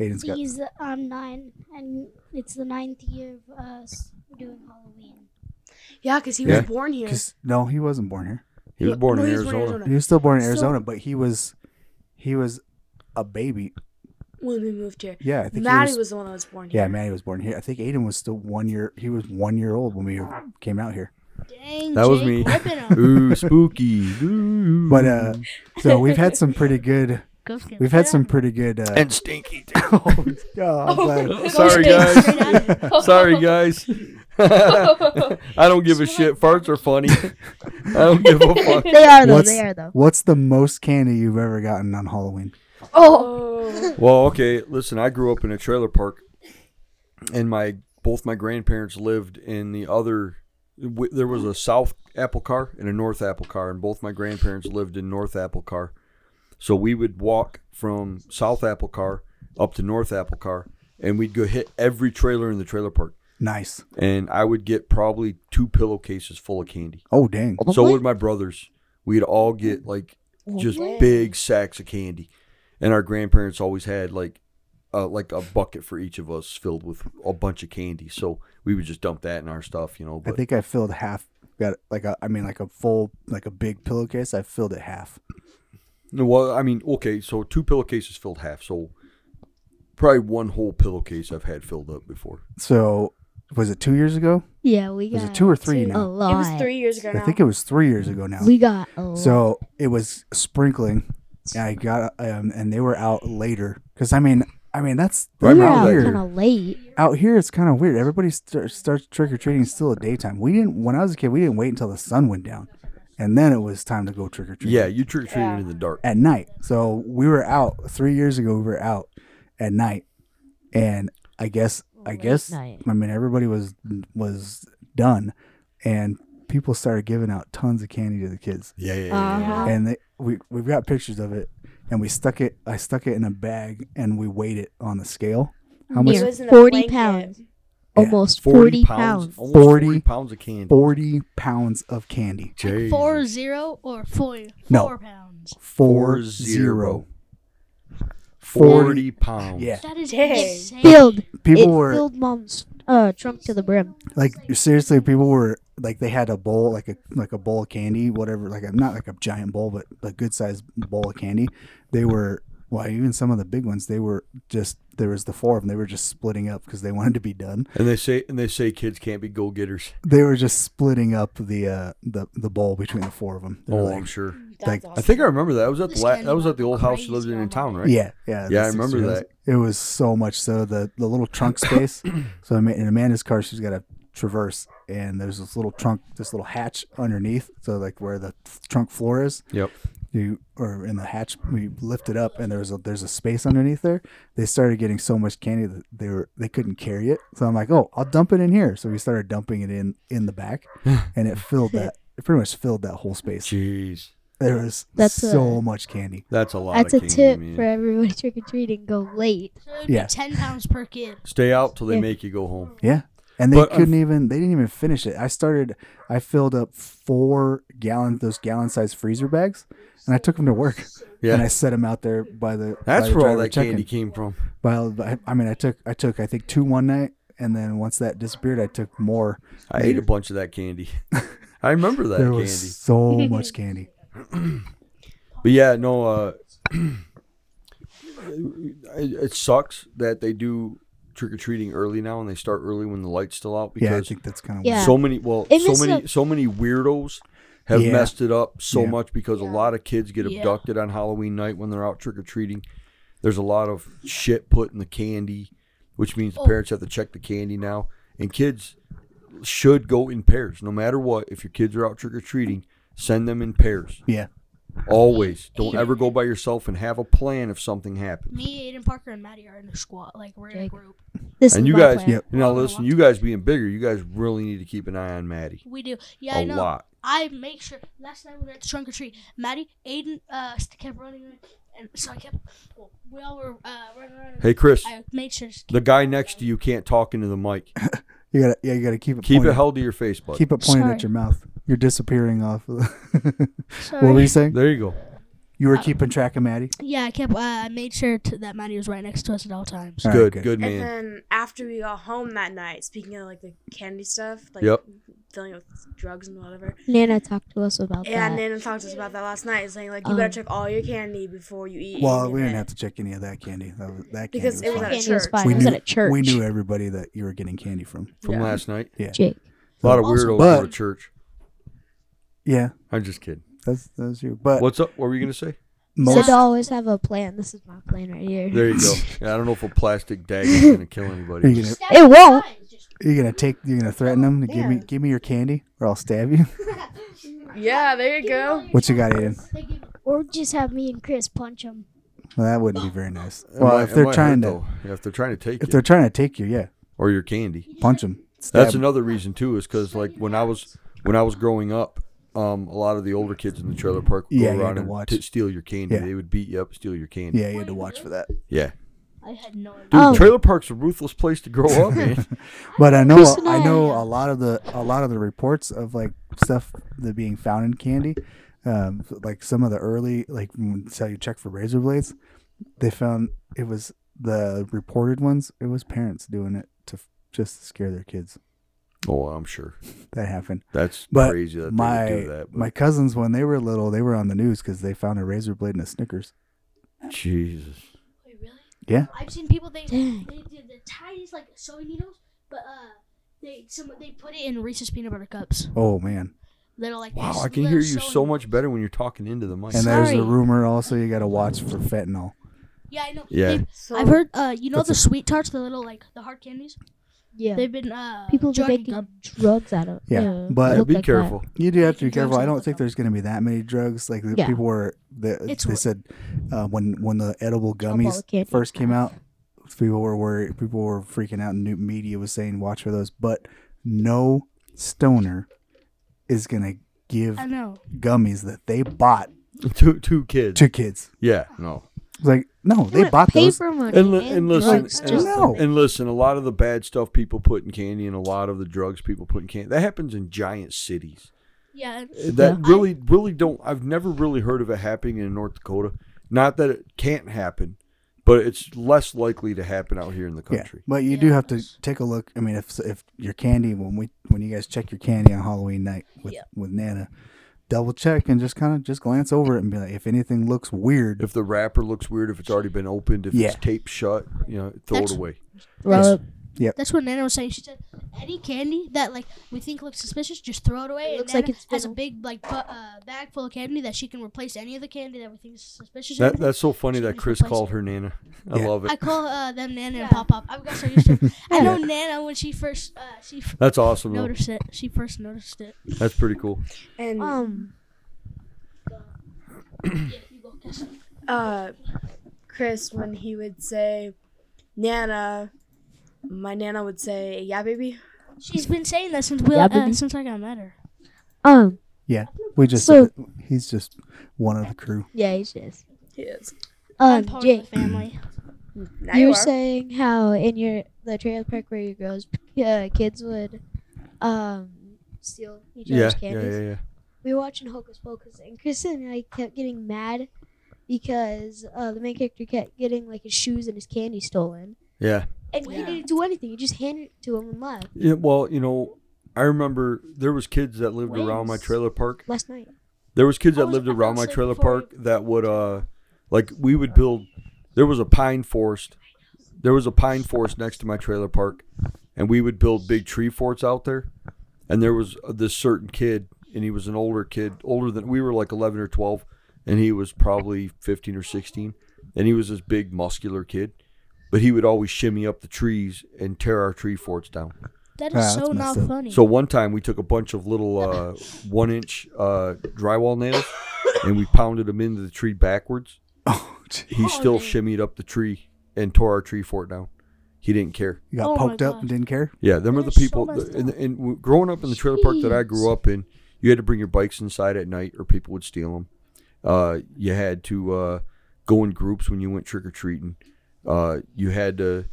[SPEAKER 2] aiden's got
[SPEAKER 5] He's um nine, and it's the ninth year of us doing Halloween.
[SPEAKER 4] Yeah, because he
[SPEAKER 1] Yeah.
[SPEAKER 4] was born here.
[SPEAKER 2] because no he wasn't born here
[SPEAKER 1] he was born
[SPEAKER 4] No,
[SPEAKER 1] in
[SPEAKER 4] he was born in
[SPEAKER 1] Arizona.
[SPEAKER 2] he was still born in
[SPEAKER 4] So-
[SPEAKER 2] arizona but he was he was a baby
[SPEAKER 4] When we moved here.
[SPEAKER 2] yeah i think he
[SPEAKER 4] Maddie
[SPEAKER 2] was
[SPEAKER 4] was, the one that was born here.
[SPEAKER 2] Yeah, Manny was born here. I think Aiden was still one year. He was one year old when we came out here.
[SPEAKER 6] Dang,
[SPEAKER 1] That was
[SPEAKER 6] Jake
[SPEAKER 1] me.
[SPEAKER 6] ripping 'em.
[SPEAKER 1] Ooh, spooky. Ooh.
[SPEAKER 2] But uh, so we've had some pretty good.
[SPEAKER 6] Go skip
[SPEAKER 2] We've had some pretty good. Uh,
[SPEAKER 1] and stinky. too.
[SPEAKER 2] oh, I'm glad.
[SPEAKER 1] Oh, sorry, guys. sorry, guys. I don't give a shit. Farts are funny. I don't give a fuck.
[SPEAKER 7] They are, though.
[SPEAKER 2] What's-
[SPEAKER 7] they are, though.
[SPEAKER 2] What's the most candy you've ever gotten on Halloween?
[SPEAKER 5] Oh,
[SPEAKER 4] Oh.
[SPEAKER 1] Well, okay. Listen, I grew up in a trailer park, and my both my grandparents lived in the other. W- there was a South Apple Car and a North Apple Car, and both my grandparents lived in North Apple Car. So we would walk from South Apple Car up to North Apple Car, and we'd go hit every trailer in the trailer park.
[SPEAKER 2] Nice.
[SPEAKER 1] and I would get probably two pillowcases full of candy.
[SPEAKER 2] Oh dang.
[SPEAKER 1] So would my brothers. We'd all get like just big sacks of candy, and our grandparents always had like, uh, like a bucket for each of us filled with a bunch of candy. So we would just dump that in our stuff, you know.
[SPEAKER 2] I
[SPEAKER 1] But
[SPEAKER 2] think I filled half. Got like a. I mean like a full like a big pillowcase. I filled it half.
[SPEAKER 1] no, well, I mean, okay, so two pillowcases filled half, so probably one whole pillowcase I've had filled up before.
[SPEAKER 2] So was it two years ago?
[SPEAKER 7] Yeah, we
[SPEAKER 2] Was
[SPEAKER 7] got
[SPEAKER 2] it two or three
[SPEAKER 7] a
[SPEAKER 5] Oh,
[SPEAKER 2] now?
[SPEAKER 7] lot.
[SPEAKER 4] Oh. It was three years ago
[SPEAKER 2] I
[SPEAKER 4] now.
[SPEAKER 2] think it was three years ago now.
[SPEAKER 7] We got a lot.
[SPEAKER 2] So it was sprinkling. And I got um, and they were out later because I mean, I mean that's
[SPEAKER 1] Right
[SPEAKER 7] we were
[SPEAKER 1] around
[SPEAKER 7] out
[SPEAKER 1] there.
[SPEAKER 7] kind of late.
[SPEAKER 2] out here. It's kind of weird. Everybody st- starts trick or treating still at daytime. We didn't when I was a kid. We didn't wait until the sun went down, and then it was time to go trick or treat.
[SPEAKER 1] Yeah, you trick or treated in the dark.
[SPEAKER 2] at night. So we were out three years ago. We were out at night, and I guess I
[SPEAKER 7] Late
[SPEAKER 2] guess
[SPEAKER 7] night.
[SPEAKER 2] I mean everybody was was done, and people started giving out tons of candy to the kids,
[SPEAKER 1] Yeah, yeah,
[SPEAKER 5] Uh,
[SPEAKER 7] Uh-huh.
[SPEAKER 2] and they, we we've got pictures of it, and we stuck it. I stuck it in a bag, and we weighed it on the scale. How much?
[SPEAKER 4] It was in a
[SPEAKER 7] 40
[SPEAKER 4] blanket.
[SPEAKER 7] pounds.
[SPEAKER 2] Yeah.
[SPEAKER 7] Almost 40 pounds.
[SPEAKER 1] Almost 40,
[SPEAKER 2] 40
[SPEAKER 1] pounds of candy.
[SPEAKER 2] Forty pounds of candy.
[SPEAKER 1] Jesus.
[SPEAKER 6] Four zero or four
[SPEAKER 2] No.
[SPEAKER 6] four pounds.
[SPEAKER 2] Four
[SPEAKER 1] Four
[SPEAKER 2] zero.
[SPEAKER 1] zero.
[SPEAKER 2] 40
[SPEAKER 1] 40 pounds.
[SPEAKER 2] Yeah.
[SPEAKER 6] That is
[SPEAKER 4] Dang.
[SPEAKER 6] insane.
[SPEAKER 7] Filled.
[SPEAKER 2] Oh. People
[SPEAKER 7] it
[SPEAKER 2] were
[SPEAKER 7] filled mom's uh, trunk to the brim.
[SPEAKER 2] like seriously people were like they had a bowl like a like a bowl of candy whatever like a, not like a giant bowl but a good sized bowl of candy they were well even some of the big ones they were just there was the four of them they were just splitting up because they wanted to be done
[SPEAKER 1] And they say and they say kids can't be go getters.
[SPEAKER 2] they were just splitting up the uh the the bowl between the four of them They were
[SPEAKER 1] Oh,
[SPEAKER 2] like-
[SPEAKER 1] I'm sure.
[SPEAKER 2] Like,
[SPEAKER 4] That's
[SPEAKER 1] I
[SPEAKER 4] awesome.
[SPEAKER 1] think I remember that. I was at the
[SPEAKER 6] This
[SPEAKER 1] la-
[SPEAKER 6] candy
[SPEAKER 1] that was
[SPEAKER 6] bar
[SPEAKER 1] at the old
[SPEAKER 6] was
[SPEAKER 1] house she lived
[SPEAKER 6] crazy
[SPEAKER 1] in in
[SPEAKER 6] on
[SPEAKER 1] town,
[SPEAKER 6] that.
[SPEAKER 1] right?
[SPEAKER 2] yeah yeah
[SPEAKER 1] Yeah, I
[SPEAKER 2] the
[SPEAKER 1] remember
[SPEAKER 2] sisters.
[SPEAKER 1] that.
[SPEAKER 2] it was so much so the the little trunk space so Ama- in amanda's car she's got a traverse and there's this little trunk this little hatch underneath so like where the trunk floor is
[SPEAKER 1] Yep.
[SPEAKER 2] you or in the hatch we lift it up and there's a there's a space underneath there they started getting so much candy that they were they couldn't carry it so i'm like oh i'll dump it in here so we started dumping it in in the back and it filled that it pretty much filled that whole space
[SPEAKER 1] Jeez.
[SPEAKER 2] there was
[SPEAKER 7] That's
[SPEAKER 2] so
[SPEAKER 7] a-
[SPEAKER 2] much candy
[SPEAKER 1] That's a lot
[SPEAKER 7] That's a
[SPEAKER 1] of candy,
[SPEAKER 7] tip
[SPEAKER 1] man.
[SPEAKER 7] for everybody trick or treating. Go late.
[SPEAKER 6] So it'd be
[SPEAKER 2] Yeah.
[SPEAKER 6] ten pounds per kid.
[SPEAKER 1] Stay out till they
[SPEAKER 7] Yeah.
[SPEAKER 1] make you go home.
[SPEAKER 2] yeah and they
[SPEAKER 1] But um,
[SPEAKER 2] couldn't even they didn't even finish it i started i filled up four gallon those gallon sized freezer bags and i took them to work
[SPEAKER 1] Yeah.
[SPEAKER 2] and i set them out there by the by
[SPEAKER 1] That's
[SPEAKER 2] the
[SPEAKER 1] where all
[SPEAKER 2] driver
[SPEAKER 1] that
[SPEAKER 2] check-in.
[SPEAKER 1] candy came from.
[SPEAKER 2] Well, I, I mean, I took I took I think two one night, and then once that disappeared, I took more.
[SPEAKER 1] I ate a bunch of that candy. I remember that
[SPEAKER 2] there
[SPEAKER 1] candy.
[SPEAKER 2] was so much candy.
[SPEAKER 1] But yeah, no, uh, it, it sucks that they do trick or treating early now, and they start early when the light's still out
[SPEAKER 2] Yeah, I
[SPEAKER 1] because
[SPEAKER 2] think that's kind of
[SPEAKER 7] Yeah.
[SPEAKER 1] so many, well,
[SPEAKER 7] It
[SPEAKER 1] so
[SPEAKER 7] messes
[SPEAKER 1] many,
[SPEAKER 7] up-
[SPEAKER 1] so many weirdos have
[SPEAKER 2] Yeah.
[SPEAKER 1] messed it up so
[SPEAKER 2] Yeah.
[SPEAKER 1] much because a lot of kids get
[SPEAKER 6] Yeah.
[SPEAKER 1] abducted on Halloween night when they're out trick or treating. There's a lot of shit put in the candy, which means the
[SPEAKER 6] Oh.
[SPEAKER 1] parents have to check the candy now, and kids should go in pairs no matter what. If your kids are out trick or treating, send them in pairs.
[SPEAKER 2] Yeah.
[SPEAKER 1] Always. Don't
[SPEAKER 6] Yeah.
[SPEAKER 1] ever go by yourself and have a plan if something happens.
[SPEAKER 6] Me, Aiden Parker, and Maddie are in a squad. Like we're in a
[SPEAKER 7] Jake.
[SPEAKER 6] group.
[SPEAKER 7] This
[SPEAKER 1] And
[SPEAKER 7] is
[SPEAKER 1] you
[SPEAKER 7] my
[SPEAKER 1] guys,
[SPEAKER 7] plan.
[SPEAKER 2] Yep.
[SPEAKER 1] now listen, you guys being bigger, you guys really need to keep an eye on Maddie
[SPEAKER 6] We do. Yeah, I
[SPEAKER 1] a
[SPEAKER 6] know.
[SPEAKER 1] lot.
[SPEAKER 6] I make sure. Last night we were at the trunk or treat. Maddie, Aiden, uh, st- kept running, around, and so I kept. Well, we all were uh, running around. and
[SPEAKER 1] Hey, Chris,
[SPEAKER 6] I made sure. to
[SPEAKER 1] the guy next to you can't talk into the mic.
[SPEAKER 2] you gotta Oh, yeah you gotta keep it
[SPEAKER 1] Keep
[SPEAKER 2] pointed,
[SPEAKER 1] it held to your face, bud.
[SPEAKER 2] keep it pointed
[SPEAKER 6] Sorry.
[SPEAKER 2] at your mouth. You're disappearing off. of the-
[SPEAKER 6] Sorry.
[SPEAKER 2] what were you saying?
[SPEAKER 1] There you go.
[SPEAKER 2] You were keeping track of Maddie.
[SPEAKER 6] Yeah, I kept. Uh, I made sure to, that Maddie was right next to us at all times.
[SPEAKER 2] All right,
[SPEAKER 1] good,
[SPEAKER 2] good.
[SPEAKER 1] good
[SPEAKER 4] And
[SPEAKER 1] man.
[SPEAKER 4] then after we got home that night, speaking of like the candy stuff, like
[SPEAKER 1] Yep.
[SPEAKER 4] dealing with drugs and whatever.
[SPEAKER 7] Nana talked to us about
[SPEAKER 4] Yeah,
[SPEAKER 7] that.
[SPEAKER 4] Nana talked to us about that last night, saying like you gotta
[SPEAKER 7] Um,
[SPEAKER 4] check all your candy before you eat.
[SPEAKER 2] Well,
[SPEAKER 4] and
[SPEAKER 2] we
[SPEAKER 4] get
[SPEAKER 2] didn't
[SPEAKER 4] it.
[SPEAKER 2] have to check any of that candy. That was, that candy
[SPEAKER 4] Because
[SPEAKER 2] was
[SPEAKER 4] it was
[SPEAKER 2] fine.
[SPEAKER 4] at
[SPEAKER 7] Candy was
[SPEAKER 4] church.
[SPEAKER 7] fine.
[SPEAKER 2] We
[SPEAKER 7] it was
[SPEAKER 2] knew-
[SPEAKER 7] at a church.
[SPEAKER 2] We knew everybody that you were getting candy from.
[SPEAKER 1] From
[SPEAKER 4] Yeah.
[SPEAKER 1] last night,
[SPEAKER 2] Yeah,
[SPEAKER 7] Jake.
[SPEAKER 1] a lot of
[SPEAKER 6] Also-
[SPEAKER 1] weirdos
[SPEAKER 2] But-
[SPEAKER 1] go to church.
[SPEAKER 2] yeah,
[SPEAKER 1] I'm just kidding.
[SPEAKER 2] that's that's you. But
[SPEAKER 1] What's up? What were you gonna say?
[SPEAKER 7] So
[SPEAKER 2] most
[SPEAKER 7] to always have a plan. This is my plan right here.
[SPEAKER 1] There you go. Yeah, I don't know if a plastic dag is gonna kill
[SPEAKER 2] are
[SPEAKER 1] anybody.
[SPEAKER 2] you gonna
[SPEAKER 7] It won't.
[SPEAKER 2] you gonna take you're gonna threaten them to give me
[SPEAKER 4] Yeah.
[SPEAKER 2] give me your candy or I'll stab you.
[SPEAKER 4] Yeah, there you go.
[SPEAKER 2] What you got, Aiden?
[SPEAKER 5] Or just have me and Chris punch him.
[SPEAKER 2] Well, that wouldn't be very nice.
[SPEAKER 1] It
[SPEAKER 2] Well,
[SPEAKER 1] might-
[SPEAKER 2] if
[SPEAKER 1] it
[SPEAKER 2] they're
[SPEAKER 1] might
[SPEAKER 2] trying
[SPEAKER 1] hurt,
[SPEAKER 2] to,
[SPEAKER 1] though. Yeah, if they're trying to take
[SPEAKER 2] if
[SPEAKER 1] you
[SPEAKER 2] they're trying to take you, yeah,
[SPEAKER 1] or your candy,
[SPEAKER 2] punch them.
[SPEAKER 1] that's another reason too. Is because like when I was when I was growing up, um, a lot of the older kids in the trailer park would
[SPEAKER 2] Yeah,
[SPEAKER 1] go
[SPEAKER 2] you had
[SPEAKER 1] around
[SPEAKER 2] to
[SPEAKER 1] and
[SPEAKER 2] watch.
[SPEAKER 1] t- steal your candy.
[SPEAKER 2] Yeah.
[SPEAKER 1] They would beat you up, steal your candy.
[SPEAKER 2] Yeah, you had to watch for that.
[SPEAKER 1] yeah.
[SPEAKER 6] I had no idea.
[SPEAKER 1] Dude,
[SPEAKER 7] Oh.
[SPEAKER 1] trailer park's a ruthless place to grow up, man.
[SPEAKER 2] But I know
[SPEAKER 7] Chris and
[SPEAKER 2] I
[SPEAKER 7] I-
[SPEAKER 2] know a lot of the a lot of the reports of like stuff that being found in candy, um, like some of the early like when- so you check for razor blades, they found it was the reported ones. It was parents doing it to f- just to scare their kids.
[SPEAKER 1] oh, I'm sure
[SPEAKER 2] That happened.
[SPEAKER 1] that's
[SPEAKER 2] But
[SPEAKER 1] crazy that
[SPEAKER 2] my
[SPEAKER 1] they would do that. But
[SPEAKER 2] my cousins when they were little, they were on the news because they found a razor blade in a Snickers.
[SPEAKER 1] Jesus,
[SPEAKER 6] Wait, really?
[SPEAKER 2] Yeah.
[SPEAKER 6] I've seen people they
[SPEAKER 7] Dang.
[SPEAKER 6] they did the tiniest like sewing needles, but uh, they some they put it in Reese's peanut butter cups.
[SPEAKER 2] Oh man.
[SPEAKER 6] Little like
[SPEAKER 1] wow,
[SPEAKER 6] these
[SPEAKER 1] I can
[SPEAKER 6] little
[SPEAKER 1] hear you
[SPEAKER 6] sewing
[SPEAKER 1] so much
[SPEAKER 6] needles.
[SPEAKER 1] better when you're talking into the mic.
[SPEAKER 2] And there's a
[SPEAKER 6] Sorry.
[SPEAKER 2] rumor also you got to watch for fentanyl.
[SPEAKER 6] Yeah, I know.
[SPEAKER 1] Yeah.
[SPEAKER 6] They-
[SPEAKER 4] So
[SPEAKER 6] I've heard. Uh, you know
[SPEAKER 2] That's
[SPEAKER 6] the
[SPEAKER 2] a-
[SPEAKER 6] sweet tarts, the little like the hard candies.
[SPEAKER 7] Yeah.
[SPEAKER 6] They've been uh,
[SPEAKER 7] People be
[SPEAKER 6] drugging
[SPEAKER 7] making
[SPEAKER 6] them.
[SPEAKER 7] drugs out of
[SPEAKER 2] Yeah,
[SPEAKER 7] uh,
[SPEAKER 2] but-
[SPEAKER 1] Yeah,
[SPEAKER 7] look
[SPEAKER 1] be
[SPEAKER 7] like that.
[SPEAKER 1] careful.
[SPEAKER 2] You do have to be
[SPEAKER 6] Drugs
[SPEAKER 2] careful. I
[SPEAKER 6] and
[SPEAKER 2] don't
[SPEAKER 6] stuff.
[SPEAKER 2] think there's going to be that many drugs. Like the
[SPEAKER 7] Yeah.
[SPEAKER 2] people were, the,
[SPEAKER 6] It's
[SPEAKER 2] they
[SPEAKER 6] wor-
[SPEAKER 2] said uh, when when the edible
[SPEAKER 7] A ball
[SPEAKER 2] gummies
[SPEAKER 7] of candy.
[SPEAKER 2] first came
[SPEAKER 6] Uh-huh.
[SPEAKER 2] out, people were worried. People were freaking out. and New media was saying, "Watch for those." But no stoner is going to give
[SPEAKER 6] I know.
[SPEAKER 2] gummies that they bought
[SPEAKER 1] Two two kids.
[SPEAKER 2] to kids.
[SPEAKER 1] Yeah, no.
[SPEAKER 2] It's like no,
[SPEAKER 7] You
[SPEAKER 2] they
[SPEAKER 7] want
[SPEAKER 2] bought those.
[SPEAKER 7] paper money
[SPEAKER 1] And, li- and listen, uh,
[SPEAKER 7] drugs,
[SPEAKER 1] and,
[SPEAKER 7] just-
[SPEAKER 2] No.
[SPEAKER 1] and listen, a lot of the bad stuff people put in candy, and a lot of the drugs people put in candy, that happens in giant cities.
[SPEAKER 6] Yeah, and
[SPEAKER 1] that
[SPEAKER 6] Yeah.
[SPEAKER 1] really really don't i've never really heard of it happening in north dakota not that it can't happen but it's less likely to happen out here in the
[SPEAKER 2] Yeah,
[SPEAKER 1] country
[SPEAKER 2] but you
[SPEAKER 6] Yeah,
[SPEAKER 2] do have to
[SPEAKER 6] that's-
[SPEAKER 2] take a look. I mean, if if your candy when we when you guys check your candy on Halloween night with
[SPEAKER 6] Yeah.
[SPEAKER 2] with Nana, double check and just kind of just glance over it and be like, if anything looks weird,
[SPEAKER 1] if the wrapper looks weird if it's already been opened if
[SPEAKER 2] Yeah.
[SPEAKER 1] it's taped shut you know throw
[SPEAKER 6] That's-
[SPEAKER 1] it away
[SPEAKER 7] Roll
[SPEAKER 2] Yes.
[SPEAKER 7] up.
[SPEAKER 6] that's what Nana was saying. She said any candy that like we think looks suspicious, just throw it away.
[SPEAKER 7] It looks
[SPEAKER 6] and Nana
[SPEAKER 7] like it's
[SPEAKER 6] has a
[SPEAKER 7] full.
[SPEAKER 6] big like bu- uh, bag full of candy that she can replace any of the candy that we think is suspicious.
[SPEAKER 1] that,
[SPEAKER 6] with.
[SPEAKER 1] that's so funny
[SPEAKER 6] Should
[SPEAKER 1] that
[SPEAKER 6] we
[SPEAKER 1] chris
[SPEAKER 6] replace
[SPEAKER 1] called
[SPEAKER 6] it?
[SPEAKER 1] her nana i
[SPEAKER 2] Yeah.
[SPEAKER 1] love
[SPEAKER 6] I
[SPEAKER 1] it
[SPEAKER 6] call uh, them Nana
[SPEAKER 7] Yeah.
[SPEAKER 6] and Pop Pop. I've got so used to. it. I know Nana when she first uh, she f-
[SPEAKER 1] that's awesome though.
[SPEAKER 6] noticed it. She first noticed it.
[SPEAKER 1] that's pretty cool
[SPEAKER 4] And
[SPEAKER 7] Um,
[SPEAKER 6] yeah, you go. Cass.
[SPEAKER 4] uh, Chris, when he would say, Nana, my Nana would say, Yeah, baby.
[SPEAKER 6] She's been saying that since we
[SPEAKER 7] Yeah,
[SPEAKER 6] uh,
[SPEAKER 7] baby.
[SPEAKER 6] since I got met her.
[SPEAKER 7] um,
[SPEAKER 2] we just
[SPEAKER 7] So-
[SPEAKER 2] he's just one of the crew.
[SPEAKER 7] yeah, he's just.
[SPEAKER 4] He is.
[SPEAKER 6] I'm
[SPEAKER 7] Um,
[SPEAKER 6] part
[SPEAKER 7] Jake,
[SPEAKER 6] of the family.
[SPEAKER 4] Now
[SPEAKER 7] you
[SPEAKER 4] you
[SPEAKER 7] were
[SPEAKER 4] are.
[SPEAKER 7] saying how in your the trailer park where you grows, uh, kids would, um, steal each
[SPEAKER 1] yeah
[SPEAKER 7] other's
[SPEAKER 1] yeah
[SPEAKER 7] candies.
[SPEAKER 1] yeah yeah
[SPEAKER 7] We were watching Hocus Pocus, and Kristen and I kept getting mad because uh, the main character kept getting like his shoes and his candy stolen,
[SPEAKER 1] yeah
[SPEAKER 7] and he
[SPEAKER 4] Yeah.
[SPEAKER 7] didn't do anything. He just handed it to him and left
[SPEAKER 1] yeah well you know i remember there was kids that lived around my
[SPEAKER 6] Wings.
[SPEAKER 1] trailer park
[SPEAKER 7] last night.
[SPEAKER 1] There was kids
[SPEAKER 6] I
[SPEAKER 1] that
[SPEAKER 6] was-
[SPEAKER 1] lived
[SPEAKER 6] I fell
[SPEAKER 1] around my
[SPEAKER 6] asleep
[SPEAKER 1] trailer
[SPEAKER 6] before
[SPEAKER 1] park that would uh like we would build there was a pine forest. There was a pine forest next to my trailer park and we would build big tree forts out there. And there was this certain kid and he was an older kid, older than we were like 11 or 12 and he was probably 15 or 16 and he was this big muscular kid, but he would always shimmy up the trees and tear our tree forts down.
[SPEAKER 6] That is
[SPEAKER 2] Ah, that's
[SPEAKER 6] so not
[SPEAKER 2] messed up.
[SPEAKER 6] funny.
[SPEAKER 1] So one time we took a bunch of little uh, one inch uh, drywall nails and we pounded them into the tree backwards.
[SPEAKER 2] Oh, gee,
[SPEAKER 1] He
[SPEAKER 6] Oh,
[SPEAKER 1] still
[SPEAKER 6] man.
[SPEAKER 1] shimmied up the tree and tore our tree fort down. He didn't care.
[SPEAKER 2] you got
[SPEAKER 6] Oh my
[SPEAKER 2] poked up
[SPEAKER 6] God.
[SPEAKER 2] and didn't care.
[SPEAKER 1] Yeah, them are the
[SPEAKER 6] That is
[SPEAKER 1] people.
[SPEAKER 6] so messed
[SPEAKER 1] and, and w- growing up in the trailer park that I grew
[SPEAKER 7] Jeez.
[SPEAKER 1] up in, you had to bring your bikes inside at night, or people would steal them. Uh, you had to uh, go in groups when you went trick or treating. Uh, you had to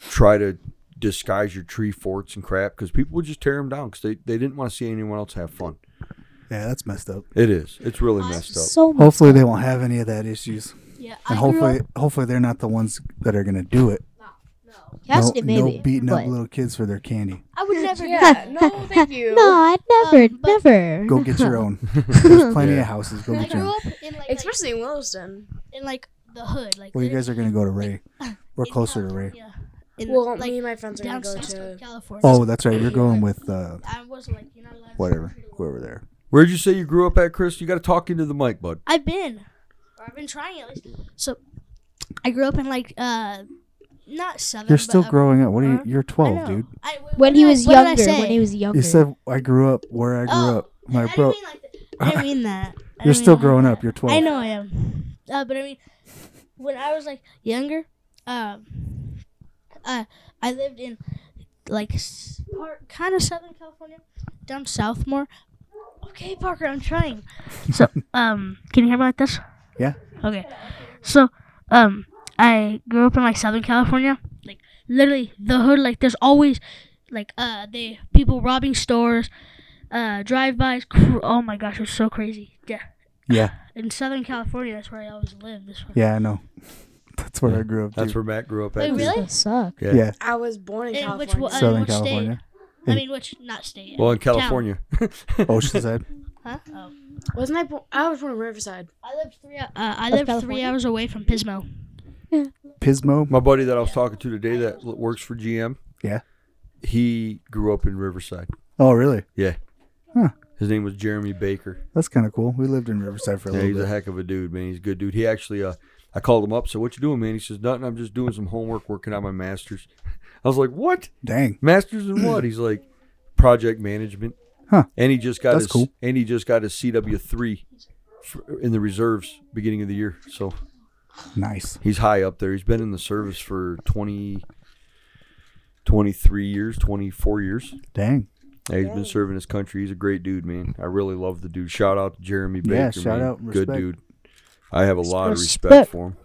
[SPEAKER 1] try to disguise your tree forts and crap because people would just tear them down because they, they didn't want to see anyone else have fun.
[SPEAKER 2] Yeah, that's messed up.
[SPEAKER 1] It is. It's really
[SPEAKER 6] I-
[SPEAKER 1] messed up.
[SPEAKER 7] So much.
[SPEAKER 2] Hopefully, they won't have any of that issues,
[SPEAKER 6] yeah, Mm. I
[SPEAKER 2] and
[SPEAKER 6] grew
[SPEAKER 2] hopefully,
[SPEAKER 6] up.
[SPEAKER 2] hopefully they're not the ones that are going to do it.
[SPEAKER 6] No,
[SPEAKER 7] Cassidy,
[SPEAKER 2] no,
[SPEAKER 7] maybe.
[SPEAKER 2] no beating
[SPEAKER 7] but,
[SPEAKER 2] up little kids for their candy.
[SPEAKER 6] I would never. do
[SPEAKER 4] Yeah,
[SPEAKER 6] that.
[SPEAKER 4] no, thank you.
[SPEAKER 7] No, I'd never,
[SPEAKER 6] Um, but-
[SPEAKER 7] never.
[SPEAKER 2] Go get your own. There's plenty
[SPEAKER 1] Yeah.
[SPEAKER 2] of houses. Go
[SPEAKER 6] I
[SPEAKER 2] get your
[SPEAKER 6] grew
[SPEAKER 2] own.
[SPEAKER 6] up in like, like
[SPEAKER 4] Especially in Williston.
[SPEAKER 6] in like the hood. Like
[SPEAKER 2] Well, you
[SPEAKER 6] there-
[SPEAKER 2] guys are going to go to Ray. We're
[SPEAKER 6] in
[SPEAKER 2] closer to Ray.
[SPEAKER 6] California. In,
[SPEAKER 4] Well,
[SPEAKER 6] like,
[SPEAKER 4] me and my friends are
[SPEAKER 6] down
[SPEAKER 4] going to go
[SPEAKER 6] south of
[SPEAKER 4] to.
[SPEAKER 6] California.
[SPEAKER 2] Oh, that's right. You're going with uh,
[SPEAKER 6] I was like, you're not allowed. to-
[SPEAKER 2] whatever, whoever there.
[SPEAKER 1] Where'd you say you grew up at, Chris? You got to talk into the mic, bud.
[SPEAKER 6] I've been, or I've been trying at least. So, I grew up in like uh, not southern.
[SPEAKER 2] You're still
[SPEAKER 6] but, uh,
[SPEAKER 2] growing up. What are you?
[SPEAKER 6] huh?
[SPEAKER 2] You're
[SPEAKER 6] I
[SPEAKER 2] 12,
[SPEAKER 6] know.
[SPEAKER 2] dude.
[SPEAKER 6] I- wh-
[SPEAKER 7] when
[SPEAKER 6] what
[SPEAKER 7] he
[SPEAKER 6] did I-
[SPEAKER 7] was
[SPEAKER 6] what did I
[SPEAKER 7] younger.
[SPEAKER 6] say?
[SPEAKER 7] When he was younger.
[SPEAKER 2] You said I grew up where I grew
[SPEAKER 6] Oh,
[SPEAKER 2] up. My
[SPEAKER 6] I
[SPEAKER 2] bro,
[SPEAKER 6] didn't mean like that. I didn't mean that. I
[SPEAKER 2] you're
[SPEAKER 6] didn't
[SPEAKER 2] still
[SPEAKER 6] mean
[SPEAKER 2] growing
[SPEAKER 6] that.
[SPEAKER 2] up. You're 12.
[SPEAKER 6] I know I am. Uh, but I mean, when I was like younger, um, uh, I lived in like s- part, kind of Southern California, down south more. Okay, Parker, I'm trying. So, um, can you hear me like this?
[SPEAKER 2] Yeah.
[SPEAKER 6] Okay. So, um, I grew up in like Southern California, like literally the hood. Like, there's always like uh, they people robbing stores, uh, drive-bys. Cr- oh my gosh, it's so crazy. Yeah
[SPEAKER 2] Yeah,
[SPEAKER 6] in Southern California. That's where I always lived. This one.
[SPEAKER 2] yeah, I know. That's where I grew up.
[SPEAKER 1] That's
[SPEAKER 2] Dude.
[SPEAKER 1] where Matt grew up at.
[SPEAKER 6] Wait,
[SPEAKER 1] too.
[SPEAKER 6] really?
[SPEAKER 7] That suck.
[SPEAKER 1] Yeah.
[SPEAKER 2] yeah,
[SPEAKER 4] I was born in
[SPEAKER 6] In which
[SPEAKER 4] California.
[SPEAKER 6] one-
[SPEAKER 2] Southern
[SPEAKER 6] which state?
[SPEAKER 2] California,
[SPEAKER 6] I mean, which not state.
[SPEAKER 1] Well, in
[SPEAKER 6] town.
[SPEAKER 1] California.
[SPEAKER 2] Oh, Oceanside.
[SPEAKER 6] Huh? Oh.
[SPEAKER 4] Wasn't I born? I was born in Riverside.
[SPEAKER 6] I lived three. Uh, I
[SPEAKER 7] Of
[SPEAKER 6] lived three
[SPEAKER 7] California?
[SPEAKER 6] hours away from Pismo.
[SPEAKER 2] Pismo.
[SPEAKER 1] My buddy that I was talking to today that l- works for GM.
[SPEAKER 2] Yeah.
[SPEAKER 1] He grew up in Riverside.
[SPEAKER 2] Oh, really?
[SPEAKER 1] His name was Jeremy Baker.
[SPEAKER 2] That's kind of cool. We lived in Riverside for a
[SPEAKER 1] Yeah,
[SPEAKER 2] little
[SPEAKER 1] he's a
[SPEAKER 2] bit.
[SPEAKER 1] heck of a dude, man. He's a good dude. He actually, uh, I called him up. So what you doing, man? He says nothing. I'm just doing some homework, working on my masters. I was like, what?
[SPEAKER 2] Dang.
[SPEAKER 1] Masters in what? He's like, project management.
[SPEAKER 2] Huh.
[SPEAKER 1] And he just got
[SPEAKER 2] That's
[SPEAKER 1] his
[SPEAKER 2] cool.
[SPEAKER 1] and he just got his CW three for- in the reserves beginning of the year. So
[SPEAKER 2] Nice.
[SPEAKER 1] he's high up there. He's been in the service for 20, 23 years, twenty four years.
[SPEAKER 2] Dang.
[SPEAKER 1] Yeah, he's been serving his country. He's a great dude, man. I really love the dude. Shout out to Jeremy Baker.
[SPEAKER 2] Yeah, shout
[SPEAKER 1] man.
[SPEAKER 2] out and
[SPEAKER 1] Good
[SPEAKER 2] respect.
[SPEAKER 1] dude. I have a lot of respect,
[SPEAKER 7] Respect.
[SPEAKER 1] for him.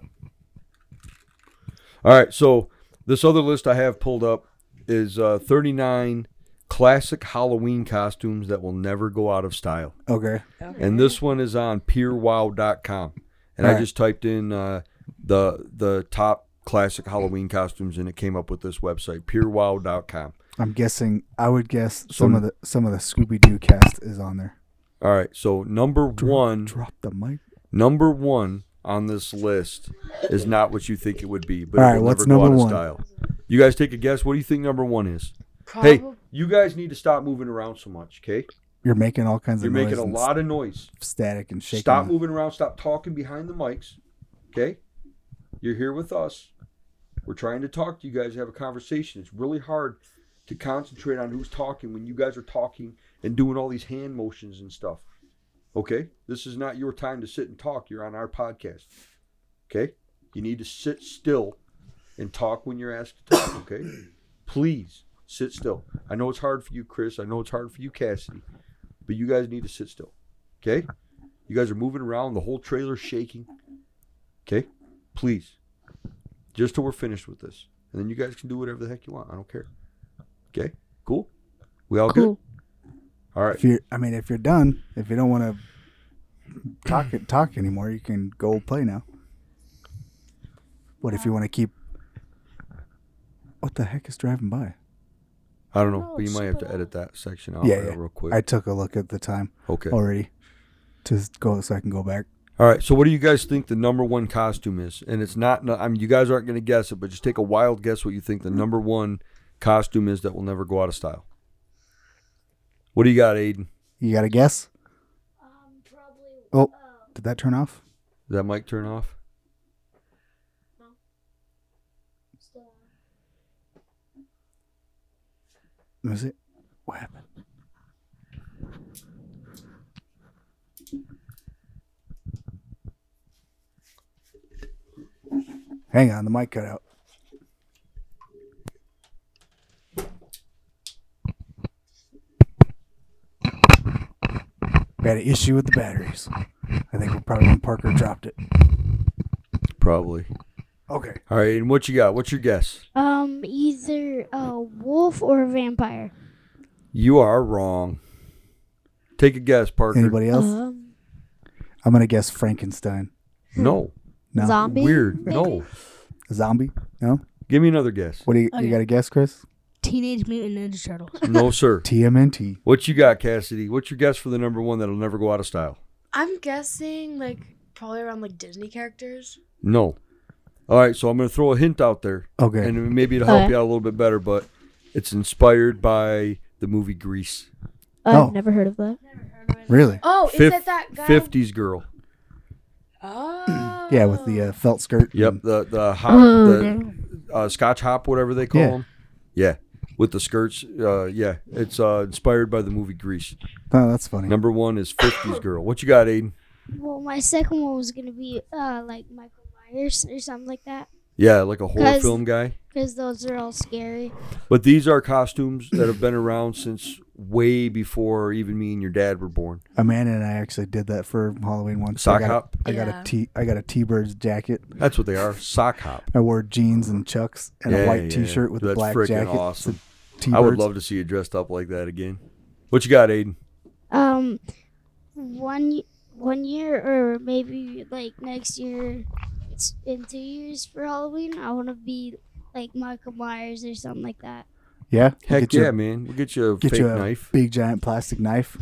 [SPEAKER 1] All right, so this other list I have pulled up is uh, 39 classic Halloween costumes that will never go out of style.
[SPEAKER 2] Okay.
[SPEAKER 1] And this one is on purewow.com. And I
[SPEAKER 2] All right.
[SPEAKER 1] just typed in uh, the the top classic Halloween costumes and it came up with this website, purewow.com.
[SPEAKER 2] I'm guessing. I would guess
[SPEAKER 1] So-
[SPEAKER 2] some of the some of the Scooby Doo cast is on there.
[SPEAKER 1] All right, so number one
[SPEAKER 2] Drop the mic.
[SPEAKER 1] number one on this list is not what you think it would be, but
[SPEAKER 2] All
[SPEAKER 1] it
[SPEAKER 2] right,
[SPEAKER 1] will
[SPEAKER 2] what's
[SPEAKER 1] never go
[SPEAKER 2] number
[SPEAKER 1] out
[SPEAKER 2] one?
[SPEAKER 1] of style. You guys take a guess. What do you think number one is? Hey, you guys need to stop moving around so much, okay?
[SPEAKER 2] You're making all kinds
[SPEAKER 1] You're
[SPEAKER 2] of noise
[SPEAKER 1] making a
[SPEAKER 2] and
[SPEAKER 1] lot of noise.
[SPEAKER 2] static and shaking.
[SPEAKER 1] Stop
[SPEAKER 2] the-
[SPEAKER 1] moving around. Stop talking behind the mics, okay? You're here with us. We're trying to talk to you guys, have a conversation. It's really hard to concentrate on who's talking when you guys are talking and doing all these hand motions and stuff. Okay? This is not your time to sit and talk. You're on our podcast. Okay? You need to sit still and talk when you're asked to talk, okay? Please sit still. I know it's hard for you, Chris. I know it's hard for you, Cassidy. But you guys need to sit still. Okay? You guys are moving around, the whole trailer's shaking. Okay? Please. Just till we're finished with this. And then you guys can do whatever the heck you want. I don't care. Okay? Cool? We all
[SPEAKER 6] Cool.
[SPEAKER 1] good? All right.
[SPEAKER 2] If you, I mean, if you're done, if you don't want to talk it- talk anymore, you can go play now. What if you want to keep? What the heck is driving by?
[SPEAKER 1] I don't know,
[SPEAKER 6] No,
[SPEAKER 1] but you
[SPEAKER 6] it's
[SPEAKER 1] might have to
[SPEAKER 6] super-
[SPEAKER 1] edit that section out
[SPEAKER 2] Yeah,
[SPEAKER 1] right-
[SPEAKER 2] yeah.
[SPEAKER 1] Oh, real quick.
[SPEAKER 2] I took a look at the time
[SPEAKER 1] okay.
[SPEAKER 2] already to s- go so I can go back.
[SPEAKER 1] All right. So, what do you guys think the number one costume is? And it's not. no- I mean, you guys aren't going to guess it, but just take a wild guess what you think the number one costume is that will never go out of style. What do you got, Aiden?
[SPEAKER 2] You got a guess?
[SPEAKER 5] Um, probably.
[SPEAKER 2] Oh, did that turn off?
[SPEAKER 1] Did that mic turn off?
[SPEAKER 2] Was it? What happened? Hang on, the mic cut out. We had an issue with the batteries. I think we're probably when Parker dropped it.
[SPEAKER 1] Probably.
[SPEAKER 2] Okay.
[SPEAKER 1] All right. And what you got? What's your guess?
[SPEAKER 5] Um, either a wolf or a vampire.
[SPEAKER 1] You are wrong. Take a guess, Parker.
[SPEAKER 2] Anybody else?
[SPEAKER 5] Uh-huh.
[SPEAKER 7] Um,
[SPEAKER 2] I'm gonna guess Frankenstein.
[SPEAKER 1] No.
[SPEAKER 2] No.
[SPEAKER 7] zombie.
[SPEAKER 1] Weird. No.
[SPEAKER 2] Zombie? No.
[SPEAKER 1] Give me another guess.
[SPEAKER 2] What do you,
[SPEAKER 6] Okay.
[SPEAKER 2] you got a guess, Chris?
[SPEAKER 6] Teenage Mutant Ninja Turtles.
[SPEAKER 1] No, sir.
[SPEAKER 2] TMNT.
[SPEAKER 1] What you got, Cassidy? What's your guess for the number one that'll never go out of style?
[SPEAKER 4] I'm guessing like probably around like Disney characters.
[SPEAKER 1] No. All right, so I'm going to throw a hint out there,
[SPEAKER 2] Okay.
[SPEAKER 1] and maybe it'll help
[SPEAKER 7] Okay.
[SPEAKER 1] you out a little bit better. But it's inspired by the movie Grease.
[SPEAKER 7] I've
[SPEAKER 2] Oh.
[SPEAKER 7] never heard of that.
[SPEAKER 2] really?
[SPEAKER 4] Oh, is
[SPEAKER 1] Fif-
[SPEAKER 4] it that guy?
[SPEAKER 1] 50s girl.
[SPEAKER 4] Oh.
[SPEAKER 2] Yeah, with the uh, felt skirt.
[SPEAKER 1] Yep.
[SPEAKER 2] and-
[SPEAKER 1] The the hop, the uh, Scotch hop, whatever they call
[SPEAKER 2] Yeah.
[SPEAKER 1] them. Yeah. With the skirts. Uh, yeah, it's uh, inspired by the movie Grease.
[SPEAKER 2] Oh, that's funny.
[SPEAKER 1] Number one is 50s girl. What you got, Aiden?
[SPEAKER 5] Well, my second one was gonna be uh like Michael Myers or something like that,
[SPEAKER 1] Yeah, like a horror
[SPEAKER 5] Guys.
[SPEAKER 1] film guy.
[SPEAKER 5] because those are all scary.
[SPEAKER 1] But these are costumes that have been around since way before even me and your dad were born.
[SPEAKER 2] Amanda and I actually did that for Halloween once.
[SPEAKER 1] Sock
[SPEAKER 2] I got,
[SPEAKER 1] hop.
[SPEAKER 2] I got
[SPEAKER 4] Yeah.
[SPEAKER 2] a T. I got a T-Bird's jacket.
[SPEAKER 1] That's what they are. Sock hop.
[SPEAKER 2] I wore jeans and chucks and
[SPEAKER 1] Yeah,
[SPEAKER 2] a white
[SPEAKER 1] yeah.
[SPEAKER 2] T-shirt with
[SPEAKER 1] That's
[SPEAKER 2] a black
[SPEAKER 1] freaking
[SPEAKER 2] jacket.
[SPEAKER 1] awesome.
[SPEAKER 2] It's a
[SPEAKER 1] I would
[SPEAKER 2] T-Birds.
[SPEAKER 1] love to see you dressed up like that again. What you got, Aiden?
[SPEAKER 5] Um, one y- one year or maybe like next year, it's in two years for Halloween. I want to be like Michael Myers or something like that.
[SPEAKER 2] Yeah.
[SPEAKER 1] Heck
[SPEAKER 2] get
[SPEAKER 1] yeah,
[SPEAKER 2] you, a-
[SPEAKER 1] man. We'll get you a
[SPEAKER 2] get
[SPEAKER 1] fake
[SPEAKER 2] you a
[SPEAKER 1] knife.
[SPEAKER 2] big giant plastic knife,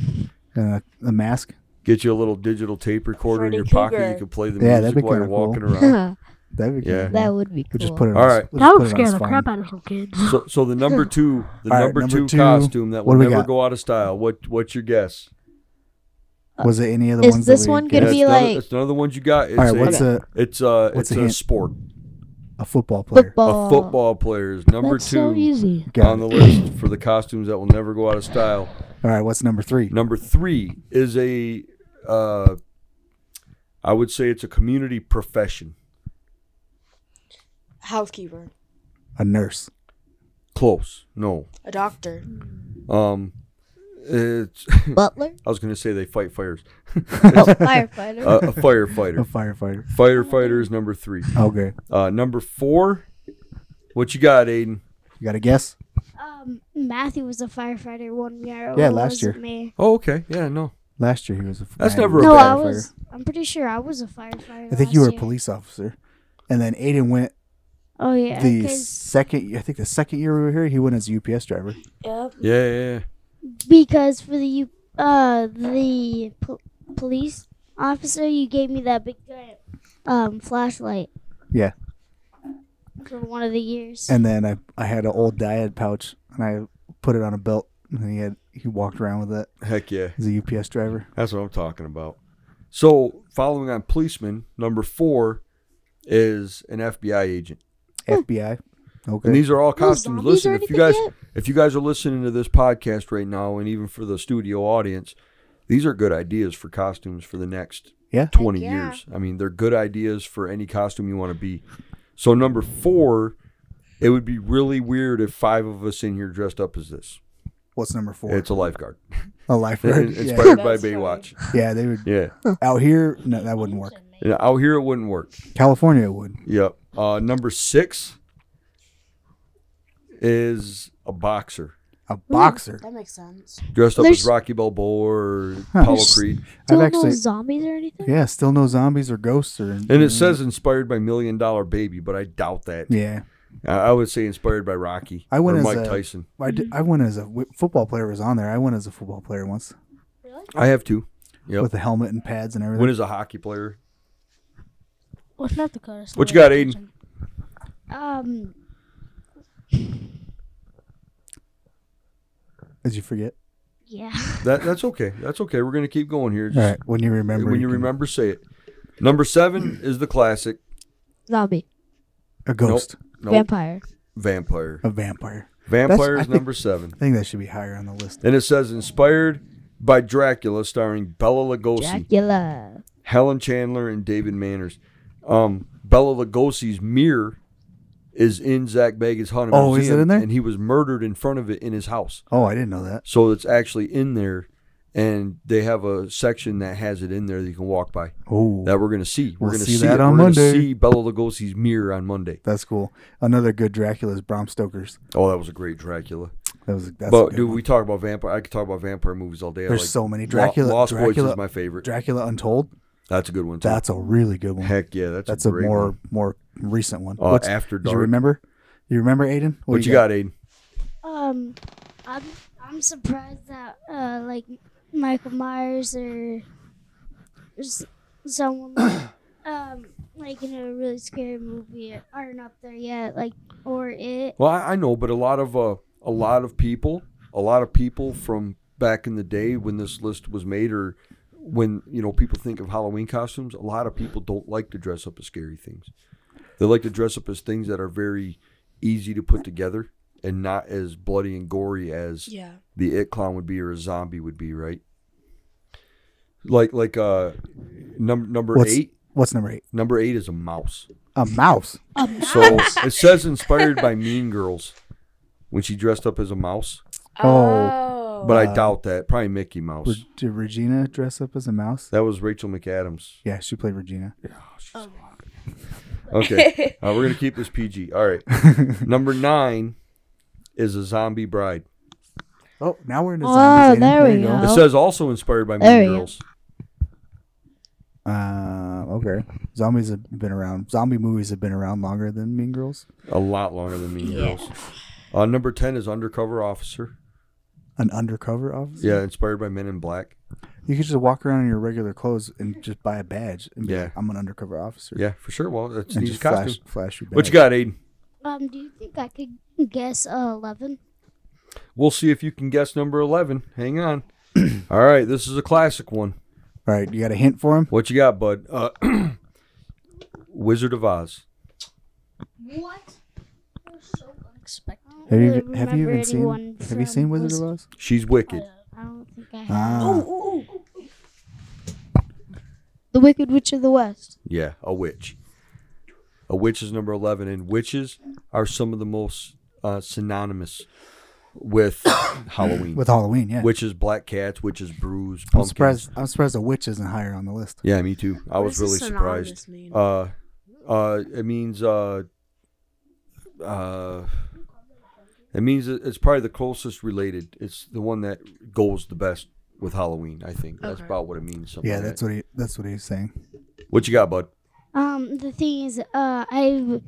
[SPEAKER 2] and a, a mask.
[SPEAKER 1] Get you a little digital tape recorder in
[SPEAKER 7] Freddy
[SPEAKER 1] your pocket.
[SPEAKER 7] Krueger.
[SPEAKER 1] You can play the
[SPEAKER 2] Yeah, that'd
[SPEAKER 1] music
[SPEAKER 2] be
[SPEAKER 1] while you're
[SPEAKER 2] kinda cool.
[SPEAKER 1] walking around.
[SPEAKER 2] That'd be
[SPEAKER 1] Yeah.
[SPEAKER 2] Cool.
[SPEAKER 7] That would be cool.
[SPEAKER 2] We'll just put it.
[SPEAKER 1] All
[SPEAKER 2] on,
[SPEAKER 1] right.
[SPEAKER 2] We'll
[SPEAKER 6] That
[SPEAKER 2] just put
[SPEAKER 6] would
[SPEAKER 2] it on
[SPEAKER 6] scare
[SPEAKER 2] his
[SPEAKER 6] the
[SPEAKER 2] phone.
[SPEAKER 6] crap out of some kids.
[SPEAKER 1] So, so the number two, the
[SPEAKER 2] All right,
[SPEAKER 1] number,
[SPEAKER 2] number
[SPEAKER 1] two,
[SPEAKER 2] two.
[SPEAKER 1] costume that
[SPEAKER 2] What
[SPEAKER 1] will
[SPEAKER 2] do we
[SPEAKER 1] never
[SPEAKER 2] got?
[SPEAKER 1] go out of style. What what's your guess?
[SPEAKER 2] Was it any of the
[SPEAKER 7] Is
[SPEAKER 2] ones?
[SPEAKER 7] this
[SPEAKER 2] that we
[SPEAKER 7] one
[SPEAKER 2] guessed?
[SPEAKER 7] gonna
[SPEAKER 1] That's
[SPEAKER 7] be
[SPEAKER 1] none of-
[SPEAKER 7] like-
[SPEAKER 1] that's none of the ones you got. It's
[SPEAKER 2] All right.
[SPEAKER 1] a,
[SPEAKER 2] What's a
[SPEAKER 1] it's a
[SPEAKER 2] what's
[SPEAKER 1] it's
[SPEAKER 2] a
[SPEAKER 1] a,
[SPEAKER 2] hint?
[SPEAKER 1] sport.
[SPEAKER 2] a football player.
[SPEAKER 7] Oh.
[SPEAKER 1] A football player is number
[SPEAKER 6] That's so
[SPEAKER 1] two
[SPEAKER 6] easy.
[SPEAKER 2] Got
[SPEAKER 1] on
[SPEAKER 2] it.
[SPEAKER 1] the list for the costumes that will never go out of style.
[SPEAKER 2] All right, what's number three?
[SPEAKER 1] Number three is a, uh, I would say it's a community profession.
[SPEAKER 4] Housekeeper,
[SPEAKER 2] A nurse.
[SPEAKER 1] Close, no.
[SPEAKER 4] a doctor.
[SPEAKER 1] Um, it's,
[SPEAKER 7] Butler?
[SPEAKER 1] I was going to say they fight fires.
[SPEAKER 7] Firefighter.
[SPEAKER 1] Uh, a
[SPEAKER 2] A
[SPEAKER 1] firefighter.
[SPEAKER 2] firefighter.
[SPEAKER 1] Firefighter is number three.
[SPEAKER 2] Okay,
[SPEAKER 1] Uh, number four, what you got, Aiden?
[SPEAKER 2] you got a guess?
[SPEAKER 5] Um, Matthew was a firefighter one year.
[SPEAKER 2] Yeah,
[SPEAKER 5] or
[SPEAKER 2] last
[SPEAKER 5] was
[SPEAKER 2] year.
[SPEAKER 5] it Me.
[SPEAKER 1] Oh, okay. Yeah, no.
[SPEAKER 2] Last year he was a.
[SPEAKER 1] That's
[SPEAKER 2] I
[SPEAKER 1] never a
[SPEAKER 5] No,
[SPEAKER 1] bad
[SPEAKER 5] I
[SPEAKER 1] fighter.
[SPEAKER 5] was. I'm pretty sure I was a firefighter.
[SPEAKER 2] I think you were
[SPEAKER 5] last
[SPEAKER 2] a
[SPEAKER 5] year.
[SPEAKER 2] police officer, and then Aiden went
[SPEAKER 5] Oh yeah,
[SPEAKER 2] the
[SPEAKER 5] 'cause-
[SPEAKER 2] second. I think the second year we were here, he went as a UPS driver.
[SPEAKER 4] Yep.
[SPEAKER 1] Yeah, yeah, yeah.
[SPEAKER 5] because for the U- uh the po- police officer, you gave me that big giant um flashlight.
[SPEAKER 2] Yeah.
[SPEAKER 5] For one of the years.
[SPEAKER 2] And then I I had an old diet pouch, and I put it on a belt, and he had he walked around with it
[SPEAKER 1] Heck yeah.
[SPEAKER 2] as a UPS driver.
[SPEAKER 1] That's what I'm talking about. So, following on policeman, number four is an FBI agent,
[SPEAKER 5] Hmm.
[SPEAKER 2] FBI. Okay.
[SPEAKER 1] and these are all
[SPEAKER 7] No
[SPEAKER 1] costumes.
[SPEAKER 7] zombies
[SPEAKER 1] Listen,
[SPEAKER 7] or
[SPEAKER 1] if you
[SPEAKER 7] anything
[SPEAKER 1] guys
[SPEAKER 7] yet?
[SPEAKER 1] if you guys are listening to this podcast right now, and even for the studio audience, these are good ideas for costumes for the next
[SPEAKER 2] Yeah. Heck
[SPEAKER 1] 20
[SPEAKER 4] yeah.
[SPEAKER 1] years. I mean, they're good ideas for any costume you want to be. So, number four, it would be really weird if five of us in here dressed up as this.
[SPEAKER 2] What's number four?
[SPEAKER 1] It's a lifeguard,
[SPEAKER 2] a lifeguard. yeah.
[SPEAKER 1] inspired by
[SPEAKER 4] That's funny.
[SPEAKER 1] Baywatch.
[SPEAKER 2] yeah, they would
[SPEAKER 1] Yeah.
[SPEAKER 2] out here. No, that wouldn't work.
[SPEAKER 1] yeah, out here it wouldn't work.
[SPEAKER 2] California it would.
[SPEAKER 1] Yep. Uh, number six is a boxer
[SPEAKER 2] A
[SPEAKER 5] Hmm.
[SPEAKER 2] boxer.
[SPEAKER 4] That makes sense.
[SPEAKER 1] dressed up
[SPEAKER 7] There's-
[SPEAKER 1] as Rocky Balboa or
[SPEAKER 2] Huh.
[SPEAKER 1] Apollo
[SPEAKER 2] There's-
[SPEAKER 1] Creed.
[SPEAKER 2] I've
[SPEAKER 7] Still no
[SPEAKER 2] actually.
[SPEAKER 7] zombies or anything?
[SPEAKER 2] Yeah, still no zombies or ghosts or.
[SPEAKER 1] And it says inspired by Million Dollar Baby, but I doubt that.
[SPEAKER 2] Yeah,
[SPEAKER 1] I I would say inspired by Rocky
[SPEAKER 2] I went
[SPEAKER 1] or
[SPEAKER 2] as
[SPEAKER 1] Mike
[SPEAKER 2] a-
[SPEAKER 1] Tyson.
[SPEAKER 2] I, did, I went as a w- football player was on there. I went as a football player once
[SPEAKER 1] I have two. Yep.
[SPEAKER 2] with a helmet and pads and everything.
[SPEAKER 1] When is a hockey player?
[SPEAKER 6] Well, North Dakota. it's
[SPEAKER 1] What
[SPEAKER 6] not
[SPEAKER 1] you got,
[SPEAKER 6] really
[SPEAKER 1] Aiden?
[SPEAKER 6] touching.
[SPEAKER 5] um,
[SPEAKER 2] Did you forget?
[SPEAKER 5] yeah.
[SPEAKER 1] That that's okay. That's okay. We're gonna keep going here. Just
[SPEAKER 2] All right, when you remember.
[SPEAKER 1] when you
[SPEAKER 2] can-
[SPEAKER 1] remember, say it. Number seven is the classic.
[SPEAKER 7] Zombie.
[SPEAKER 2] A ghost,
[SPEAKER 1] Nope.
[SPEAKER 7] Vampire.
[SPEAKER 1] Vampire.
[SPEAKER 2] a vampire.
[SPEAKER 1] Vampire
[SPEAKER 2] I
[SPEAKER 1] is
[SPEAKER 2] think-
[SPEAKER 1] number seven.
[SPEAKER 2] I think that should be higher on the list.
[SPEAKER 1] And it says inspired by Dracula, starring Bella Lugosi.
[SPEAKER 7] Dracula.
[SPEAKER 1] Helen Chandler and David Manners. Um, Bella Lugosi's mirror is in Zach Bagans Haunted
[SPEAKER 2] Oh, is
[SPEAKER 1] Museum,
[SPEAKER 2] it in there?
[SPEAKER 1] and he was murdered in front of it in his house.
[SPEAKER 2] Oh, I didn't know that.
[SPEAKER 1] So it's actually in there, and they have a section that has it in there that you can walk by.
[SPEAKER 2] Oh,
[SPEAKER 1] That we're gonna see. We're
[SPEAKER 2] We'll
[SPEAKER 1] gonna
[SPEAKER 2] see
[SPEAKER 1] see,
[SPEAKER 2] that
[SPEAKER 1] it.
[SPEAKER 2] on
[SPEAKER 1] we're
[SPEAKER 2] Monday.
[SPEAKER 1] gonna see Bella Lugosi's mirror on Monday.
[SPEAKER 2] that's cool. Another good Dracula is Bram Stoker's.
[SPEAKER 1] Oh, that was a great Dracula.
[SPEAKER 2] That was that's. a
[SPEAKER 1] but
[SPEAKER 2] good
[SPEAKER 1] dude,
[SPEAKER 2] one.
[SPEAKER 1] we talk about vampire. I could talk about vampire movies all day. I
[SPEAKER 2] There's
[SPEAKER 1] like-
[SPEAKER 2] so many
[SPEAKER 1] Lo-
[SPEAKER 2] Dracula.
[SPEAKER 1] Lost Boys
[SPEAKER 2] Dracula,
[SPEAKER 1] is my favorite.
[SPEAKER 2] Dracula Untold.
[SPEAKER 1] That's a good one too.
[SPEAKER 2] That's a really good one.
[SPEAKER 1] Heck yeah, that's,
[SPEAKER 2] that's
[SPEAKER 1] a,
[SPEAKER 2] a,
[SPEAKER 1] great
[SPEAKER 2] more
[SPEAKER 1] one.
[SPEAKER 2] more recent one.
[SPEAKER 1] Uh,
[SPEAKER 2] What's-
[SPEAKER 1] After
[SPEAKER 2] do
[SPEAKER 1] Dark.
[SPEAKER 2] you remember? You remember Aiden?
[SPEAKER 1] What, you got, Aiden?
[SPEAKER 5] Um, I'm I'm surprised that uh like Michael Myers or s- someone like, um like in a really scary movie aren't up there yet, like or it.
[SPEAKER 1] Well, I, I know, but a lot of uh, a lot of people, a lot of people from back in the day when this list was made, or when you know people think of Halloween costumes, a lot of people don't like to dress up as scary things. They like to dress up as things that are very easy to put together and not as bloody and gory as
[SPEAKER 4] Yeah.
[SPEAKER 1] the it clown would be or a zombie would be, right? Like like uh num- number
[SPEAKER 2] What's-
[SPEAKER 1] eight.
[SPEAKER 2] What's number eight?
[SPEAKER 1] Number eight is a mouse.
[SPEAKER 2] A mouse.
[SPEAKER 1] So it says inspired by Mean Girls when she dressed up as a mouse.
[SPEAKER 2] Oh.
[SPEAKER 1] But I
[SPEAKER 2] Uh,
[SPEAKER 1] doubt that. Probably Mickey Mouse.
[SPEAKER 2] Re- Did Regina dress up as a mouse?
[SPEAKER 1] That was Rachel McAdams.
[SPEAKER 2] Yeah, she played Regina.
[SPEAKER 1] Okay. Uh, we're going to keep this PG. All right. Number nine is a zombie bride.
[SPEAKER 2] Oh, now we're into
[SPEAKER 7] Oh,
[SPEAKER 2] zombies. Aiden.
[SPEAKER 7] there we
[SPEAKER 2] you
[SPEAKER 7] go.
[SPEAKER 1] It says also inspired by
[SPEAKER 7] Oh. There
[SPEAKER 1] Mean
[SPEAKER 7] we go.
[SPEAKER 1] Girls.
[SPEAKER 2] Uh, okay. Zombies have been around. Zombie movies have been around longer than Mean Girls.
[SPEAKER 1] A lot longer than Mean Girls. Uh, number 10 is Undercover Officer.
[SPEAKER 2] An undercover officer.
[SPEAKER 1] Yeah, inspired by Men in Black.
[SPEAKER 2] You could just walk around in your regular clothes and just buy a badge and be
[SPEAKER 1] Yeah.
[SPEAKER 2] like, "I'm an undercover officer."
[SPEAKER 1] Yeah, for sure. Well, that's
[SPEAKER 2] And
[SPEAKER 1] an easy
[SPEAKER 2] just
[SPEAKER 1] costume.
[SPEAKER 2] flash, flash your badge.
[SPEAKER 1] What you got, Aiden?
[SPEAKER 5] Um, do you think I could guess uh, eleven?
[SPEAKER 1] We'll see if you can guess number 11. Hang on. All right, this is a classic one.
[SPEAKER 2] All right, you got a hint for him?
[SPEAKER 1] What you got, bud? Uh, Wizard of Oz.
[SPEAKER 6] What? That was so unexpected.
[SPEAKER 5] I don't
[SPEAKER 2] Have you
[SPEAKER 5] really
[SPEAKER 2] even- have you
[SPEAKER 5] remember
[SPEAKER 2] even seen-
[SPEAKER 5] anyone
[SPEAKER 2] Have you
[SPEAKER 5] from
[SPEAKER 2] seen Wizard
[SPEAKER 5] Wiz-
[SPEAKER 2] of Oz?
[SPEAKER 1] She's wicked.
[SPEAKER 5] I don't think I have.
[SPEAKER 2] Ah,
[SPEAKER 7] The Wicked Witch of the West.
[SPEAKER 1] Yeah, a witch. A witch is number 11, and witches are some of the most uh, synonymous with Halloween.
[SPEAKER 2] with Halloween, yeah.
[SPEAKER 1] Witches, black cats, witches, brews,
[SPEAKER 2] I'm
[SPEAKER 1] pumpkins.
[SPEAKER 2] surprised. I'm surprised the witch isn't higher on the list.
[SPEAKER 1] Yeah, me too. I
[SPEAKER 4] What
[SPEAKER 1] was
[SPEAKER 4] does
[SPEAKER 1] really
[SPEAKER 4] synonymous
[SPEAKER 1] surprised.
[SPEAKER 4] mean?
[SPEAKER 1] Uh, uh, it means uh, uh, it means it- it's probably the closest related. It's the one that goes the best with Halloween. I think that's
[SPEAKER 4] Okay.
[SPEAKER 1] about what it means. something
[SPEAKER 2] Yeah,
[SPEAKER 1] like
[SPEAKER 2] that's
[SPEAKER 1] that.
[SPEAKER 2] what he. That's what he's saying.
[SPEAKER 1] what you got, bud.
[SPEAKER 5] Um, the thing is, uh, I've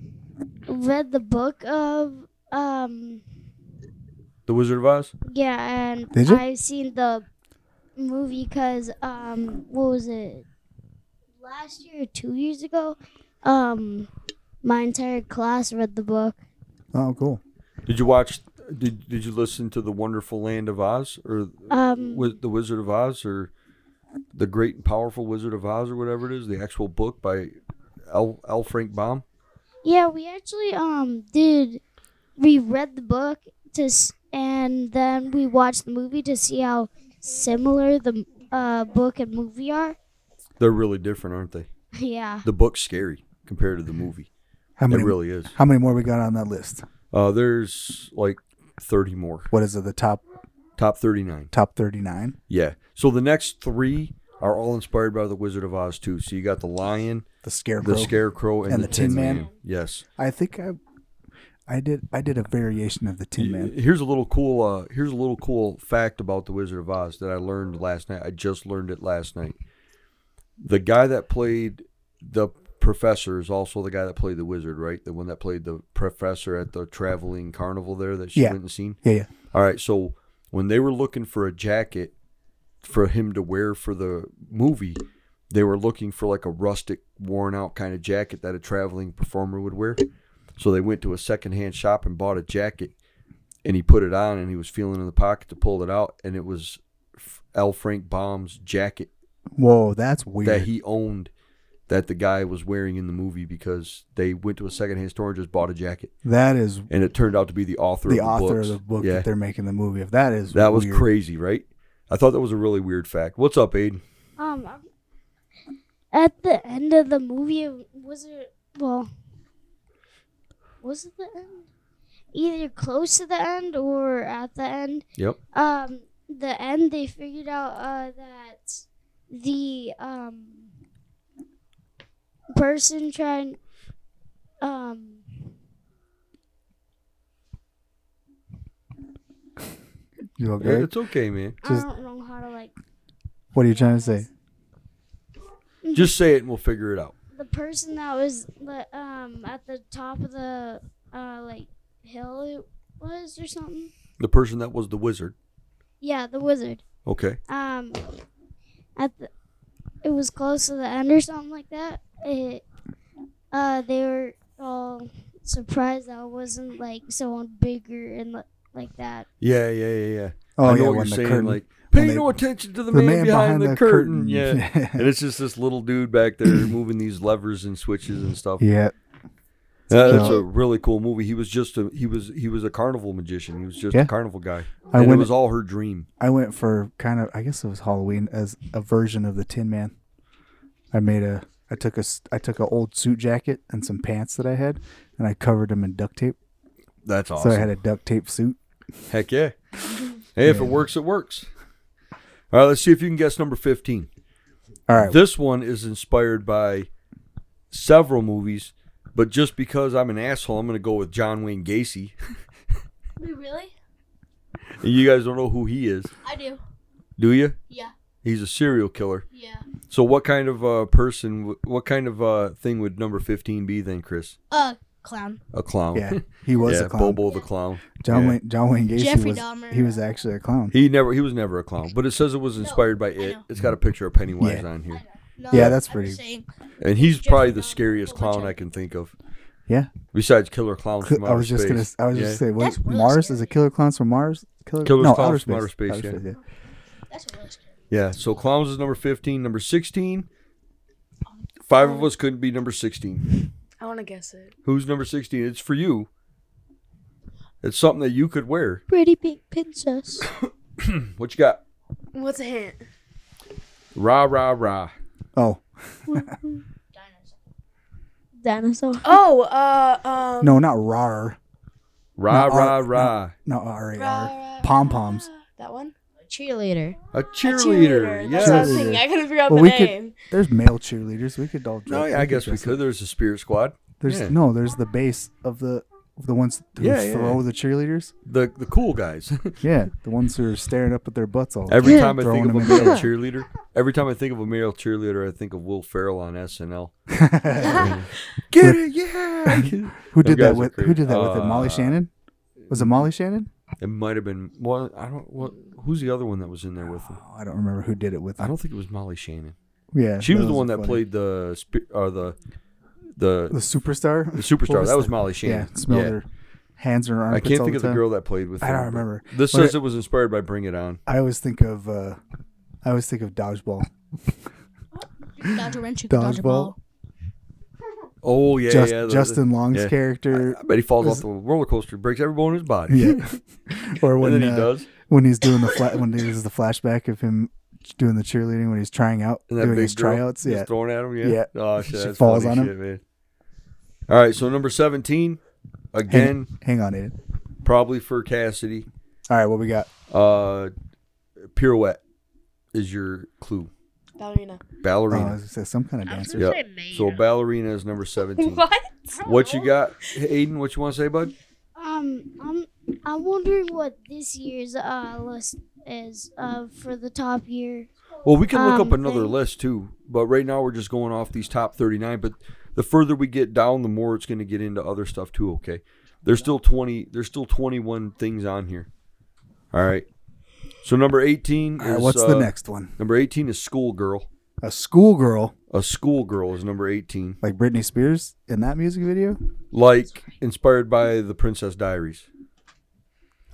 [SPEAKER 5] read the book of um,
[SPEAKER 1] The Wizard of Oz.
[SPEAKER 5] yeah, and
[SPEAKER 2] Did you?
[SPEAKER 5] I've seen the movie because um, what was it? Last year, or two years ago, um, my entire class read the book.
[SPEAKER 2] Oh, cool.
[SPEAKER 1] Did you watch? Did Did you listen to the Wonderful Land of Oz or
[SPEAKER 5] Um,
[SPEAKER 1] Wi- the Wizard of Oz or the Great and Powerful Wizard of Oz or whatever it is? The actual book by L. L. Frank Baum.
[SPEAKER 5] Yeah, we actually um did we read the book to s- and then we watched the movie to see how similar the uh, book and movie are.
[SPEAKER 1] They're really different, aren't they?
[SPEAKER 5] yeah.
[SPEAKER 1] The book's scary compared to the movie.
[SPEAKER 2] How
[SPEAKER 1] It
[SPEAKER 2] many?
[SPEAKER 1] really is.
[SPEAKER 2] How many more we got on that list?
[SPEAKER 1] Uh, there's like 30 more.
[SPEAKER 2] What is it? The top
[SPEAKER 1] Top 39.
[SPEAKER 2] top thirty nine.
[SPEAKER 1] Yeah. So the next three are all inspired by The Wizard of Oz, too. So you got the lion,
[SPEAKER 2] The scarecrow.
[SPEAKER 1] the scarecrow, and, the, Tin Man. Yes.
[SPEAKER 2] I think I, I did. I did a variation of the Tin Man.
[SPEAKER 1] Y- Here's a little cool. Uh, here's a little cool fact about the Wizard of Oz that I learned last night. I just learned it last night. The guy that played the professor is also the guy that played the wizard, right? The one that played the professor at the traveling carnival there that she
[SPEAKER 2] Yeah.
[SPEAKER 1] went and seen.
[SPEAKER 2] Yeah, yeah.
[SPEAKER 1] All right, so when they were looking for a jacket for him to wear for the movie, they were looking for like a rustic, worn out kind of jacket that a traveling performer would wear. So they went to a secondhand shop and bought a jacket, and he put it on and he was feeling in the pocket to pull it out, and it was F- L. Frank Baum's jacket
[SPEAKER 2] Whoa, that's weird.
[SPEAKER 1] that he owned that the guy was wearing in the movie because they went to a secondhand store and just bought a jacket,
[SPEAKER 2] that is
[SPEAKER 1] and it turned out to be the author
[SPEAKER 2] the
[SPEAKER 1] of the
[SPEAKER 2] author
[SPEAKER 1] books.
[SPEAKER 2] of the book
[SPEAKER 1] Yeah.
[SPEAKER 2] that they're making the movie of. That is
[SPEAKER 1] That was
[SPEAKER 2] weird.
[SPEAKER 1] crazy, right? I thought that was a really weird fact. What's up, Aiden?
[SPEAKER 5] Um, at the end of the movie, was it well? Was it the end? Either close to the end or at the end.
[SPEAKER 1] Yep.
[SPEAKER 5] Um, the end they figured out uh, that the um person trying um
[SPEAKER 2] You
[SPEAKER 1] Yeah,
[SPEAKER 2] okay?
[SPEAKER 1] it's okay, man.
[SPEAKER 2] Just-
[SPEAKER 5] I don't know how to like
[SPEAKER 2] What are you trying to say?
[SPEAKER 1] Just say it and we'll figure it out.
[SPEAKER 5] the person that was the, um at the top of the uh like hill it was or something.
[SPEAKER 1] The person that was the wizard.
[SPEAKER 5] Yeah, the wizard.
[SPEAKER 1] Okay.
[SPEAKER 5] um at the it was close to the end or something like that it uh they were all surprised that it wasn't like someone bigger and li- like that
[SPEAKER 1] Yeah, yeah, yeah, yeah.
[SPEAKER 2] Oh
[SPEAKER 1] I know
[SPEAKER 2] yeah,
[SPEAKER 1] what
[SPEAKER 2] when
[SPEAKER 1] you're
[SPEAKER 2] the
[SPEAKER 1] saying.
[SPEAKER 2] curtain,
[SPEAKER 1] Like,
[SPEAKER 2] when
[SPEAKER 1] pay
[SPEAKER 2] they-
[SPEAKER 1] no attention to the,
[SPEAKER 2] the
[SPEAKER 1] man, behind, the, curtain. Yeah. and
[SPEAKER 2] Yeah.
[SPEAKER 1] it's just this little dude back there moving these levers and switches and stuff.
[SPEAKER 2] yeah.
[SPEAKER 1] Yeah, that's
[SPEAKER 2] So-
[SPEAKER 1] a really cool movie. He was just a he was he was a carnival magician. He was just
[SPEAKER 2] Yeah.
[SPEAKER 1] a carnival guy.
[SPEAKER 2] I
[SPEAKER 1] and it
[SPEAKER 2] went-
[SPEAKER 1] was all her dream.
[SPEAKER 2] I went for kind of. I guess it was Halloween as a version of the Tin Man. I made a. I took a. s- I took an old suit jacket and some pants that I had, and I covered them in duct tape.
[SPEAKER 1] That's awesome.
[SPEAKER 2] So I had a duct tape suit.
[SPEAKER 1] Heck yeah. Hey, if it works, it works. All right, let's see if you can guess number 15.
[SPEAKER 2] All right.
[SPEAKER 1] This one is inspired by several movies, but just because I'm an asshole, I'm going to go with John Wayne Gacy.
[SPEAKER 6] Wait, really?
[SPEAKER 1] And you guys don't know who he is,
[SPEAKER 6] I do.
[SPEAKER 1] do you?
[SPEAKER 6] Yeah.
[SPEAKER 1] He's a serial killer.
[SPEAKER 6] Yeah.
[SPEAKER 1] So, what kind of uh, person, w- what kind of uh, thing would number 15 be then, Chris?
[SPEAKER 6] Uh, clown.
[SPEAKER 1] A clown.
[SPEAKER 2] yeah, he was
[SPEAKER 1] yeah,
[SPEAKER 2] a clown.
[SPEAKER 1] Bobo the clown.
[SPEAKER 2] John
[SPEAKER 1] Yeah.
[SPEAKER 2] Wayne. John Wayne Gacy
[SPEAKER 6] Jeffrey
[SPEAKER 2] was.
[SPEAKER 6] Dahmer.
[SPEAKER 2] He was actually a clown.
[SPEAKER 1] He never he was never a clown, but it says it was inspired by it.
[SPEAKER 6] know.
[SPEAKER 1] It's got a picture of Pennywise
[SPEAKER 2] Yeah.
[SPEAKER 1] on here.
[SPEAKER 6] No,
[SPEAKER 2] Yeah, that's
[SPEAKER 6] I'm
[SPEAKER 2] pretty-
[SPEAKER 6] just saying,
[SPEAKER 1] And he's
[SPEAKER 6] Jeffrey
[SPEAKER 1] probably the
[SPEAKER 6] Dahmer,
[SPEAKER 1] scariest
[SPEAKER 6] Pulitzer.
[SPEAKER 1] clown I can think of.
[SPEAKER 2] Yeah.
[SPEAKER 1] Besides Killer Clowns from Outer
[SPEAKER 2] I was just gonna.
[SPEAKER 1] Space.
[SPEAKER 2] I was
[SPEAKER 1] Yeah.
[SPEAKER 2] just saying. What,
[SPEAKER 6] That's really
[SPEAKER 2] Mars
[SPEAKER 6] scary.
[SPEAKER 2] is a killer clowns from Mars. Killer,
[SPEAKER 1] Killer
[SPEAKER 2] no,
[SPEAKER 1] Clowns
[SPEAKER 2] outer
[SPEAKER 1] from
[SPEAKER 2] space.
[SPEAKER 1] Outer Space, yeah.
[SPEAKER 2] yeah.
[SPEAKER 6] that's a really scary.
[SPEAKER 1] Yeah, so Clowns is number 15. Number 16, five of us couldn't be number 16.
[SPEAKER 4] I want to guess it.
[SPEAKER 1] Who's number 16? It's for you. It's something that you could wear.
[SPEAKER 7] Pretty pink princess.
[SPEAKER 1] what you got?
[SPEAKER 4] What's a hint?
[SPEAKER 1] Rah, rah, rah.
[SPEAKER 2] Oh
[SPEAKER 7] Dinosaur.
[SPEAKER 4] Oh, uh, um.
[SPEAKER 2] no, not rar.
[SPEAKER 1] Rah,
[SPEAKER 2] No,
[SPEAKER 1] rah,
[SPEAKER 2] uh,
[SPEAKER 1] rah.
[SPEAKER 2] No R A
[SPEAKER 4] rah,
[SPEAKER 2] R.
[SPEAKER 4] rah,
[SPEAKER 2] Pom
[SPEAKER 4] rah.
[SPEAKER 2] poms.
[SPEAKER 4] That one?
[SPEAKER 6] Cheerleader.
[SPEAKER 1] A
[SPEAKER 4] A
[SPEAKER 1] cheerleader.
[SPEAKER 4] That's what I was
[SPEAKER 1] yes.
[SPEAKER 2] Cheerleader.
[SPEAKER 4] thinking. I couldn't figure out
[SPEAKER 2] Well,
[SPEAKER 4] the
[SPEAKER 2] we could-
[SPEAKER 4] name.
[SPEAKER 2] There's male cheerleaders. We could all.
[SPEAKER 1] No,
[SPEAKER 2] dress-
[SPEAKER 1] yeah, I guess we
[SPEAKER 2] dress up.
[SPEAKER 1] could. There's a spirit squad.
[SPEAKER 2] There's
[SPEAKER 1] Yeah.
[SPEAKER 2] no. There's the base of the of the ones who
[SPEAKER 1] Yeah, yeah,
[SPEAKER 2] throw
[SPEAKER 1] yeah.
[SPEAKER 2] the cheerleaders.
[SPEAKER 1] The the cool guys.
[SPEAKER 2] Yeah, the ones who are staring up at their butts all the
[SPEAKER 1] Every
[SPEAKER 2] time,
[SPEAKER 1] time I
[SPEAKER 2] throwing
[SPEAKER 1] think of a
[SPEAKER 2] them in
[SPEAKER 1] male cheerleader, every time I think of a male cheerleader, I think of Will Ferrell on SNL.
[SPEAKER 2] the-
[SPEAKER 1] Get it, yeah.
[SPEAKER 2] who
[SPEAKER 1] Them
[SPEAKER 2] did that
[SPEAKER 1] guys are
[SPEAKER 2] with? Who
[SPEAKER 1] crazy.
[SPEAKER 2] did that with it? Molly
[SPEAKER 1] Uh,
[SPEAKER 2] Shannon? Was it Molly Shannon?
[SPEAKER 1] it might have been. Well, I don't. What? Who's the other one that was in there with him?
[SPEAKER 2] Oh, I don't remember who did it with.
[SPEAKER 1] I
[SPEAKER 2] Him.
[SPEAKER 1] don't think it was Molly Shannon.
[SPEAKER 2] Yeah,
[SPEAKER 1] She was the one
[SPEAKER 2] a
[SPEAKER 1] that
[SPEAKER 2] funny-
[SPEAKER 1] played the spe- or the the
[SPEAKER 2] the superstar.
[SPEAKER 1] the
[SPEAKER 2] What
[SPEAKER 1] superstar. That was
[SPEAKER 2] the-
[SPEAKER 1] Molly Shannon.
[SPEAKER 2] Yeah, smelled her hands and her
[SPEAKER 1] I
[SPEAKER 2] armpits.
[SPEAKER 1] can't
[SPEAKER 2] all
[SPEAKER 1] think
[SPEAKER 2] the
[SPEAKER 1] of the
[SPEAKER 2] time.
[SPEAKER 1] girl that played with.
[SPEAKER 2] I
[SPEAKER 1] him,
[SPEAKER 2] don't
[SPEAKER 1] but
[SPEAKER 2] remember.
[SPEAKER 1] This
[SPEAKER 2] But
[SPEAKER 1] says it was inspired by Bring It On.
[SPEAKER 2] I always think of. uh I always think of dodgeball.
[SPEAKER 6] Dodge a wrench, you can dodge a
[SPEAKER 2] Dodgeball.
[SPEAKER 6] ball.
[SPEAKER 1] Oh yeah,
[SPEAKER 2] Just,
[SPEAKER 1] yeah. the-
[SPEAKER 2] Justin Long's
[SPEAKER 1] yeah.
[SPEAKER 2] character,
[SPEAKER 1] I bet he falls
[SPEAKER 2] was-
[SPEAKER 1] off the roller coaster, breaks every bone in his body.
[SPEAKER 2] yeah. or when
[SPEAKER 1] and then he
[SPEAKER 2] uh,
[SPEAKER 1] does.
[SPEAKER 2] when he's doing the flat when there's the flashback of him doing the cheerleading when he's trying out
[SPEAKER 1] And that
[SPEAKER 2] doing
[SPEAKER 1] big
[SPEAKER 2] his
[SPEAKER 1] girl
[SPEAKER 2] tryouts.
[SPEAKER 1] is
[SPEAKER 2] Yeah,
[SPEAKER 1] thrown at him. Yeah.
[SPEAKER 2] Yeah.
[SPEAKER 1] Oh shit,
[SPEAKER 2] She
[SPEAKER 1] that's
[SPEAKER 2] falls
[SPEAKER 1] funny
[SPEAKER 2] on
[SPEAKER 1] shit, man. All right, so number seventeen, again,
[SPEAKER 2] hang on, Aiden.
[SPEAKER 1] probably for Cassidy.
[SPEAKER 2] All right, what we got?
[SPEAKER 1] Uh, pirouette is your clue.
[SPEAKER 4] Ballerina.
[SPEAKER 2] Oh, I
[SPEAKER 1] Ballerina.
[SPEAKER 2] was gonna say some kind of dancer.
[SPEAKER 1] gonna Yeah. so ballerina is number seventeen. What you got, Aiden? What you want to say, bud?
[SPEAKER 5] Um, I'm I'm wondering what this year's uh list is uh for the top year.
[SPEAKER 1] Well, we can look
[SPEAKER 5] Um,
[SPEAKER 1] up another
[SPEAKER 5] thank-
[SPEAKER 1] list too, but right now we're just going off these top 39. But the further we get down, the more it's going to get into other stuff too. Okay, there's still 20. There's still 21 things on here. All right. So number 18 is
[SPEAKER 2] All right, what's the
[SPEAKER 1] uh,
[SPEAKER 2] next one?
[SPEAKER 1] Number 18 is schoolgirl.
[SPEAKER 2] A schoolgirl
[SPEAKER 1] A schoolgirl is number 18,
[SPEAKER 2] like Britney Spears in that music video?
[SPEAKER 1] like inspired by the Princess Diaries,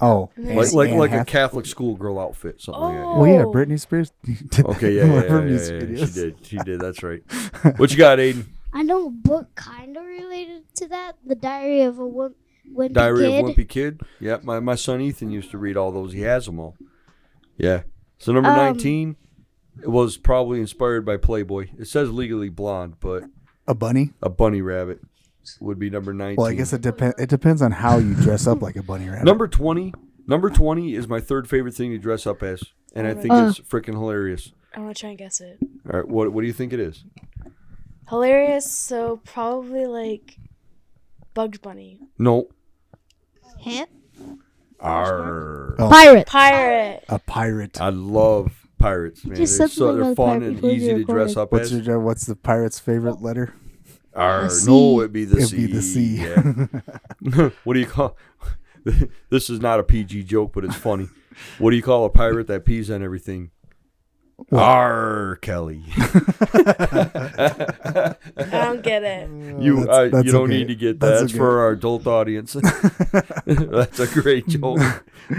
[SPEAKER 2] Oh,
[SPEAKER 1] like
[SPEAKER 4] Like-
[SPEAKER 2] Anne-
[SPEAKER 1] like
[SPEAKER 2] Anne
[SPEAKER 1] like a
[SPEAKER 2] Hath-
[SPEAKER 1] Catholic schoolgirl outfit, something like
[SPEAKER 2] Well, yeah,
[SPEAKER 4] Oh.
[SPEAKER 2] Britney Spears did that
[SPEAKER 1] that. Okay,
[SPEAKER 2] in
[SPEAKER 1] yeah,
[SPEAKER 2] one
[SPEAKER 1] yeah,
[SPEAKER 2] of her
[SPEAKER 1] yeah,
[SPEAKER 2] music
[SPEAKER 1] yeah, yeah, she
[SPEAKER 2] videos.
[SPEAKER 1] did, she did. That's right. What you got, Aiden?
[SPEAKER 5] I know a book kind of related to that, The Diary of a Wimp- Wimpy
[SPEAKER 1] Diary
[SPEAKER 5] Kid.
[SPEAKER 1] of Wimpy Kid. Yeah, my, my son Ethan used to read all those. He has them all. Yeah. So number
[SPEAKER 5] Um,
[SPEAKER 1] 19 it was probably inspired by Playboy. It says Legally Blonde, but
[SPEAKER 2] A bunny?
[SPEAKER 1] a bunny rabbit would be number 19.
[SPEAKER 2] Well, I guess it depends. It depends on how you dress up like a bunny rabbit.
[SPEAKER 1] number 20. Number 20 is my third favorite thing to dress up as, and I think
[SPEAKER 6] Uh.
[SPEAKER 1] it's freaking hilarious.
[SPEAKER 4] I want to try and guess it.
[SPEAKER 1] All right, what what do you think it is?
[SPEAKER 4] Hilarious, so probably like Bugs Bunny.
[SPEAKER 1] No.
[SPEAKER 6] Hint?
[SPEAKER 1] Arr.
[SPEAKER 2] Oh,
[SPEAKER 7] Pirate.
[SPEAKER 4] Pirate.
[SPEAKER 2] a pirate.
[SPEAKER 1] I love pirates, man.
[SPEAKER 7] Just
[SPEAKER 1] they're so,
[SPEAKER 7] something
[SPEAKER 1] they're
[SPEAKER 7] about
[SPEAKER 1] fun
[SPEAKER 7] pirate
[SPEAKER 1] and
[SPEAKER 7] before
[SPEAKER 1] easy
[SPEAKER 7] you
[SPEAKER 1] to dress
[SPEAKER 7] record it.
[SPEAKER 1] up
[SPEAKER 2] What's
[SPEAKER 1] as.
[SPEAKER 2] your what's the pirate's favorite letter?
[SPEAKER 1] Arr,
[SPEAKER 7] C.
[SPEAKER 1] no, it'd be the
[SPEAKER 2] It'd
[SPEAKER 1] C.
[SPEAKER 2] be the C.
[SPEAKER 1] yeah. what do you call? this is not a PG joke, but it's funny. What do you call a pirate that pees on everything? R. Kelly.
[SPEAKER 4] I don't get it.
[SPEAKER 1] you
[SPEAKER 2] That's-
[SPEAKER 1] uh,
[SPEAKER 2] that's
[SPEAKER 1] you don't
[SPEAKER 2] okay.
[SPEAKER 1] need to get that.
[SPEAKER 2] That's
[SPEAKER 1] That's,
[SPEAKER 2] okay.
[SPEAKER 1] for our adult audience. that's a great joke.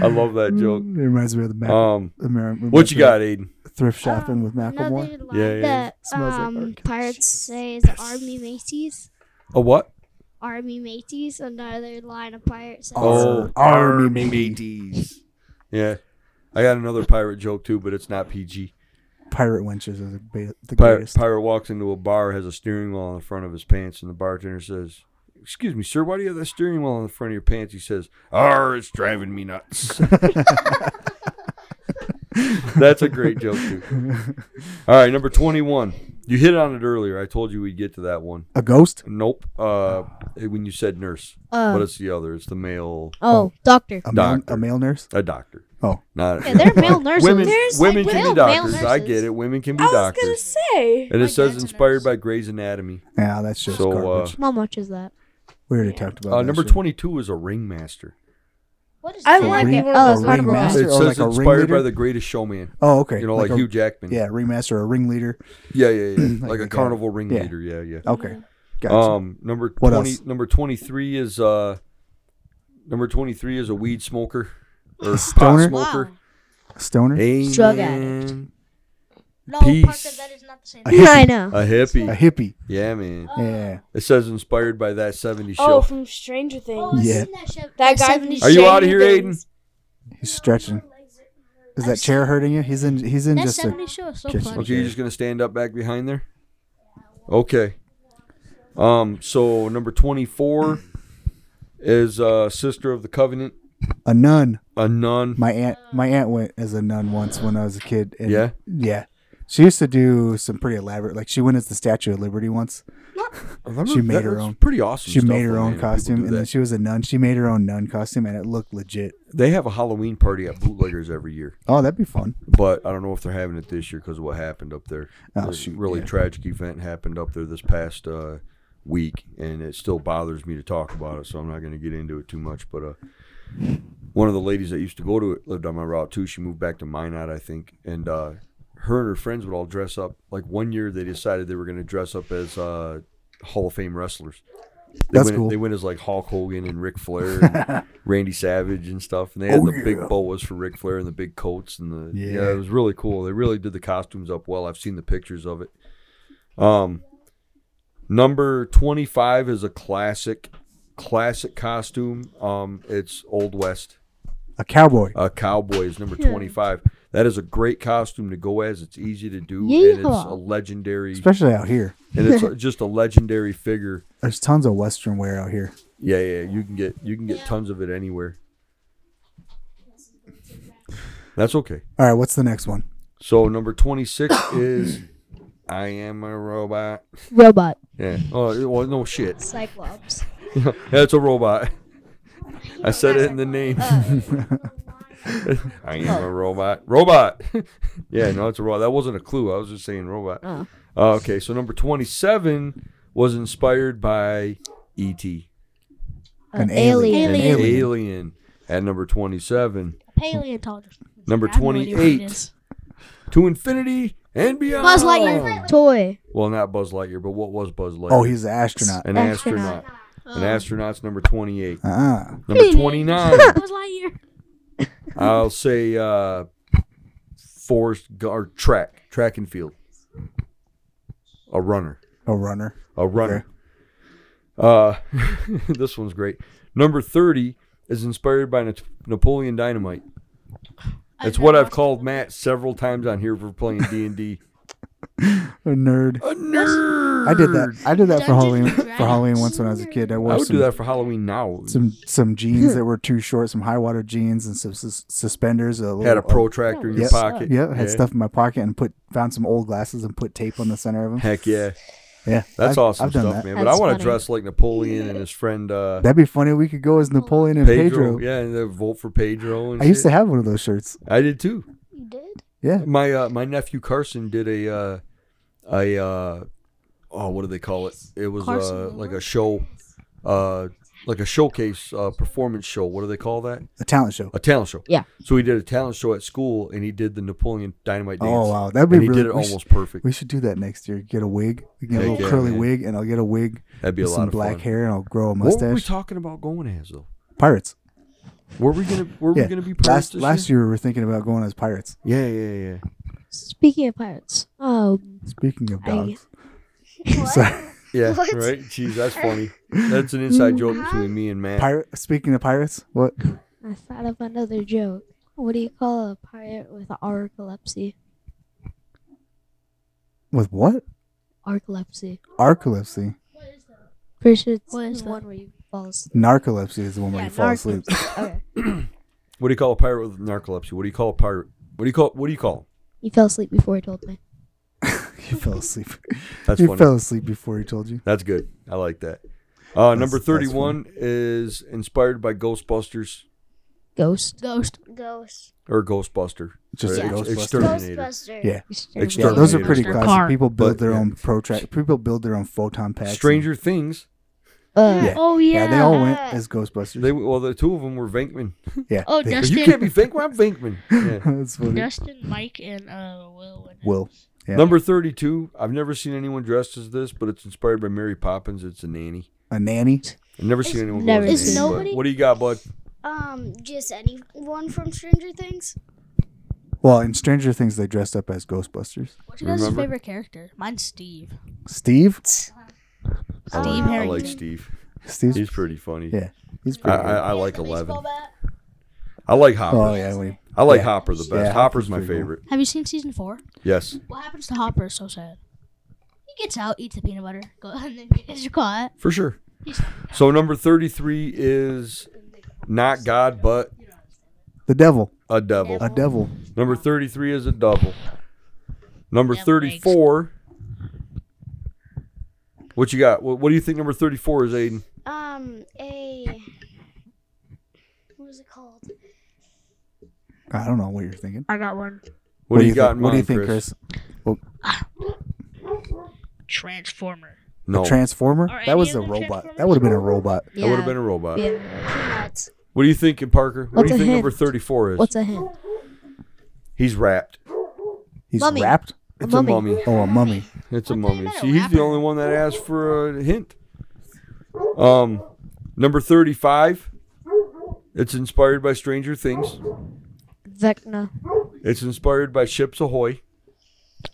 [SPEAKER 1] I love that joke.
[SPEAKER 2] Mm, It reminds me of the Mac.
[SPEAKER 1] Um,
[SPEAKER 2] the Mar- reminds
[SPEAKER 1] what you
[SPEAKER 2] me of
[SPEAKER 1] got, Aiden?
[SPEAKER 2] Thrift shopping with Macklemore.
[SPEAKER 5] Another line
[SPEAKER 1] Yeah, yeah, yeah.
[SPEAKER 5] that
[SPEAKER 2] Smells like
[SPEAKER 5] um,
[SPEAKER 2] arcade.
[SPEAKER 5] pirates say is "Army Mateys."
[SPEAKER 1] A what?
[SPEAKER 5] Army Mateys. Another line of pirates. Says,
[SPEAKER 2] Oh,
[SPEAKER 1] army
[SPEAKER 2] army
[SPEAKER 1] mateys. Yeah, I got another pirate joke too, but it's not PG.
[SPEAKER 2] Pirate winches are the, ba- the
[SPEAKER 1] Pirate,
[SPEAKER 2] greatest.
[SPEAKER 1] pirate walks into a bar, has a steering wheel on the front of his pants, and the bartender says, "Excuse me, sir, why do you have that steering wheel on the front of your pants?" He says, "Arr, it's driving me nuts." That's a great joke too. All right, number twenty-one. You hit on it earlier. I told you we'd get to that one.
[SPEAKER 2] a ghost?
[SPEAKER 1] Nope. Uh, when you said nurse, but
[SPEAKER 6] Uh,
[SPEAKER 1] it's the other. It's the male,
[SPEAKER 6] oh, doctor.
[SPEAKER 2] A male,
[SPEAKER 1] Doctor.
[SPEAKER 2] a male nurse?
[SPEAKER 1] a doctor.
[SPEAKER 2] Oh.
[SPEAKER 1] not
[SPEAKER 6] Yeah, they're male nurses.
[SPEAKER 1] women.
[SPEAKER 4] There's,
[SPEAKER 1] women
[SPEAKER 4] like,
[SPEAKER 1] can be
[SPEAKER 6] male- male
[SPEAKER 1] doctors. I
[SPEAKER 6] nurses.
[SPEAKER 1] get it. Women can be
[SPEAKER 4] I was
[SPEAKER 1] doctors.
[SPEAKER 4] gonna say.
[SPEAKER 1] And
[SPEAKER 6] My
[SPEAKER 1] it says
[SPEAKER 6] dad's a nurse.
[SPEAKER 1] inspired by Grey's Anatomy.
[SPEAKER 2] Yeah, that's just
[SPEAKER 1] So, uh,
[SPEAKER 2] garbage.
[SPEAKER 7] Mom watches that.
[SPEAKER 2] we already talked about
[SPEAKER 1] Uh,
[SPEAKER 2] that
[SPEAKER 1] number
[SPEAKER 2] shit.
[SPEAKER 1] 22 is a ringmaster.
[SPEAKER 6] What is
[SPEAKER 4] I
[SPEAKER 2] A
[SPEAKER 6] that?
[SPEAKER 4] like
[SPEAKER 2] ring-
[SPEAKER 4] it when
[SPEAKER 7] Oh,
[SPEAKER 4] it
[SPEAKER 2] a
[SPEAKER 4] was carnival.
[SPEAKER 2] ringmaster?
[SPEAKER 1] It
[SPEAKER 2] or
[SPEAKER 1] says
[SPEAKER 2] like a
[SPEAKER 1] inspired by
[SPEAKER 2] ringleader?
[SPEAKER 1] the greatest showman.
[SPEAKER 2] Oh, okay.
[SPEAKER 1] You know, like,
[SPEAKER 2] a,
[SPEAKER 1] Hugh Jackman.
[SPEAKER 2] Yeah, ringmaster or ringleader.
[SPEAKER 1] yeah, yeah. yeah.
[SPEAKER 2] Like
[SPEAKER 1] like,
[SPEAKER 2] the
[SPEAKER 1] a
[SPEAKER 2] guy.
[SPEAKER 1] carnival ringleader. Yeah, yeah.
[SPEAKER 2] Okay. Gotcha.
[SPEAKER 1] Um, number
[SPEAKER 2] What
[SPEAKER 1] 20,
[SPEAKER 2] else?
[SPEAKER 1] number 23 is uh, number 23 is a weed smoker or pot
[SPEAKER 2] stoner?
[SPEAKER 1] smoker.
[SPEAKER 2] Stoner?
[SPEAKER 1] Amen.
[SPEAKER 6] Drug addict. No, Parker,
[SPEAKER 1] Peace.
[SPEAKER 6] that is not the same.
[SPEAKER 2] A
[SPEAKER 6] thing.
[SPEAKER 2] hippie.
[SPEAKER 7] I know.
[SPEAKER 1] A
[SPEAKER 2] A
[SPEAKER 1] hippie.
[SPEAKER 2] hippie.
[SPEAKER 1] Yeah, man.
[SPEAKER 6] Oh,
[SPEAKER 2] Yeah.
[SPEAKER 1] It says inspired by that 70s
[SPEAKER 4] Oh,
[SPEAKER 1] show.
[SPEAKER 4] from Stranger
[SPEAKER 6] Oh,
[SPEAKER 4] Things.
[SPEAKER 6] I've
[SPEAKER 2] Yeah.
[SPEAKER 6] seen that shit.
[SPEAKER 4] That guy from
[SPEAKER 6] 70s
[SPEAKER 1] Are you
[SPEAKER 4] Stranger
[SPEAKER 1] out of here,
[SPEAKER 4] Things.
[SPEAKER 2] He's stretching. Is that chair hurting you? He's in. He's in
[SPEAKER 6] That
[SPEAKER 2] just a.
[SPEAKER 6] seventy show is so
[SPEAKER 2] just-
[SPEAKER 6] funny.
[SPEAKER 1] Okay, you're just gonna stand up back behind there. Okay. Um. So number twenty-four is uh, sister of the covenant,
[SPEAKER 2] A nun.
[SPEAKER 1] a nun.
[SPEAKER 2] My aunt.
[SPEAKER 6] Oh.
[SPEAKER 2] My aunt went as a nun once when I was a kid. And
[SPEAKER 1] Yeah?
[SPEAKER 2] Yeah. She used to do some pretty elaborate. Like she went as the Statue of Liberty once.
[SPEAKER 1] I remember
[SPEAKER 2] She made
[SPEAKER 1] that-
[SPEAKER 2] her
[SPEAKER 1] that's
[SPEAKER 2] own-
[SPEAKER 1] Pretty awesome.
[SPEAKER 2] She
[SPEAKER 1] stuff
[SPEAKER 2] made her
[SPEAKER 1] when
[SPEAKER 2] own
[SPEAKER 1] people do
[SPEAKER 2] costume, and
[SPEAKER 1] that.
[SPEAKER 2] then she was a nun. She made her own nun costume, and it looked legit.
[SPEAKER 1] they have a Halloween party at Bootleggers every year,
[SPEAKER 2] Oh, that'd be fun.
[SPEAKER 1] but I don't know if they're having it this year because of what happened up there.
[SPEAKER 2] Oh,
[SPEAKER 1] a
[SPEAKER 2] shoot,
[SPEAKER 1] really
[SPEAKER 2] yeah.
[SPEAKER 1] tragic event happened up there this past uh, week, and it still bothers me to talk about it. So I'm not going to get into it too much. But uh, one of the ladies that used to go to it lived on my route too. She moved back to Minot, I think, and uh, her and her friends would all dress up. Like one year, they decided they were going to dress up as uh, Hall of Fame wrestlers. They
[SPEAKER 2] That's
[SPEAKER 1] went,
[SPEAKER 2] cool.
[SPEAKER 1] They went as like Hulk Hogan and Ric Flair, and Randy Savage and stuff, and they had
[SPEAKER 2] Oh,
[SPEAKER 1] the
[SPEAKER 2] yeah.
[SPEAKER 1] big boas for Ric Flair and the big coats and the yeah.
[SPEAKER 2] Yeah.
[SPEAKER 1] it was really cool. They really did the costumes up well. I've seen the pictures of it. Um, number twenty five is a classic, classic costume. Um, it's Old West.
[SPEAKER 2] A cowboy.
[SPEAKER 1] Uh, Cowboys, number 25. That is a great costume to go as. It's easy to do. And it's
[SPEAKER 7] Yeehaw.
[SPEAKER 1] a legendary,
[SPEAKER 2] Especially out here.
[SPEAKER 1] and it's a- just a legendary figure.
[SPEAKER 2] There's tons of Western wear out here.
[SPEAKER 1] Yeah, yeah. You can get you can get tons of it anywhere. That's okay.
[SPEAKER 2] All right, what's the next one?
[SPEAKER 1] So number 26 is I am a robot.
[SPEAKER 7] Robot.
[SPEAKER 1] Yeah. Oh well, no shit.
[SPEAKER 7] Cyclops.
[SPEAKER 1] That's a robot. I said it in the name.
[SPEAKER 6] Uh.
[SPEAKER 1] I am a robot. Robot. yeah, no, it's a robot. That wasn't a clue. I was just saying robot.
[SPEAKER 7] Oh.
[SPEAKER 1] Uh, okay, so number 27 was inspired by E E.T.
[SPEAKER 2] An alien.
[SPEAKER 1] An
[SPEAKER 6] Alien.
[SPEAKER 1] alien. at number 27.
[SPEAKER 6] Paleontologist.
[SPEAKER 1] Number
[SPEAKER 6] I have no idea what it
[SPEAKER 1] 28,
[SPEAKER 6] is.
[SPEAKER 1] To Infinity and Beyond.
[SPEAKER 6] Buzz Lightyear.
[SPEAKER 7] Toy.
[SPEAKER 1] Well, not Buzz Lightyear, but what was Buzz Lightyear?
[SPEAKER 2] Oh, he's an astronaut.
[SPEAKER 1] an astronaut.
[SPEAKER 7] astronaut.
[SPEAKER 6] Oh.
[SPEAKER 1] An astronaut's number 28.
[SPEAKER 2] Ah,
[SPEAKER 1] Number 29.
[SPEAKER 6] Buzz Lightyear.
[SPEAKER 1] I'll say uh forest gu- or track, track and field. A runner.
[SPEAKER 2] a runner.
[SPEAKER 1] A runner. Uh this one's great. Number 30 is inspired by Nat- Napoleon Dynamite. It's what I've called Matt several times on here for playing D&D.
[SPEAKER 2] A nerd.
[SPEAKER 1] A nerd.
[SPEAKER 2] I did that. I did that for
[SPEAKER 6] Dungeons and
[SPEAKER 2] Halloween. For
[SPEAKER 6] Dragons.
[SPEAKER 2] Halloween once when I was a kid, I
[SPEAKER 1] I
[SPEAKER 2] wore
[SPEAKER 1] would do
[SPEAKER 2] some,
[SPEAKER 1] that for Halloween now.
[SPEAKER 2] some some jeans that were too short, some high water jeans, and some sus- suspenders. A little,
[SPEAKER 1] Had a protractor in your
[SPEAKER 2] Yes.
[SPEAKER 1] pocket.
[SPEAKER 2] Oh, Yeah, had
[SPEAKER 1] Yeah.
[SPEAKER 2] stuff in my pocket and put found some old glasses and put tape on the center of them.
[SPEAKER 1] Heck yeah.
[SPEAKER 2] Yeah,
[SPEAKER 1] That's
[SPEAKER 2] I've-
[SPEAKER 1] awesome
[SPEAKER 2] I've done
[SPEAKER 1] stuff,
[SPEAKER 2] that.
[SPEAKER 1] man. But
[SPEAKER 7] That's
[SPEAKER 1] I want to
[SPEAKER 7] funny.
[SPEAKER 1] dress like Napoleon and his friend uh
[SPEAKER 2] That'd be funny. We could go as Napoleon and Pedro.
[SPEAKER 1] Pedro. Yeah, and they vote for Pedro and
[SPEAKER 2] I used
[SPEAKER 1] shit.
[SPEAKER 2] to have one of those shirts.
[SPEAKER 1] I did too.
[SPEAKER 5] You did?
[SPEAKER 2] Yeah,
[SPEAKER 1] My uh, my nephew Carson did a uh, a uh, oh what do they call it? It was uh, like a show, uh, like a showcase uh, performance show. What do they call that?
[SPEAKER 2] a talent show.
[SPEAKER 1] A talent show.
[SPEAKER 7] Yeah.
[SPEAKER 1] So he did a talent show at school, and he did the Napoleon Dynamite dance.
[SPEAKER 2] Oh wow, that'd be
[SPEAKER 1] And he
[SPEAKER 2] really.
[SPEAKER 1] did it
[SPEAKER 2] we should-
[SPEAKER 1] almost perfect.
[SPEAKER 2] We should do that next year. Get a wig. We can get
[SPEAKER 1] Heck
[SPEAKER 2] a little
[SPEAKER 1] yeah,
[SPEAKER 2] curly
[SPEAKER 1] man.
[SPEAKER 2] wig, and I'll get a wig
[SPEAKER 1] That'd be a
[SPEAKER 2] with
[SPEAKER 1] lot
[SPEAKER 2] some
[SPEAKER 1] of
[SPEAKER 2] black
[SPEAKER 1] fun.
[SPEAKER 2] hair, and I'll grow a
[SPEAKER 1] What were we
[SPEAKER 2] mustache.
[SPEAKER 1] talking about going as though?
[SPEAKER 2] pirates.
[SPEAKER 1] Were we gonna Were we gonna be
[SPEAKER 2] last
[SPEAKER 1] pirates this
[SPEAKER 2] last year we were thinking about going as pirates.
[SPEAKER 1] Yeah, yeah, yeah.
[SPEAKER 7] Speaking of pirates. Oh,
[SPEAKER 2] Speaking of
[SPEAKER 7] I-
[SPEAKER 2] dogs, sorry,
[SPEAKER 1] Yeah,
[SPEAKER 5] What?
[SPEAKER 1] right. Jeez, that's funny. That's an inside joke between me and Matt.
[SPEAKER 2] pirate. Speaking of pirates, what?
[SPEAKER 7] I thought of another joke. What do you call a pirate with narcolepsy?
[SPEAKER 2] With what?
[SPEAKER 7] Narcolepsy.
[SPEAKER 2] Narcolepsy.
[SPEAKER 7] First, it's
[SPEAKER 6] What is
[SPEAKER 7] the
[SPEAKER 6] that?
[SPEAKER 7] one where you fall asleep.
[SPEAKER 2] Narcolepsy is the one where you fall asleep.
[SPEAKER 7] okay.
[SPEAKER 1] What do you call a pirate with narcolepsy? What do you call a pirate? What do you call? What do you call?
[SPEAKER 7] You fell asleep before he told me.
[SPEAKER 2] you fell asleep.
[SPEAKER 1] That's
[SPEAKER 2] you
[SPEAKER 1] funny.
[SPEAKER 2] fell asleep before he told you.
[SPEAKER 1] That's good. I like that. Uh, number
[SPEAKER 2] that's fun.
[SPEAKER 1] 31 is inspired by Ghostbusters
[SPEAKER 7] Ghost.
[SPEAKER 6] Ghost.
[SPEAKER 5] Ghost.
[SPEAKER 1] or Ghostbuster.
[SPEAKER 2] Just
[SPEAKER 1] Or
[SPEAKER 2] a
[SPEAKER 1] ex-
[SPEAKER 2] Ghostbuster.
[SPEAKER 1] Exterminator.
[SPEAKER 5] Ghostbuster.
[SPEAKER 2] Yeah. Yeah,
[SPEAKER 1] Exterminator.
[SPEAKER 2] those are pretty
[SPEAKER 6] Ghostbuster
[SPEAKER 2] classic.
[SPEAKER 6] car.
[SPEAKER 2] People build
[SPEAKER 1] But,
[SPEAKER 2] their
[SPEAKER 1] yeah.
[SPEAKER 2] own protract. People build their own photon packs. and-
[SPEAKER 1] Stranger Things.
[SPEAKER 7] Uh,
[SPEAKER 2] Yeah.
[SPEAKER 6] Oh
[SPEAKER 2] Yeah,
[SPEAKER 6] yeah.
[SPEAKER 2] they all went as Ghostbusters.
[SPEAKER 1] They well, the two of them were Venkman.
[SPEAKER 2] yeah.
[SPEAKER 6] Oh,
[SPEAKER 2] they-
[SPEAKER 6] Dustin.
[SPEAKER 1] You can't be Venkman. I'm Venkman. Yeah.
[SPEAKER 2] That's funny.
[SPEAKER 6] Dustin, Mike, and uh, Will. went as-
[SPEAKER 2] Will. Yeah.
[SPEAKER 1] Number 32. I've never seen anyone dressed as this, but it's inspired by Mary Poppins. It's a nanny.
[SPEAKER 2] A nanny.
[SPEAKER 1] I've never seen anyone.
[SPEAKER 7] never
[SPEAKER 1] go as a
[SPEAKER 6] seen
[SPEAKER 1] nanny, but-
[SPEAKER 6] nobody-
[SPEAKER 1] What do you got, bud?
[SPEAKER 5] Um, just anyone from Stranger Things?
[SPEAKER 2] Well, in Stranger Things, they dressed up as Ghostbusters.
[SPEAKER 6] What's your guys'
[SPEAKER 1] Remember?
[SPEAKER 6] favorite character? Mine's Steve.
[SPEAKER 2] Steve,
[SPEAKER 1] I
[SPEAKER 6] Steve
[SPEAKER 1] like, I
[SPEAKER 6] Harrington.
[SPEAKER 1] like Steve.
[SPEAKER 2] Steve's
[SPEAKER 1] He's pretty funny.
[SPEAKER 2] Yeah. he's
[SPEAKER 1] I,
[SPEAKER 2] pretty.
[SPEAKER 1] I, I
[SPEAKER 6] He has
[SPEAKER 1] like
[SPEAKER 6] the
[SPEAKER 1] Eleven.
[SPEAKER 6] baseball bat.
[SPEAKER 1] I like
[SPEAKER 2] good.
[SPEAKER 1] Hopper.
[SPEAKER 2] oh yeah, when he-
[SPEAKER 1] I like
[SPEAKER 2] Yeah.
[SPEAKER 1] Hopper the best.
[SPEAKER 2] Yeah,
[SPEAKER 1] Hopper's
[SPEAKER 2] Hopper's
[SPEAKER 1] my
[SPEAKER 2] pretty cool.
[SPEAKER 1] favorite.
[SPEAKER 6] Have you seen season four?
[SPEAKER 1] Yes,
[SPEAKER 6] What happens to Hopper is so sad. He gets out, eats the peanut butter, go and then gets caught.
[SPEAKER 1] for sure. So number thirty-three is not God, but
[SPEAKER 2] the devil,
[SPEAKER 1] a devil.
[SPEAKER 2] a devil.
[SPEAKER 1] Number 33 is a double. Number
[SPEAKER 6] Devil
[SPEAKER 1] 34. What you got? What, what do you think number 34 is, Aiden?
[SPEAKER 5] Um, a what was it called?
[SPEAKER 2] I don't know what you're thinking.
[SPEAKER 6] I got one.
[SPEAKER 1] What, do you, got
[SPEAKER 2] think-
[SPEAKER 1] in
[SPEAKER 2] What do you
[SPEAKER 1] mind,
[SPEAKER 2] think,
[SPEAKER 1] Chris?
[SPEAKER 2] Chris?
[SPEAKER 6] Transformer.
[SPEAKER 1] No.
[SPEAKER 2] Transformer?
[SPEAKER 6] Are any
[SPEAKER 2] That was
[SPEAKER 6] of
[SPEAKER 2] a
[SPEAKER 6] them
[SPEAKER 2] robot.
[SPEAKER 6] Transformers?
[SPEAKER 2] That would have been a robot.
[SPEAKER 1] that would have been a robot.
[SPEAKER 5] Peanuts.
[SPEAKER 1] What do you thinking, Parker? What
[SPEAKER 7] What's
[SPEAKER 1] do you
[SPEAKER 7] a
[SPEAKER 1] think
[SPEAKER 7] hint?
[SPEAKER 1] number 34 is?
[SPEAKER 7] What's a hint?
[SPEAKER 1] He's wrapped.
[SPEAKER 2] He's
[SPEAKER 7] Mummy.
[SPEAKER 2] wrapped.
[SPEAKER 1] It's
[SPEAKER 7] mummy.
[SPEAKER 1] a mummy.
[SPEAKER 2] Oh, a mummy.
[SPEAKER 1] It's a
[SPEAKER 6] What the
[SPEAKER 1] mummy.
[SPEAKER 6] hell,
[SPEAKER 1] See, he's the
[SPEAKER 6] rapper?
[SPEAKER 1] only one that asked for a hint. Um, number 35. It's inspired by Stranger Things.
[SPEAKER 7] Vecna.
[SPEAKER 1] It's inspired by Ships Ahoy.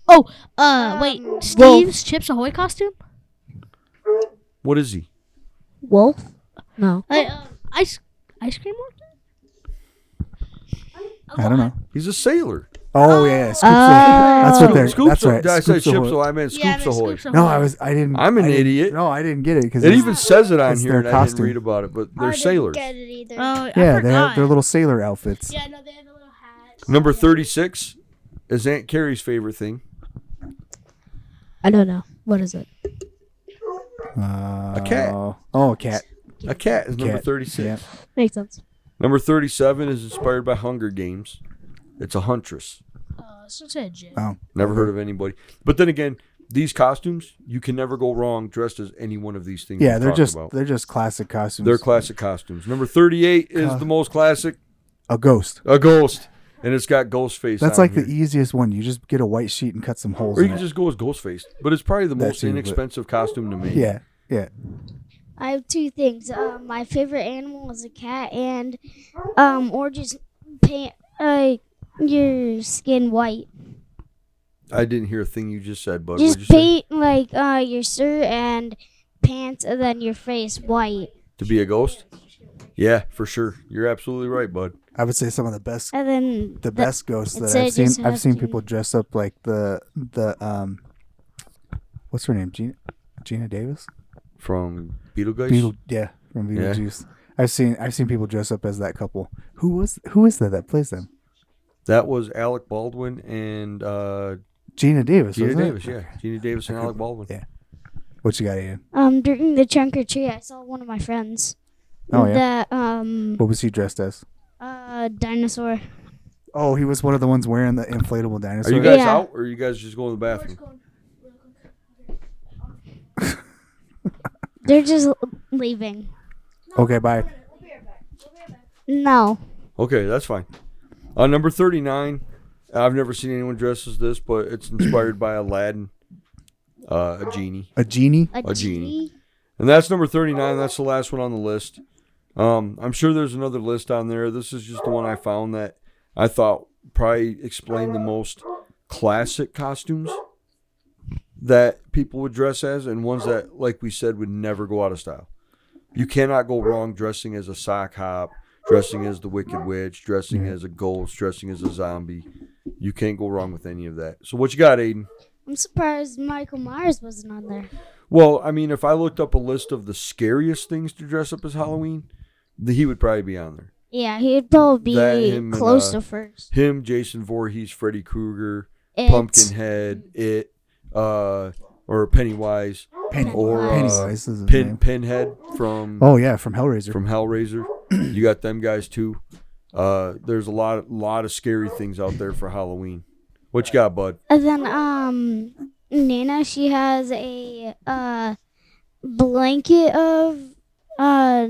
[SPEAKER 6] Oh, uh, wait.
[SPEAKER 2] Um,
[SPEAKER 6] Steve's Chips Ahoy costume?
[SPEAKER 1] What is he?
[SPEAKER 7] Wolf? No.
[SPEAKER 6] I, uh, ice, ice cream monster?
[SPEAKER 2] I don't know.
[SPEAKER 1] He's a sailor.
[SPEAKER 2] Oh yeah, Scoops
[SPEAKER 7] Oh.
[SPEAKER 2] Ahoy. that's what they're.
[SPEAKER 1] Scoops
[SPEAKER 2] that's right.
[SPEAKER 1] I said
[SPEAKER 2] Scoops Ahoy.
[SPEAKER 1] ships ahoy. I meant scoops
[SPEAKER 6] yeah, I mean,
[SPEAKER 1] ahoy.
[SPEAKER 6] Scoops Ahoy.
[SPEAKER 2] No, I was. I didn't.
[SPEAKER 1] I'm an
[SPEAKER 2] I didn't-
[SPEAKER 1] idiot.
[SPEAKER 2] No, I didn't get it because
[SPEAKER 1] It even says it on
[SPEAKER 2] it's
[SPEAKER 1] here,
[SPEAKER 2] their
[SPEAKER 1] and I didn't
[SPEAKER 2] costume.
[SPEAKER 1] read about it. But
[SPEAKER 5] I
[SPEAKER 1] they're
[SPEAKER 5] didn't
[SPEAKER 1] sailors.
[SPEAKER 5] Get it either.
[SPEAKER 6] Oh, I
[SPEAKER 2] Yeah, they
[SPEAKER 6] forgot.
[SPEAKER 2] have their little sailor outfits.
[SPEAKER 6] Yeah, no, they had the little hats.
[SPEAKER 1] Number thirty-six is Aunt Carrie's favorite thing.
[SPEAKER 7] I don't know. What is it?
[SPEAKER 2] Uh,
[SPEAKER 1] cat.
[SPEAKER 2] Oh, a cat.
[SPEAKER 1] A cat is number
[SPEAKER 2] Cat,
[SPEAKER 1] thirty-six.
[SPEAKER 2] yeah.
[SPEAKER 7] Makes sense.
[SPEAKER 1] Number thirty-seven is inspired by Hunger Games. It's a huntress.
[SPEAKER 6] Uh, since I had Jim.
[SPEAKER 2] Oh,
[SPEAKER 1] Never heard of anybody. But then again, these costumes you can never go wrong dressed as any one of these things.
[SPEAKER 2] yeah.
[SPEAKER 1] we
[SPEAKER 2] They're
[SPEAKER 1] talked
[SPEAKER 2] just
[SPEAKER 1] about.
[SPEAKER 2] they're just classic costumes.
[SPEAKER 1] They're classic costumes. Number thirty-eight is
[SPEAKER 2] Co-
[SPEAKER 1] the most classic,
[SPEAKER 2] a ghost.
[SPEAKER 1] a ghost, and it's got Ghostface.
[SPEAKER 2] That's
[SPEAKER 1] on
[SPEAKER 2] like
[SPEAKER 1] here.
[SPEAKER 2] the easiest one. You just get a white sheet and cut some holes.
[SPEAKER 1] Or you
[SPEAKER 2] in
[SPEAKER 1] can
[SPEAKER 2] it.
[SPEAKER 1] just go as Ghostface, but it's probably the
[SPEAKER 2] That
[SPEAKER 1] most
[SPEAKER 2] too, but-
[SPEAKER 1] inexpensive costume to make.
[SPEAKER 2] yeah, yeah.
[SPEAKER 5] I have two things. Um, my favorite animal is a cat, and um, or just paint uh, your skin white.
[SPEAKER 1] I didn't hear a thing you just said, but
[SPEAKER 5] just
[SPEAKER 1] just say
[SPEAKER 5] paint like uh, your shirt and pants, and then your face white,
[SPEAKER 1] to be a ghost. Yeah, for sure. You're absolutely right, bud.
[SPEAKER 2] I would say some of the best
[SPEAKER 5] and then
[SPEAKER 2] the best ghosts that
[SPEAKER 5] it's a-
[SPEAKER 2] I've
[SPEAKER 5] just
[SPEAKER 2] seen. I've
[SPEAKER 5] have
[SPEAKER 2] seen
[SPEAKER 5] to-
[SPEAKER 2] people dress up like the the um, what's her name? Gina Gina Davis.
[SPEAKER 1] From Beetlejuice.
[SPEAKER 2] Beetle, yeah, from
[SPEAKER 1] Yeah.
[SPEAKER 2] Beetlejuice. I've seen I've seen people dress up as that couple. Who was who is that that plays them?
[SPEAKER 1] that was Alec Baldwin and uh,
[SPEAKER 2] Gina Davis.
[SPEAKER 1] Gina
[SPEAKER 2] wasn't it?
[SPEAKER 1] Davis. Yeah, Gina Davis and Alec Baldwin.
[SPEAKER 2] Yeah. What you got, Ian?
[SPEAKER 5] Um, during the trunk or treat, I saw one of my friends.
[SPEAKER 2] Oh, yeah?
[SPEAKER 5] That um
[SPEAKER 2] What was he dressed as?
[SPEAKER 5] uh dinosaur.
[SPEAKER 2] Oh, he was one of the ones wearing the
[SPEAKER 1] Are
[SPEAKER 2] inflatable dinosaur.
[SPEAKER 1] you guys
[SPEAKER 5] Yeah.
[SPEAKER 1] out, or are you guys just going to the bathroom?
[SPEAKER 5] They're just leaving.
[SPEAKER 2] okay, bye.
[SPEAKER 5] No.
[SPEAKER 1] Okay, that's fine. Uh, number 39. I've never seen anyone dress as this, but it's inspired by Aladdin, uh, a genie.
[SPEAKER 2] A genie.
[SPEAKER 5] A,
[SPEAKER 1] A genie. And that's number 39. That's the last one on the list. Um, I'm sure there's another list on there. This is just the one I found that I thought probably explained the most classic costumes that people would dress as and ones that, like we said, would never go out of style. You cannot go wrong dressing as a sock hop, dressing as the Wicked Witch, dressing as a ghost, dressing as a zombie. You can't go wrong with any of that. So, what you got, Aiden?
[SPEAKER 5] I'm surprised Michael Myers wasn't on there.
[SPEAKER 1] Well, I mean, if I looked up a list of the scariest things to dress up as Halloween, the, he would probably be on there.
[SPEAKER 5] Yeah, he'd probably
[SPEAKER 1] That,
[SPEAKER 5] be
[SPEAKER 1] him, and,
[SPEAKER 5] close
[SPEAKER 1] uh,
[SPEAKER 5] to first.
[SPEAKER 1] Him, Jason Voorhees, Freddy Krueger,
[SPEAKER 5] It,
[SPEAKER 1] Pumpkinhead, It, uh, or Pennywise,
[SPEAKER 2] Penny.
[SPEAKER 1] Or, uh,
[SPEAKER 2] Pennywise is his
[SPEAKER 1] Pin
[SPEAKER 2] name.
[SPEAKER 1] Pinhead from
[SPEAKER 2] Oh yeah, from Hellraiser.
[SPEAKER 1] from Hellraiser. You got them guys too. Uh, there's a lot lot of scary things out there for Halloween. What you got, bud?
[SPEAKER 5] And then um Nana, she has a uh blanket of uh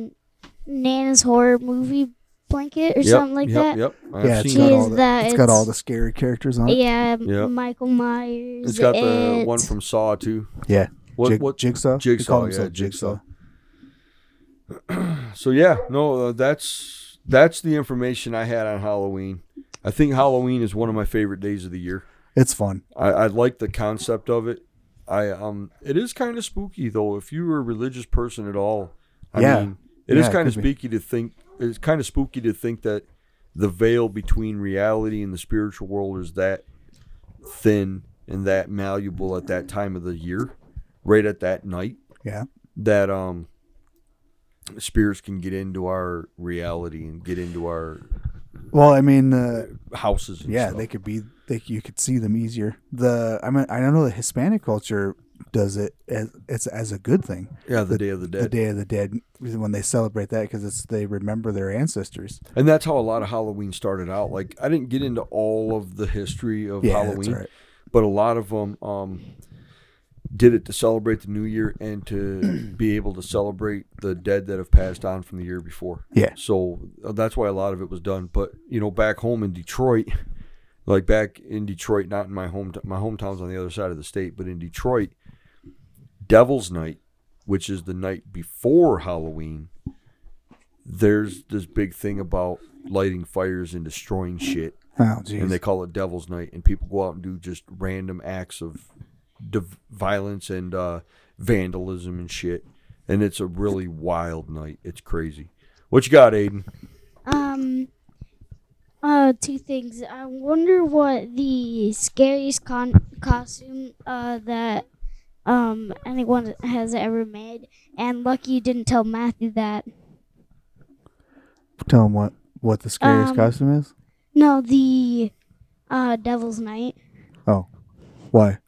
[SPEAKER 5] Nana's horror movie blanket or
[SPEAKER 1] Yep,
[SPEAKER 5] something like
[SPEAKER 1] yep,
[SPEAKER 5] that.
[SPEAKER 1] Yep. I've
[SPEAKER 2] yeah, it's
[SPEAKER 1] seen
[SPEAKER 5] got
[SPEAKER 1] that.
[SPEAKER 2] got, all
[SPEAKER 5] Jeez, all
[SPEAKER 2] the,
[SPEAKER 5] the- that
[SPEAKER 2] it's got all
[SPEAKER 5] it's-
[SPEAKER 2] the scary characters on it.
[SPEAKER 5] Yeah,
[SPEAKER 1] Yep.
[SPEAKER 5] Michael Myers.
[SPEAKER 1] It's got the
[SPEAKER 5] It.
[SPEAKER 1] one from Saw too.
[SPEAKER 2] Yeah.
[SPEAKER 1] What
[SPEAKER 2] Jig-
[SPEAKER 1] what
[SPEAKER 2] Jigsaw. They
[SPEAKER 1] Jigsaw,
[SPEAKER 2] call
[SPEAKER 1] yeah,
[SPEAKER 2] himself
[SPEAKER 1] Jigsaw. So yeah, no, uh, that's that's the information I had on Halloween. I think Halloween is one of my favorite days of the year.
[SPEAKER 2] It's fun.
[SPEAKER 1] I, I like the concept of it. I um, it is kind of spooky though. If you were a religious person at all, I
[SPEAKER 2] Yeah.
[SPEAKER 1] mean, it is
[SPEAKER 2] Yeah, it
[SPEAKER 1] kind of
[SPEAKER 2] could be.
[SPEAKER 1] spooky to think. It's kind of spooky to think that the veil between reality and the spiritual world is that thin and that malleable at that time of the year, right at that night.
[SPEAKER 2] Yeah.
[SPEAKER 1] That um, spirits can get into our reality and get into our
[SPEAKER 2] Well, I mean, the
[SPEAKER 1] houses. And
[SPEAKER 2] yeah
[SPEAKER 1] stuff.
[SPEAKER 2] they could be they you could see them easier the i mean i don't know the hispanic culture does it as it's as a good thing
[SPEAKER 1] yeah, the, Day of the Dead.
[SPEAKER 2] the day of the dead when they celebrate that because it's they remember their ancestors
[SPEAKER 1] And that's how a lot of Halloween started out. Like I didn't get into all of the history of
[SPEAKER 2] yeah
[SPEAKER 1] Halloween,
[SPEAKER 2] that's right
[SPEAKER 1] but a lot of them um, did it to celebrate the new year and to be able to celebrate the dead that have passed on from the year before.
[SPEAKER 2] Yeah.
[SPEAKER 1] So uh, that's why a lot of it was done. But you know, back home in Detroit, like back in Detroit, not in my hometown. My hometown's on the other side of the state, but in Detroit, Devil's Night, which is the night before Halloween, there's this big thing about lighting fires and destroying shit
[SPEAKER 2] oh geez
[SPEAKER 1] and they call it Devil's Night, and people go out and do just random acts of div- violence and uh, vandalism and shit. And it's a really wild night. It's crazy. What you got, Aiden?
[SPEAKER 5] Um, uh, two things. I wonder what the scariest con- costume uh, that um anyone has ever made. And lucky you didn't tell Matthew that.
[SPEAKER 2] tell them what what the scariest
[SPEAKER 5] Um,
[SPEAKER 2] costume is
[SPEAKER 5] No, the uh Devil's Night
[SPEAKER 2] Oh. why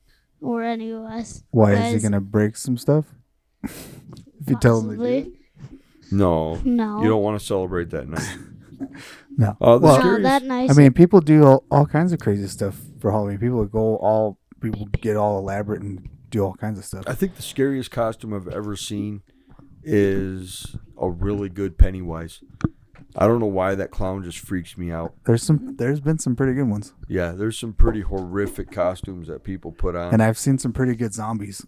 [SPEAKER 5] or any of us.
[SPEAKER 2] why is he
[SPEAKER 5] Guys.
[SPEAKER 2] gonna break some stuff if you tell him to do
[SPEAKER 5] possibly.
[SPEAKER 2] it?
[SPEAKER 1] No,
[SPEAKER 5] No.
[SPEAKER 1] you don't want to celebrate that night.
[SPEAKER 2] no
[SPEAKER 1] Uh, the
[SPEAKER 2] well
[SPEAKER 5] no,
[SPEAKER 1] scariest-
[SPEAKER 5] that nice.
[SPEAKER 2] i mean people do all, all kinds of crazy stuff for halloween people go all people get all elaborate and do all kinds of stuff
[SPEAKER 1] I think the scariest costume I've ever seen is a really good Pennywise. I don't know why that clown just freaks me out.
[SPEAKER 2] there's some there's been some pretty good ones
[SPEAKER 1] Yeah, there's some pretty horrific costumes that people put on.
[SPEAKER 2] and i've seen some pretty good zombies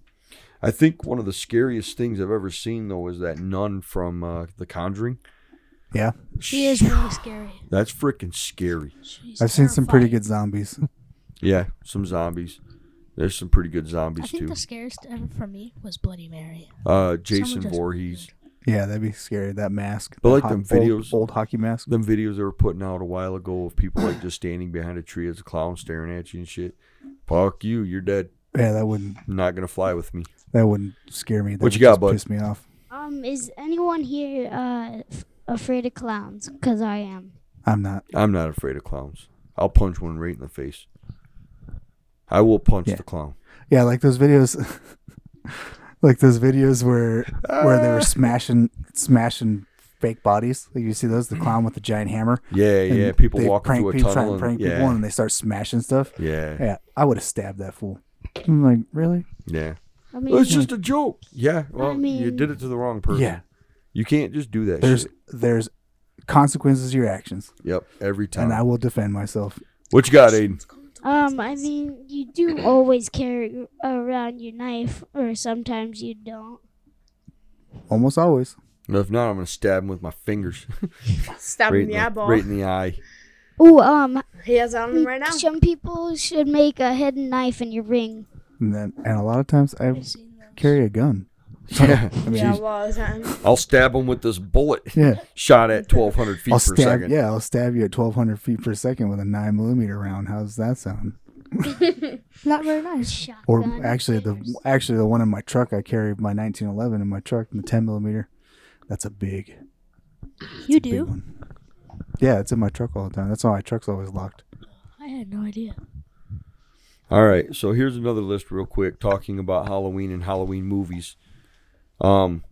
[SPEAKER 1] I think one of the scariest things I've ever seen though is that nun from uh, The Conjuring.
[SPEAKER 2] Yeah.
[SPEAKER 6] She is really scary.
[SPEAKER 1] That's freaking scary.
[SPEAKER 6] She's
[SPEAKER 2] I've seen some pretty
[SPEAKER 6] terrifying.
[SPEAKER 2] good zombies.
[SPEAKER 1] Yeah, some zombies. There's some pretty good
[SPEAKER 6] I
[SPEAKER 1] zombies
[SPEAKER 6] think
[SPEAKER 1] too.
[SPEAKER 6] the scariest ever for me was Bloody Mary.
[SPEAKER 1] Uh,
[SPEAKER 6] Someone
[SPEAKER 1] Jason
[SPEAKER 6] just-
[SPEAKER 1] Voorhees.
[SPEAKER 2] Yeah, that'd be scary. That mask.
[SPEAKER 1] But
[SPEAKER 2] that
[SPEAKER 1] like
[SPEAKER 2] ho-
[SPEAKER 1] them
[SPEAKER 2] old-
[SPEAKER 1] videos-
[SPEAKER 2] old, hockey mask.
[SPEAKER 1] Them videos they were putting out a while ago of people like just standing behind a tree as a clown staring at you and shit. Fuck you, you're dead.
[SPEAKER 2] Yeah, that wouldn't
[SPEAKER 1] Not gonna fly with me.
[SPEAKER 2] that wouldn't scare me. That
[SPEAKER 1] What you
[SPEAKER 2] would
[SPEAKER 1] got,
[SPEAKER 2] just
[SPEAKER 1] bud?
[SPEAKER 2] Piss me off.
[SPEAKER 5] um, is anyone here uh f- afraid of clowns? Cause I am.
[SPEAKER 2] I'm not.
[SPEAKER 1] I'm not afraid of clowns. I'll punch one right in the face. I will punch
[SPEAKER 2] Yeah.
[SPEAKER 1] the clown.
[SPEAKER 2] Yeah, like those videos. like those videos where where
[SPEAKER 1] Ah.
[SPEAKER 2] they were smashing smashing fake bodies. Like you see those, the clown with the giant hammer.
[SPEAKER 1] Yeah,
[SPEAKER 2] and
[SPEAKER 1] yeah. People
[SPEAKER 2] they
[SPEAKER 1] walking through a
[SPEAKER 2] people, try
[SPEAKER 1] tunnel
[SPEAKER 2] and
[SPEAKER 1] and,
[SPEAKER 2] prank
[SPEAKER 1] yeah,
[SPEAKER 2] people, and they start smashing stuff.
[SPEAKER 1] yeah,
[SPEAKER 2] Yeah, I would have stabbed that fool. I'm like, really?
[SPEAKER 1] yeah.
[SPEAKER 5] I mean,
[SPEAKER 1] Well, it's just a joke. Yeah. Well, you
[SPEAKER 5] mean-
[SPEAKER 1] did it to the wrong person.
[SPEAKER 2] Yeah.
[SPEAKER 1] You can't just do that.
[SPEAKER 2] There's
[SPEAKER 1] shit.
[SPEAKER 2] there's consequences to your actions,
[SPEAKER 1] Yep. Every time.
[SPEAKER 2] and I will defend myself.
[SPEAKER 1] What you got, Aiden?
[SPEAKER 5] Um, I mean, you do always carry around your knife, or sometimes you don't.
[SPEAKER 2] Almost always.
[SPEAKER 1] No, if not, I'm gonna stab him with my fingers.
[SPEAKER 4] Stab
[SPEAKER 1] right,
[SPEAKER 4] him in the eyeball.
[SPEAKER 1] right in the eye.
[SPEAKER 5] Oh, um,
[SPEAKER 4] He has it on him right now.
[SPEAKER 5] some people should make a hidden knife in your ring.
[SPEAKER 2] And then, and a lot of times I
[SPEAKER 6] I've seen those.
[SPEAKER 2] carry a gun.
[SPEAKER 1] Yeah.
[SPEAKER 2] I mean,
[SPEAKER 4] Yeah, well, it's not-
[SPEAKER 1] I'll stab him with this bullet
[SPEAKER 2] yeah.
[SPEAKER 1] shot at 1,200 feet
[SPEAKER 2] I'll
[SPEAKER 1] per
[SPEAKER 2] stab.
[SPEAKER 1] second.
[SPEAKER 2] Yeah, I'll stab you at twelve hundred feet per second with a nine millimeter round. How's that sound?
[SPEAKER 6] Not very nice.
[SPEAKER 5] Shotgun.
[SPEAKER 2] Or actually, the actually the one in my truck, I carry my nineteen eleven in my truck, the ten millimeter. That's a big,
[SPEAKER 6] You
[SPEAKER 2] big
[SPEAKER 6] do?
[SPEAKER 2] one. Yeah, it's in my truck all the time. That's why my truck's always locked.
[SPEAKER 6] I had no idea.
[SPEAKER 1] All right. So here's another list, real quick, talking about Halloween and Halloween movies. Um,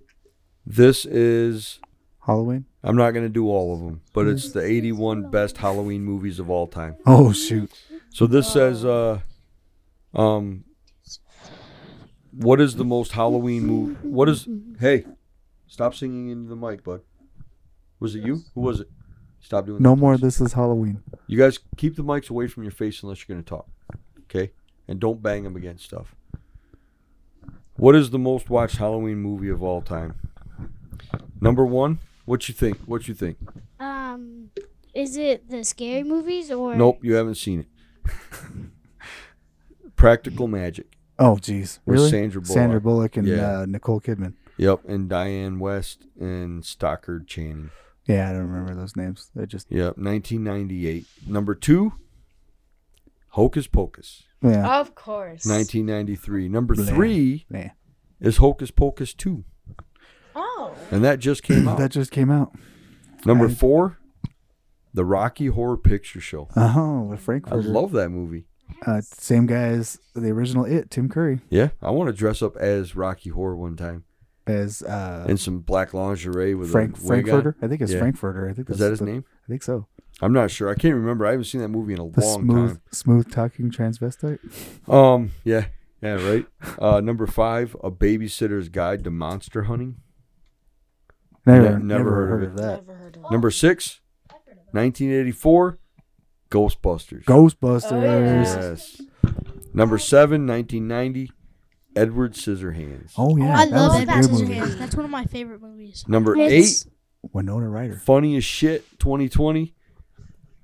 [SPEAKER 1] this is.
[SPEAKER 2] Halloween.
[SPEAKER 1] I'm not gonna do all of them, but it's the 81 best Halloween movies of all time.
[SPEAKER 2] Oh shoot!
[SPEAKER 1] So this says, uh, um, what is the most Halloween movie? What is? Hey, stop singing into the mic, bud. Was it you? Who was it? Stop doing.
[SPEAKER 2] No
[SPEAKER 1] that,
[SPEAKER 2] more.
[SPEAKER 1] please.
[SPEAKER 2] This is Halloween.
[SPEAKER 1] You guys keep the mics away from your face unless you're going to talk, okay? And don't bang them against stuff. What is the most watched Halloween movie of all time? Number one. What you think? What you think?
[SPEAKER 5] um, Is it the scary movies or
[SPEAKER 1] Nope, you haven't seen it. Practical Magic
[SPEAKER 2] Oh, geez,
[SPEAKER 1] with
[SPEAKER 2] really?
[SPEAKER 1] Sandra Bullock.
[SPEAKER 2] Sandra Bullock and
[SPEAKER 1] Yeah.
[SPEAKER 2] uh, Nicole Kidman.
[SPEAKER 1] Yep, and Diane West and Stockard Channing.
[SPEAKER 2] Yeah, I don't remember those names. They're just
[SPEAKER 1] Yep, 1998. Number two, Hocus Pocus,
[SPEAKER 2] yeah,
[SPEAKER 4] Of course.
[SPEAKER 1] 1993. Number
[SPEAKER 2] Bleh.
[SPEAKER 1] three
[SPEAKER 2] yeah.
[SPEAKER 1] is Hocus Pocus 2,
[SPEAKER 4] Oh.
[SPEAKER 1] and that just came out.
[SPEAKER 2] that just came out.
[SPEAKER 1] Number
[SPEAKER 2] I-
[SPEAKER 1] four, The Rocky Horror Picture Show.
[SPEAKER 2] Oh, with Frank.
[SPEAKER 1] I love that movie.
[SPEAKER 2] uh, same guy as the original It, Tim Curry,
[SPEAKER 1] Yeah, I want to dress up as Rocky Horror one time
[SPEAKER 2] as uh,
[SPEAKER 1] in some black lingerie with
[SPEAKER 2] Frank
[SPEAKER 1] a wig on.
[SPEAKER 2] Frankfurter. I think it's
[SPEAKER 1] Yeah.
[SPEAKER 2] Frankfurter. I think
[SPEAKER 1] Is
[SPEAKER 2] that's
[SPEAKER 1] that his
[SPEAKER 2] the-
[SPEAKER 1] name?
[SPEAKER 2] I think so.
[SPEAKER 1] I'm not sure. I can't remember. I haven't seen that movie in a
[SPEAKER 2] The
[SPEAKER 1] long
[SPEAKER 2] smooth,
[SPEAKER 1] time.
[SPEAKER 2] smooth talking transvestite.
[SPEAKER 1] Um, yeah, yeah, right. Uh, number five, A Babysitter's Guide to Monster Hunting.
[SPEAKER 2] Never,
[SPEAKER 1] never
[SPEAKER 2] never,
[SPEAKER 1] heard
[SPEAKER 2] heard,
[SPEAKER 1] of
[SPEAKER 2] of, that.
[SPEAKER 4] Never heard of it.
[SPEAKER 1] Number six, 1984, Ghostbusters.
[SPEAKER 2] Ghostbusters.
[SPEAKER 4] yeah.
[SPEAKER 1] Yes. Number seven, 1990, Edward Scissorhands.
[SPEAKER 2] Oh yeah,
[SPEAKER 6] I
[SPEAKER 2] that
[SPEAKER 6] love
[SPEAKER 2] was a
[SPEAKER 6] that
[SPEAKER 2] good
[SPEAKER 6] Scissor
[SPEAKER 2] movie.
[SPEAKER 6] Hands. That's one of my favorite movies.
[SPEAKER 1] Number
[SPEAKER 5] It's-
[SPEAKER 2] Winona
[SPEAKER 1] eight,
[SPEAKER 2] Ryder.
[SPEAKER 1] Funny as Shit, 2020,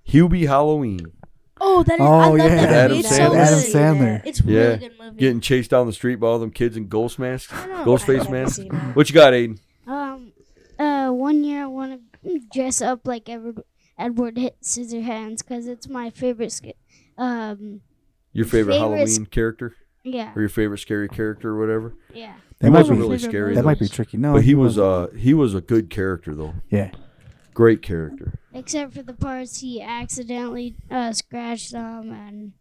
[SPEAKER 1] Hubie Halloween.
[SPEAKER 6] Oh, that is. I
[SPEAKER 2] Oh
[SPEAKER 6] love
[SPEAKER 2] yeah,
[SPEAKER 6] that
[SPEAKER 1] With Adam
[SPEAKER 6] movie. It's so
[SPEAKER 1] Sandler.
[SPEAKER 6] good.
[SPEAKER 2] Adam
[SPEAKER 4] good.
[SPEAKER 2] Sandler.
[SPEAKER 6] It's a
[SPEAKER 1] Yeah.
[SPEAKER 6] really good movie.
[SPEAKER 1] Getting chased down the street by all them kids in ghost masks,
[SPEAKER 6] I know.
[SPEAKER 1] ghost face
[SPEAKER 4] I've never
[SPEAKER 1] masks.
[SPEAKER 4] seen that.
[SPEAKER 1] What you got, Aiden?
[SPEAKER 5] Um, uh, one year I want to dress up like Edward, Edward Hit Scissorhands because it's my favorite. Sc- um,
[SPEAKER 1] Your favorite,
[SPEAKER 5] Favorite
[SPEAKER 1] Halloween character
[SPEAKER 5] yeah,
[SPEAKER 1] or your favorite scary character or whatever?
[SPEAKER 5] yeah.
[SPEAKER 2] That
[SPEAKER 1] He
[SPEAKER 2] might
[SPEAKER 1] wasn't
[SPEAKER 2] be
[SPEAKER 1] really scary.
[SPEAKER 2] that
[SPEAKER 1] though.
[SPEAKER 2] might be tricky. No,
[SPEAKER 1] but he was
[SPEAKER 2] wasn't.
[SPEAKER 1] uh he was a good character though.
[SPEAKER 2] yeah.
[SPEAKER 1] Great character.
[SPEAKER 5] Except for the parts he accidentally uh, scratched them and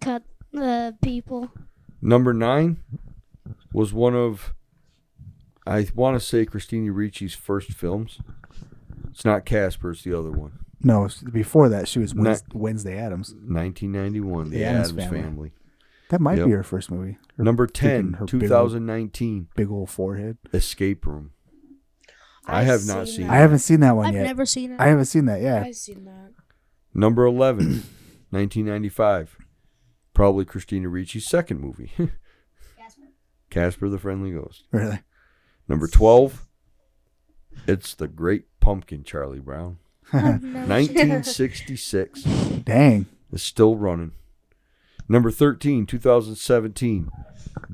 [SPEAKER 5] cut the people.
[SPEAKER 1] Number nine was one of I want to say Christina Ricci's first films. It's not Casper. It's the other one.
[SPEAKER 2] No, s- before that she was
[SPEAKER 1] Not-
[SPEAKER 2] Wednes- Wednesday Adams.
[SPEAKER 1] 1991, The,
[SPEAKER 2] The
[SPEAKER 1] Adams
[SPEAKER 2] Addams
[SPEAKER 1] Family.
[SPEAKER 2] Family. That might
[SPEAKER 1] Yep.
[SPEAKER 2] be her first movie. Her
[SPEAKER 1] Number
[SPEAKER 2] freaking-
[SPEAKER 1] 10,
[SPEAKER 2] her big old-
[SPEAKER 1] 2019,
[SPEAKER 2] Big old forehead.
[SPEAKER 1] Escape Room. I
[SPEAKER 4] I've
[SPEAKER 1] have not seen
[SPEAKER 4] that.
[SPEAKER 2] I haven't seen that one
[SPEAKER 6] I've
[SPEAKER 2] yet.
[SPEAKER 6] never seen it.
[SPEAKER 2] I haven't seen that yet.
[SPEAKER 4] I've seen that.
[SPEAKER 1] Number 11, 1995. Probably Christina Ricci's second movie. Casper. Casper the Friendly Ghost.
[SPEAKER 2] Really?
[SPEAKER 1] Number 12, It's the Great Pumpkin, Charlie Brown. Oh,
[SPEAKER 6] I've never seen it.
[SPEAKER 1] 1966.
[SPEAKER 2] Dang.
[SPEAKER 1] It's still running. Number 13, 2017,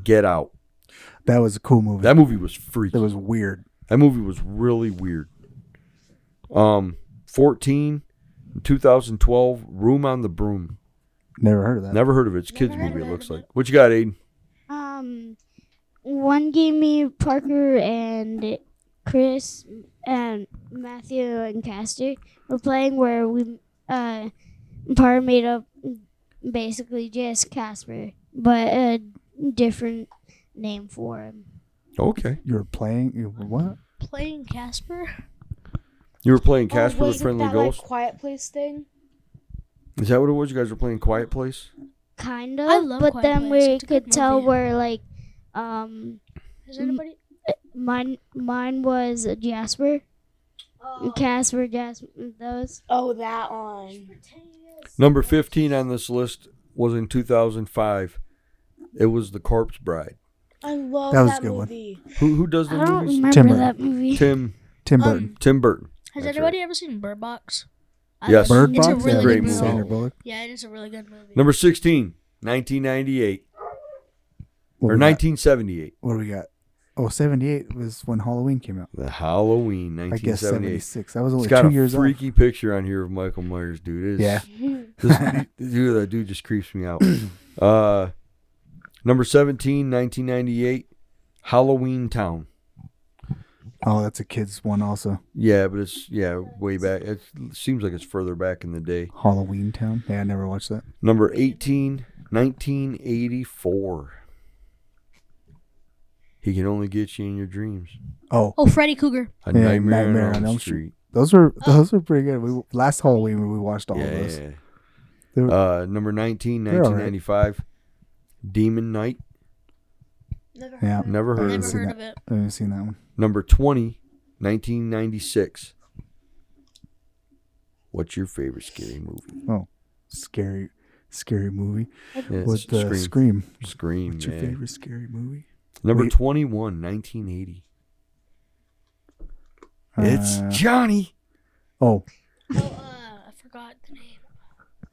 [SPEAKER 1] Get Out.
[SPEAKER 2] That was a cool movie.
[SPEAKER 1] That movie was freaky.
[SPEAKER 2] That was weird.
[SPEAKER 1] That movie was really weird. Um, 14, 2012, Room on the Broom.
[SPEAKER 2] Never heard of that.
[SPEAKER 1] Never heard of it. It's a kids movie. It looks like. What you got, Aiden?
[SPEAKER 5] Um, one gave me Parker and Chris and Matthew and Castor were playing where we uh, Parker made up basically just Casper, but a different name for him.
[SPEAKER 1] Okay.
[SPEAKER 2] You were playing you were what?
[SPEAKER 6] Playing Casper.
[SPEAKER 1] You were playing Casper the
[SPEAKER 4] was
[SPEAKER 1] Friendly
[SPEAKER 4] Oh, that,
[SPEAKER 1] Ghost.
[SPEAKER 4] Like, quiet place thing.
[SPEAKER 1] Is that what it was? You guys were playing Quiet Place?
[SPEAKER 5] Kind of,
[SPEAKER 6] I love
[SPEAKER 5] but
[SPEAKER 6] Quiet
[SPEAKER 5] then
[SPEAKER 6] Place.
[SPEAKER 5] we
[SPEAKER 6] It's a good
[SPEAKER 5] could tell
[SPEAKER 6] movie.
[SPEAKER 5] where like um
[SPEAKER 2] Mm.
[SPEAKER 6] Is anybody?
[SPEAKER 5] mine mine was Jasper, Casper, Jasper, those.
[SPEAKER 4] Oh, that one.
[SPEAKER 1] Number 15 on this list was in 2005. It was The Corpse Bride.
[SPEAKER 4] I love
[SPEAKER 2] That
[SPEAKER 4] that,
[SPEAKER 2] was a good one.
[SPEAKER 4] movie.
[SPEAKER 1] Who, who does the
[SPEAKER 5] I don't
[SPEAKER 1] movies?
[SPEAKER 5] remember
[SPEAKER 2] Timber.
[SPEAKER 5] that movie.
[SPEAKER 1] Tim
[SPEAKER 2] Tim
[SPEAKER 6] Um,
[SPEAKER 2] Burton.
[SPEAKER 1] Tim Burton.
[SPEAKER 6] Has
[SPEAKER 1] That's
[SPEAKER 6] anybody
[SPEAKER 1] right.
[SPEAKER 6] ever seen Bird Box?
[SPEAKER 1] Yes.
[SPEAKER 2] Bird
[SPEAKER 6] it's
[SPEAKER 2] Box.
[SPEAKER 6] a really
[SPEAKER 1] Great
[SPEAKER 6] good
[SPEAKER 1] movie.
[SPEAKER 6] movie.
[SPEAKER 2] Sandra Bullock.
[SPEAKER 6] Yeah, it is a really good movie.
[SPEAKER 1] Number 16, 1998.
[SPEAKER 2] What
[SPEAKER 1] or
[SPEAKER 2] we got?
[SPEAKER 1] 1978.
[SPEAKER 2] What do we got? Oh, 78 was when Halloween came out.
[SPEAKER 1] The Halloween,
[SPEAKER 2] I guess
[SPEAKER 1] 1978.
[SPEAKER 2] 76. That was only
[SPEAKER 1] It's got
[SPEAKER 2] two
[SPEAKER 1] a
[SPEAKER 2] years old.
[SPEAKER 1] freaky picture on here of Michael Myers, dude. It is,
[SPEAKER 2] Yeah.
[SPEAKER 1] this, dude, that dude just creeps me out. Uh, number 17, 1998, Halloween Town.
[SPEAKER 2] Oh, that's a kid's one also.
[SPEAKER 1] Yeah, but it's, yeah, way back. It seems like it's further back in the day.
[SPEAKER 2] Halloween Town. Yeah, I never watched that.
[SPEAKER 1] Number 18, 1984. He can only get you in your dreams.
[SPEAKER 2] Oh,
[SPEAKER 6] Oh, Freddy Krueger.
[SPEAKER 1] A
[SPEAKER 2] Yeah,
[SPEAKER 1] nightmare,
[SPEAKER 2] Nightmare
[SPEAKER 1] on, Elm Street.
[SPEAKER 2] those were
[SPEAKER 6] Oh.
[SPEAKER 2] those were pretty good. We last Halloween we watched all
[SPEAKER 1] Yeah,
[SPEAKER 2] of those.
[SPEAKER 1] yeah,
[SPEAKER 2] They were-
[SPEAKER 1] yeah. Uh, number 19,
[SPEAKER 2] They're all right.
[SPEAKER 1] 1995, Demon Knight.
[SPEAKER 6] Never
[SPEAKER 2] Yeah.
[SPEAKER 6] heard.
[SPEAKER 1] Never
[SPEAKER 6] Of it.
[SPEAKER 1] heard
[SPEAKER 6] Never
[SPEAKER 1] of it.
[SPEAKER 6] heard of it.
[SPEAKER 2] I haven't seen that one.
[SPEAKER 1] Number 20, 1996. What's your favorite scary movie?
[SPEAKER 2] Oh, Scary, scary movie.
[SPEAKER 1] Yeah,
[SPEAKER 2] Was
[SPEAKER 1] it's
[SPEAKER 2] the
[SPEAKER 1] Scream.
[SPEAKER 2] uh, Scream?
[SPEAKER 1] Scream,
[SPEAKER 2] What's your
[SPEAKER 1] yeah.
[SPEAKER 2] favorite scary movie?
[SPEAKER 1] Number
[SPEAKER 2] Wait.
[SPEAKER 1] 21, 1980. it's
[SPEAKER 2] Uh,
[SPEAKER 1] Johnny.
[SPEAKER 2] oh
[SPEAKER 6] Oh, uh, forgot the name.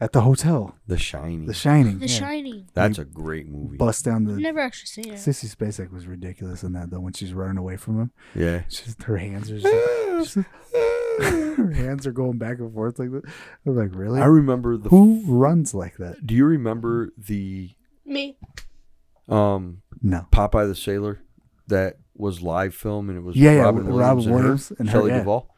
[SPEAKER 2] at the hotel.
[SPEAKER 1] The Shining.
[SPEAKER 2] The Shining.
[SPEAKER 6] The
[SPEAKER 2] yeah.
[SPEAKER 6] Shining.
[SPEAKER 1] That's a great movie.
[SPEAKER 2] Bust down
[SPEAKER 6] I've
[SPEAKER 2] the.
[SPEAKER 6] never actually seen it.
[SPEAKER 2] Sissy Spacek was ridiculous in that though. When she's running away from him,
[SPEAKER 1] Yeah.
[SPEAKER 2] It's just her hands are just her hands are going back and forth like that. I'm like, really?
[SPEAKER 1] I remember the.
[SPEAKER 2] Who runs like that?
[SPEAKER 1] Do you remember the
[SPEAKER 4] Me.
[SPEAKER 1] um
[SPEAKER 2] No.
[SPEAKER 1] Popeye the Sailor that was live film and it was
[SPEAKER 2] Yeah, yeah,
[SPEAKER 1] Robin
[SPEAKER 2] with
[SPEAKER 1] Williams,
[SPEAKER 2] Robin
[SPEAKER 1] and,
[SPEAKER 2] Williams
[SPEAKER 1] her,
[SPEAKER 2] and her,
[SPEAKER 1] Shelley
[SPEAKER 2] yeah.
[SPEAKER 1] Duvall.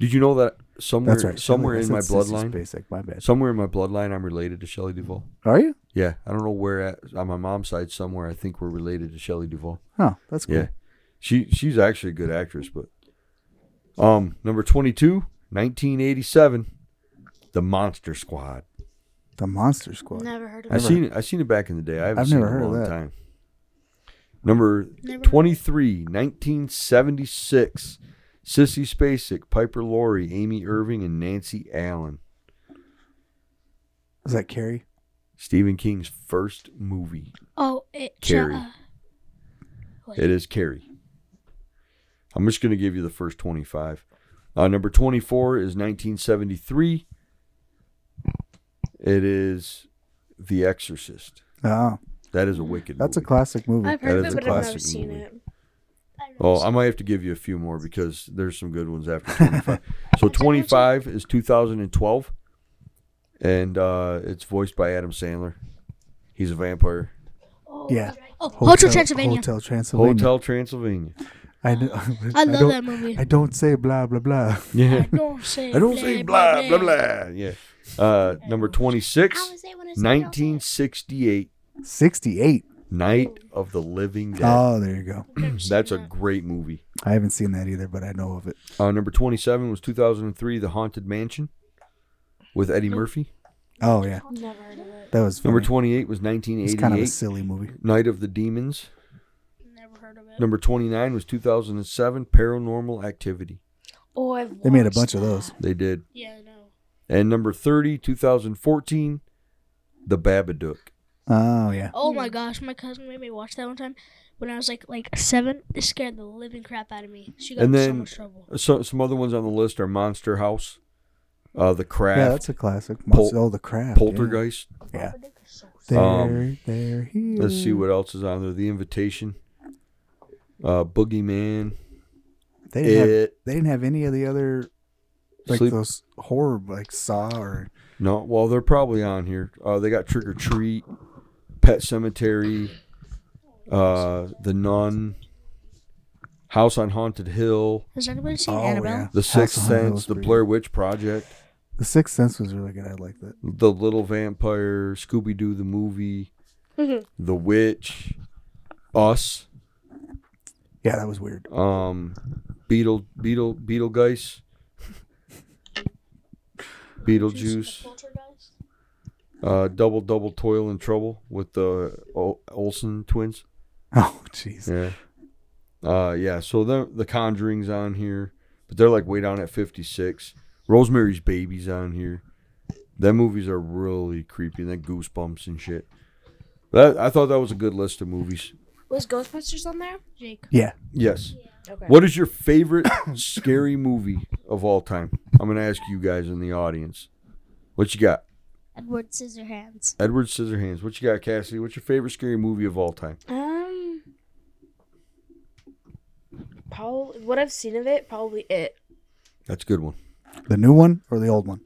[SPEAKER 1] Did you know that somewhere
[SPEAKER 2] That's right.
[SPEAKER 1] somewhere
[SPEAKER 2] I
[SPEAKER 1] in
[SPEAKER 2] said
[SPEAKER 1] my
[SPEAKER 2] Sissy
[SPEAKER 1] bloodline
[SPEAKER 2] Spacek, my bad.
[SPEAKER 1] somewhere in my bloodline I'm related to Shelley Duvall?
[SPEAKER 2] Are you?
[SPEAKER 1] Yeah, I don't know where at on my mom's side somewhere I think we're related to Shelley Duvall.
[SPEAKER 2] Oh, that's cool.
[SPEAKER 1] Yeah. She she's actually a good actress, but um number 22, 1987, The Monster Squad.
[SPEAKER 2] The Monster Squad.
[SPEAKER 4] Never heard of
[SPEAKER 1] I
[SPEAKER 4] it.
[SPEAKER 2] Never-
[SPEAKER 1] seen it. I seen it back in the day. I haven't
[SPEAKER 2] I've
[SPEAKER 1] seen
[SPEAKER 2] never
[SPEAKER 1] it in
[SPEAKER 2] heard
[SPEAKER 1] a
[SPEAKER 2] of
[SPEAKER 1] long
[SPEAKER 2] that.
[SPEAKER 1] time. Number
[SPEAKER 6] Never-
[SPEAKER 1] 23, 1976. Sissy Spacek, Piper Laurie, Amy Irving, and Nancy Allen.
[SPEAKER 2] Is that Carrie?
[SPEAKER 1] Stephen King's first movie.
[SPEAKER 6] Oh, it.
[SPEAKER 1] Carrie.
[SPEAKER 6] uh, wait.
[SPEAKER 1] It is Carrie. I'm just going to give you the first 25. Uh, number 24 is 1973. It is The Exorcist.
[SPEAKER 2] Oh,
[SPEAKER 1] That is a wicked
[SPEAKER 2] that's a
[SPEAKER 1] movie.
[SPEAKER 2] classic movie.
[SPEAKER 4] I've
[SPEAKER 1] That
[SPEAKER 4] heard of
[SPEAKER 1] is a
[SPEAKER 4] it, but I've never
[SPEAKER 1] classic
[SPEAKER 4] seen
[SPEAKER 1] movie.
[SPEAKER 4] it.
[SPEAKER 6] I don't
[SPEAKER 1] Oh,
[SPEAKER 6] see-
[SPEAKER 1] I might have to give you a few more because there's some good ones after 25. so 25 is 2012, and uh, it's voiced by Adam Sandler. He's a vampire.
[SPEAKER 6] oh,
[SPEAKER 2] yeah.
[SPEAKER 6] Oh, Hotel Transylvania.
[SPEAKER 2] Hotel Transylvania.
[SPEAKER 1] Hotel Transylvania.
[SPEAKER 2] I, know,
[SPEAKER 6] I love
[SPEAKER 2] don't,
[SPEAKER 6] that movie.
[SPEAKER 2] I don't say blah blah blah.
[SPEAKER 1] Yeah.
[SPEAKER 6] I don't say.
[SPEAKER 1] I don't say blah, blah, blah. Yeah. Uh, number 26, 1968,
[SPEAKER 2] 68.
[SPEAKER 1] Night of the Living Dead.
[SPEAKER 2] Oh, there you go.
[SPEAKER 1] That's a great movie.
[SPEAKER 2] I haven't seen that either, but I know of it.
[SPEAKER 1] Uh, number 27 was 2003, The Haunted Mansion with Eddie Murphy.
[SPEAKER 2] Oh yeah,
[SPEAKER 4] Never heard of it.
[SPEAKER 2] that was funny.
[SPEAKER 1] Number 28 was
[SPEAKER 2] It's kind of a
[SPEAKER 1] 1988,
[SPEAKER 2] silly movie.
[SPEAKER 1] Night of the Demons.
[SPEAKER 6] Never heard of it.
[SPEAKER 1] Number 29 was 2007, Paranormal Activity.
[SPEAKER 4] Oh, I've
[SPEAKER 2] They made a
[SPEAKER 4] watched
[SPEAKER 2] bunch of
[SPEAKER 4] that.
[SPEAKER 2] those.
[SPEAKER 1] They did.
[SPEAKER 6] Yeah, I know.
[SPEAKER 1] And number 30, 2014, The Babadook.
[SPEAKER 2] Oh yeah.
[SPEAKER 6] Oh my gosh, my cousin made me watch that one time when I was like like seven. It scared the living crap out of me. She got
[SPEAKER 1] And
[SPEAKER 6] in so
[SPEAKER 1] then-
[SPEAKER 6] much trouble.
[SPEAKER 1] So, some other ones on the list are Monster House, uh, The
[SPEAKER 2] Yeah,
[SPEAKER 1] Craft,
[SPEAKER 2] that's a classic.
[SPEAKER 1] Pol-
[SPEAKER 2] oh, the crab.
[SPEAKER 1] Poltergeist.
[SPEAKER 2] Yeah. They're,
[SPEAKER 1] Um,
[SPEAKER 2] they're here.
[SPEAKER 1] Let's see what else is on there. The Invitation, uh, Boogeyman,
[SPEAKER 2] They didn't, have,
[SPEAKER 1] It.
[SPEAKER 2] they didn't have any of the other, like
[SPEAKER 1] Sleep.
[SPEAKER 2] those horror, like Saw or.
[SPEAKER 1] No, well, they're probably on here. Uh, they got Trick or Treat, Pet Cemetery, uh, The Nun, House on Haunted Hill.
[SPEAKER 6] Has anybody seen
[SPEAKER 2] Oh,
[SPEAKER 6] Annabelle?
[SPEAKER 2] yeah.
[SPEAKER 1] The
[SPEAKER 2] House
[SPEAKER 1] Sixth
[SPEAKER 2] on Hill
[SPEAKER 1] Sense,
[SPEAKER 2] was
[SPEAKER 1] The
[SPEAKER 2] pretty
[SPEAKER 1] Blair
[SPEAKER 2] good.
[SPEAKER 1] Witch Project,
[SPEAKER 2] The Sixth Sense was really good. I like that.
[SPEAKER 1] The Little Vampire, Scooby Doo the movie,
[SPEAKER 4] Mhm.
[SPEAKER 1] The Witch, Us,
[SPEAKER 2] Yeah, that was weird.
[SPEAKER 1] um, Beetle Beetle Beetlegeist, Beetlejuice, uh, Double Double Toil and Trouble with the Ol- Olsen twins.
[SPEAKER 2] Oh, jeez.
[SPEAKER 1] Yeah. Uh, yeah. So the the Conjuring's on here, but they're like way down at fifty six. Rosemary's Baby's on here. That movies are really creepy. And then Goosebumps and shit. That I thought that was a good list of movies.
[SPEAKER 4] Was Ghostbusters on there?
[SPEAKER 6] Jake.
[SPEAKER 2] Yeah.
[SPEAKER 1] Yes.
[SPEAKER 4] Okay.
[SPEAKER 1] What is your favorite scary movie of all time? I'm gonna ask you guys in the audience. What you got?
[SPEAKER 5] Edward Scissorhands.
[SPEAKER 1] Edward Scissorhands. What you got, Cassidy? What's your favorite scary movie of all time?
[SPEAKER 4] Um, probably what I've seen of it. Probably it,
[SPEAKER 1] That's a good one.
[SPEAKER 2] The new one or the old one?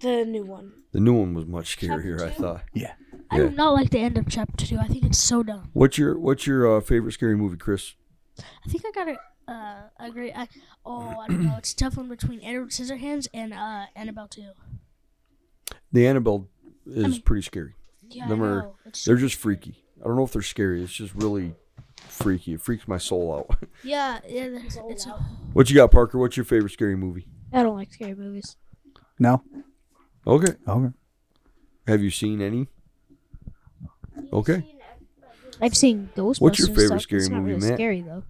[SPEAKER 4] the new one.
[SPEAKER 1] The new one was much scarier, I thought.
[SPEAKER 6] I
[SPEAKER 1] Yeah.
[SPEAKER 6] do not like the end of chapter two. I think it's so dumb.
[SPEAKER 1] What's your What's your uh, favorite scary movie, Chris?
[SPEAKER 6] I think I got a uh, a great. I, oh, I don't know. It's a tough one between Edward Scissorhands and uh, Annabelle two.
[SPEAKER 1] The Annabelle is
[SPEAKER 6] mean-
[SPEAKER 1] pretty scary.
[SPEAKER 6] Yeah,
[SPEAKER 1] Them
[SPEAKER 6] I
[SPEAKER 1] are-
[SPEAKER 6] know. It's,
[SPEAKER 1] They're just freaky. I don't know if they're scary. It's just really freaky. It freaks my soul out.
[SPEAKER 6] yeah, yeah. It's, it's a,
[SPEAKER 1] what you got, Parker? What's your favorite scary movie?
[SPEAKER 7] I don't like scary movies.
[SPEAKER 2] No.
[SPEAKER 1] Okay.
[SPEAKER 2] Okay.
[SPEAKER 1] Have you seen any? Okay.
[SPEAKER 7] I've seen Ghostbusters.
[SPEAKER 1] What's your
[SPEAKER 7] and
[SPEAKER 1] favorite
[SPEAKER 7] stuff.
[SPEAKER 1] scary
[SPEAKER 7] it's not
[SPEAKER 1] movie,
[SPEAKER 7] really
[SPEAKER 1] Matt?
[SPEAKER 7] Scary though.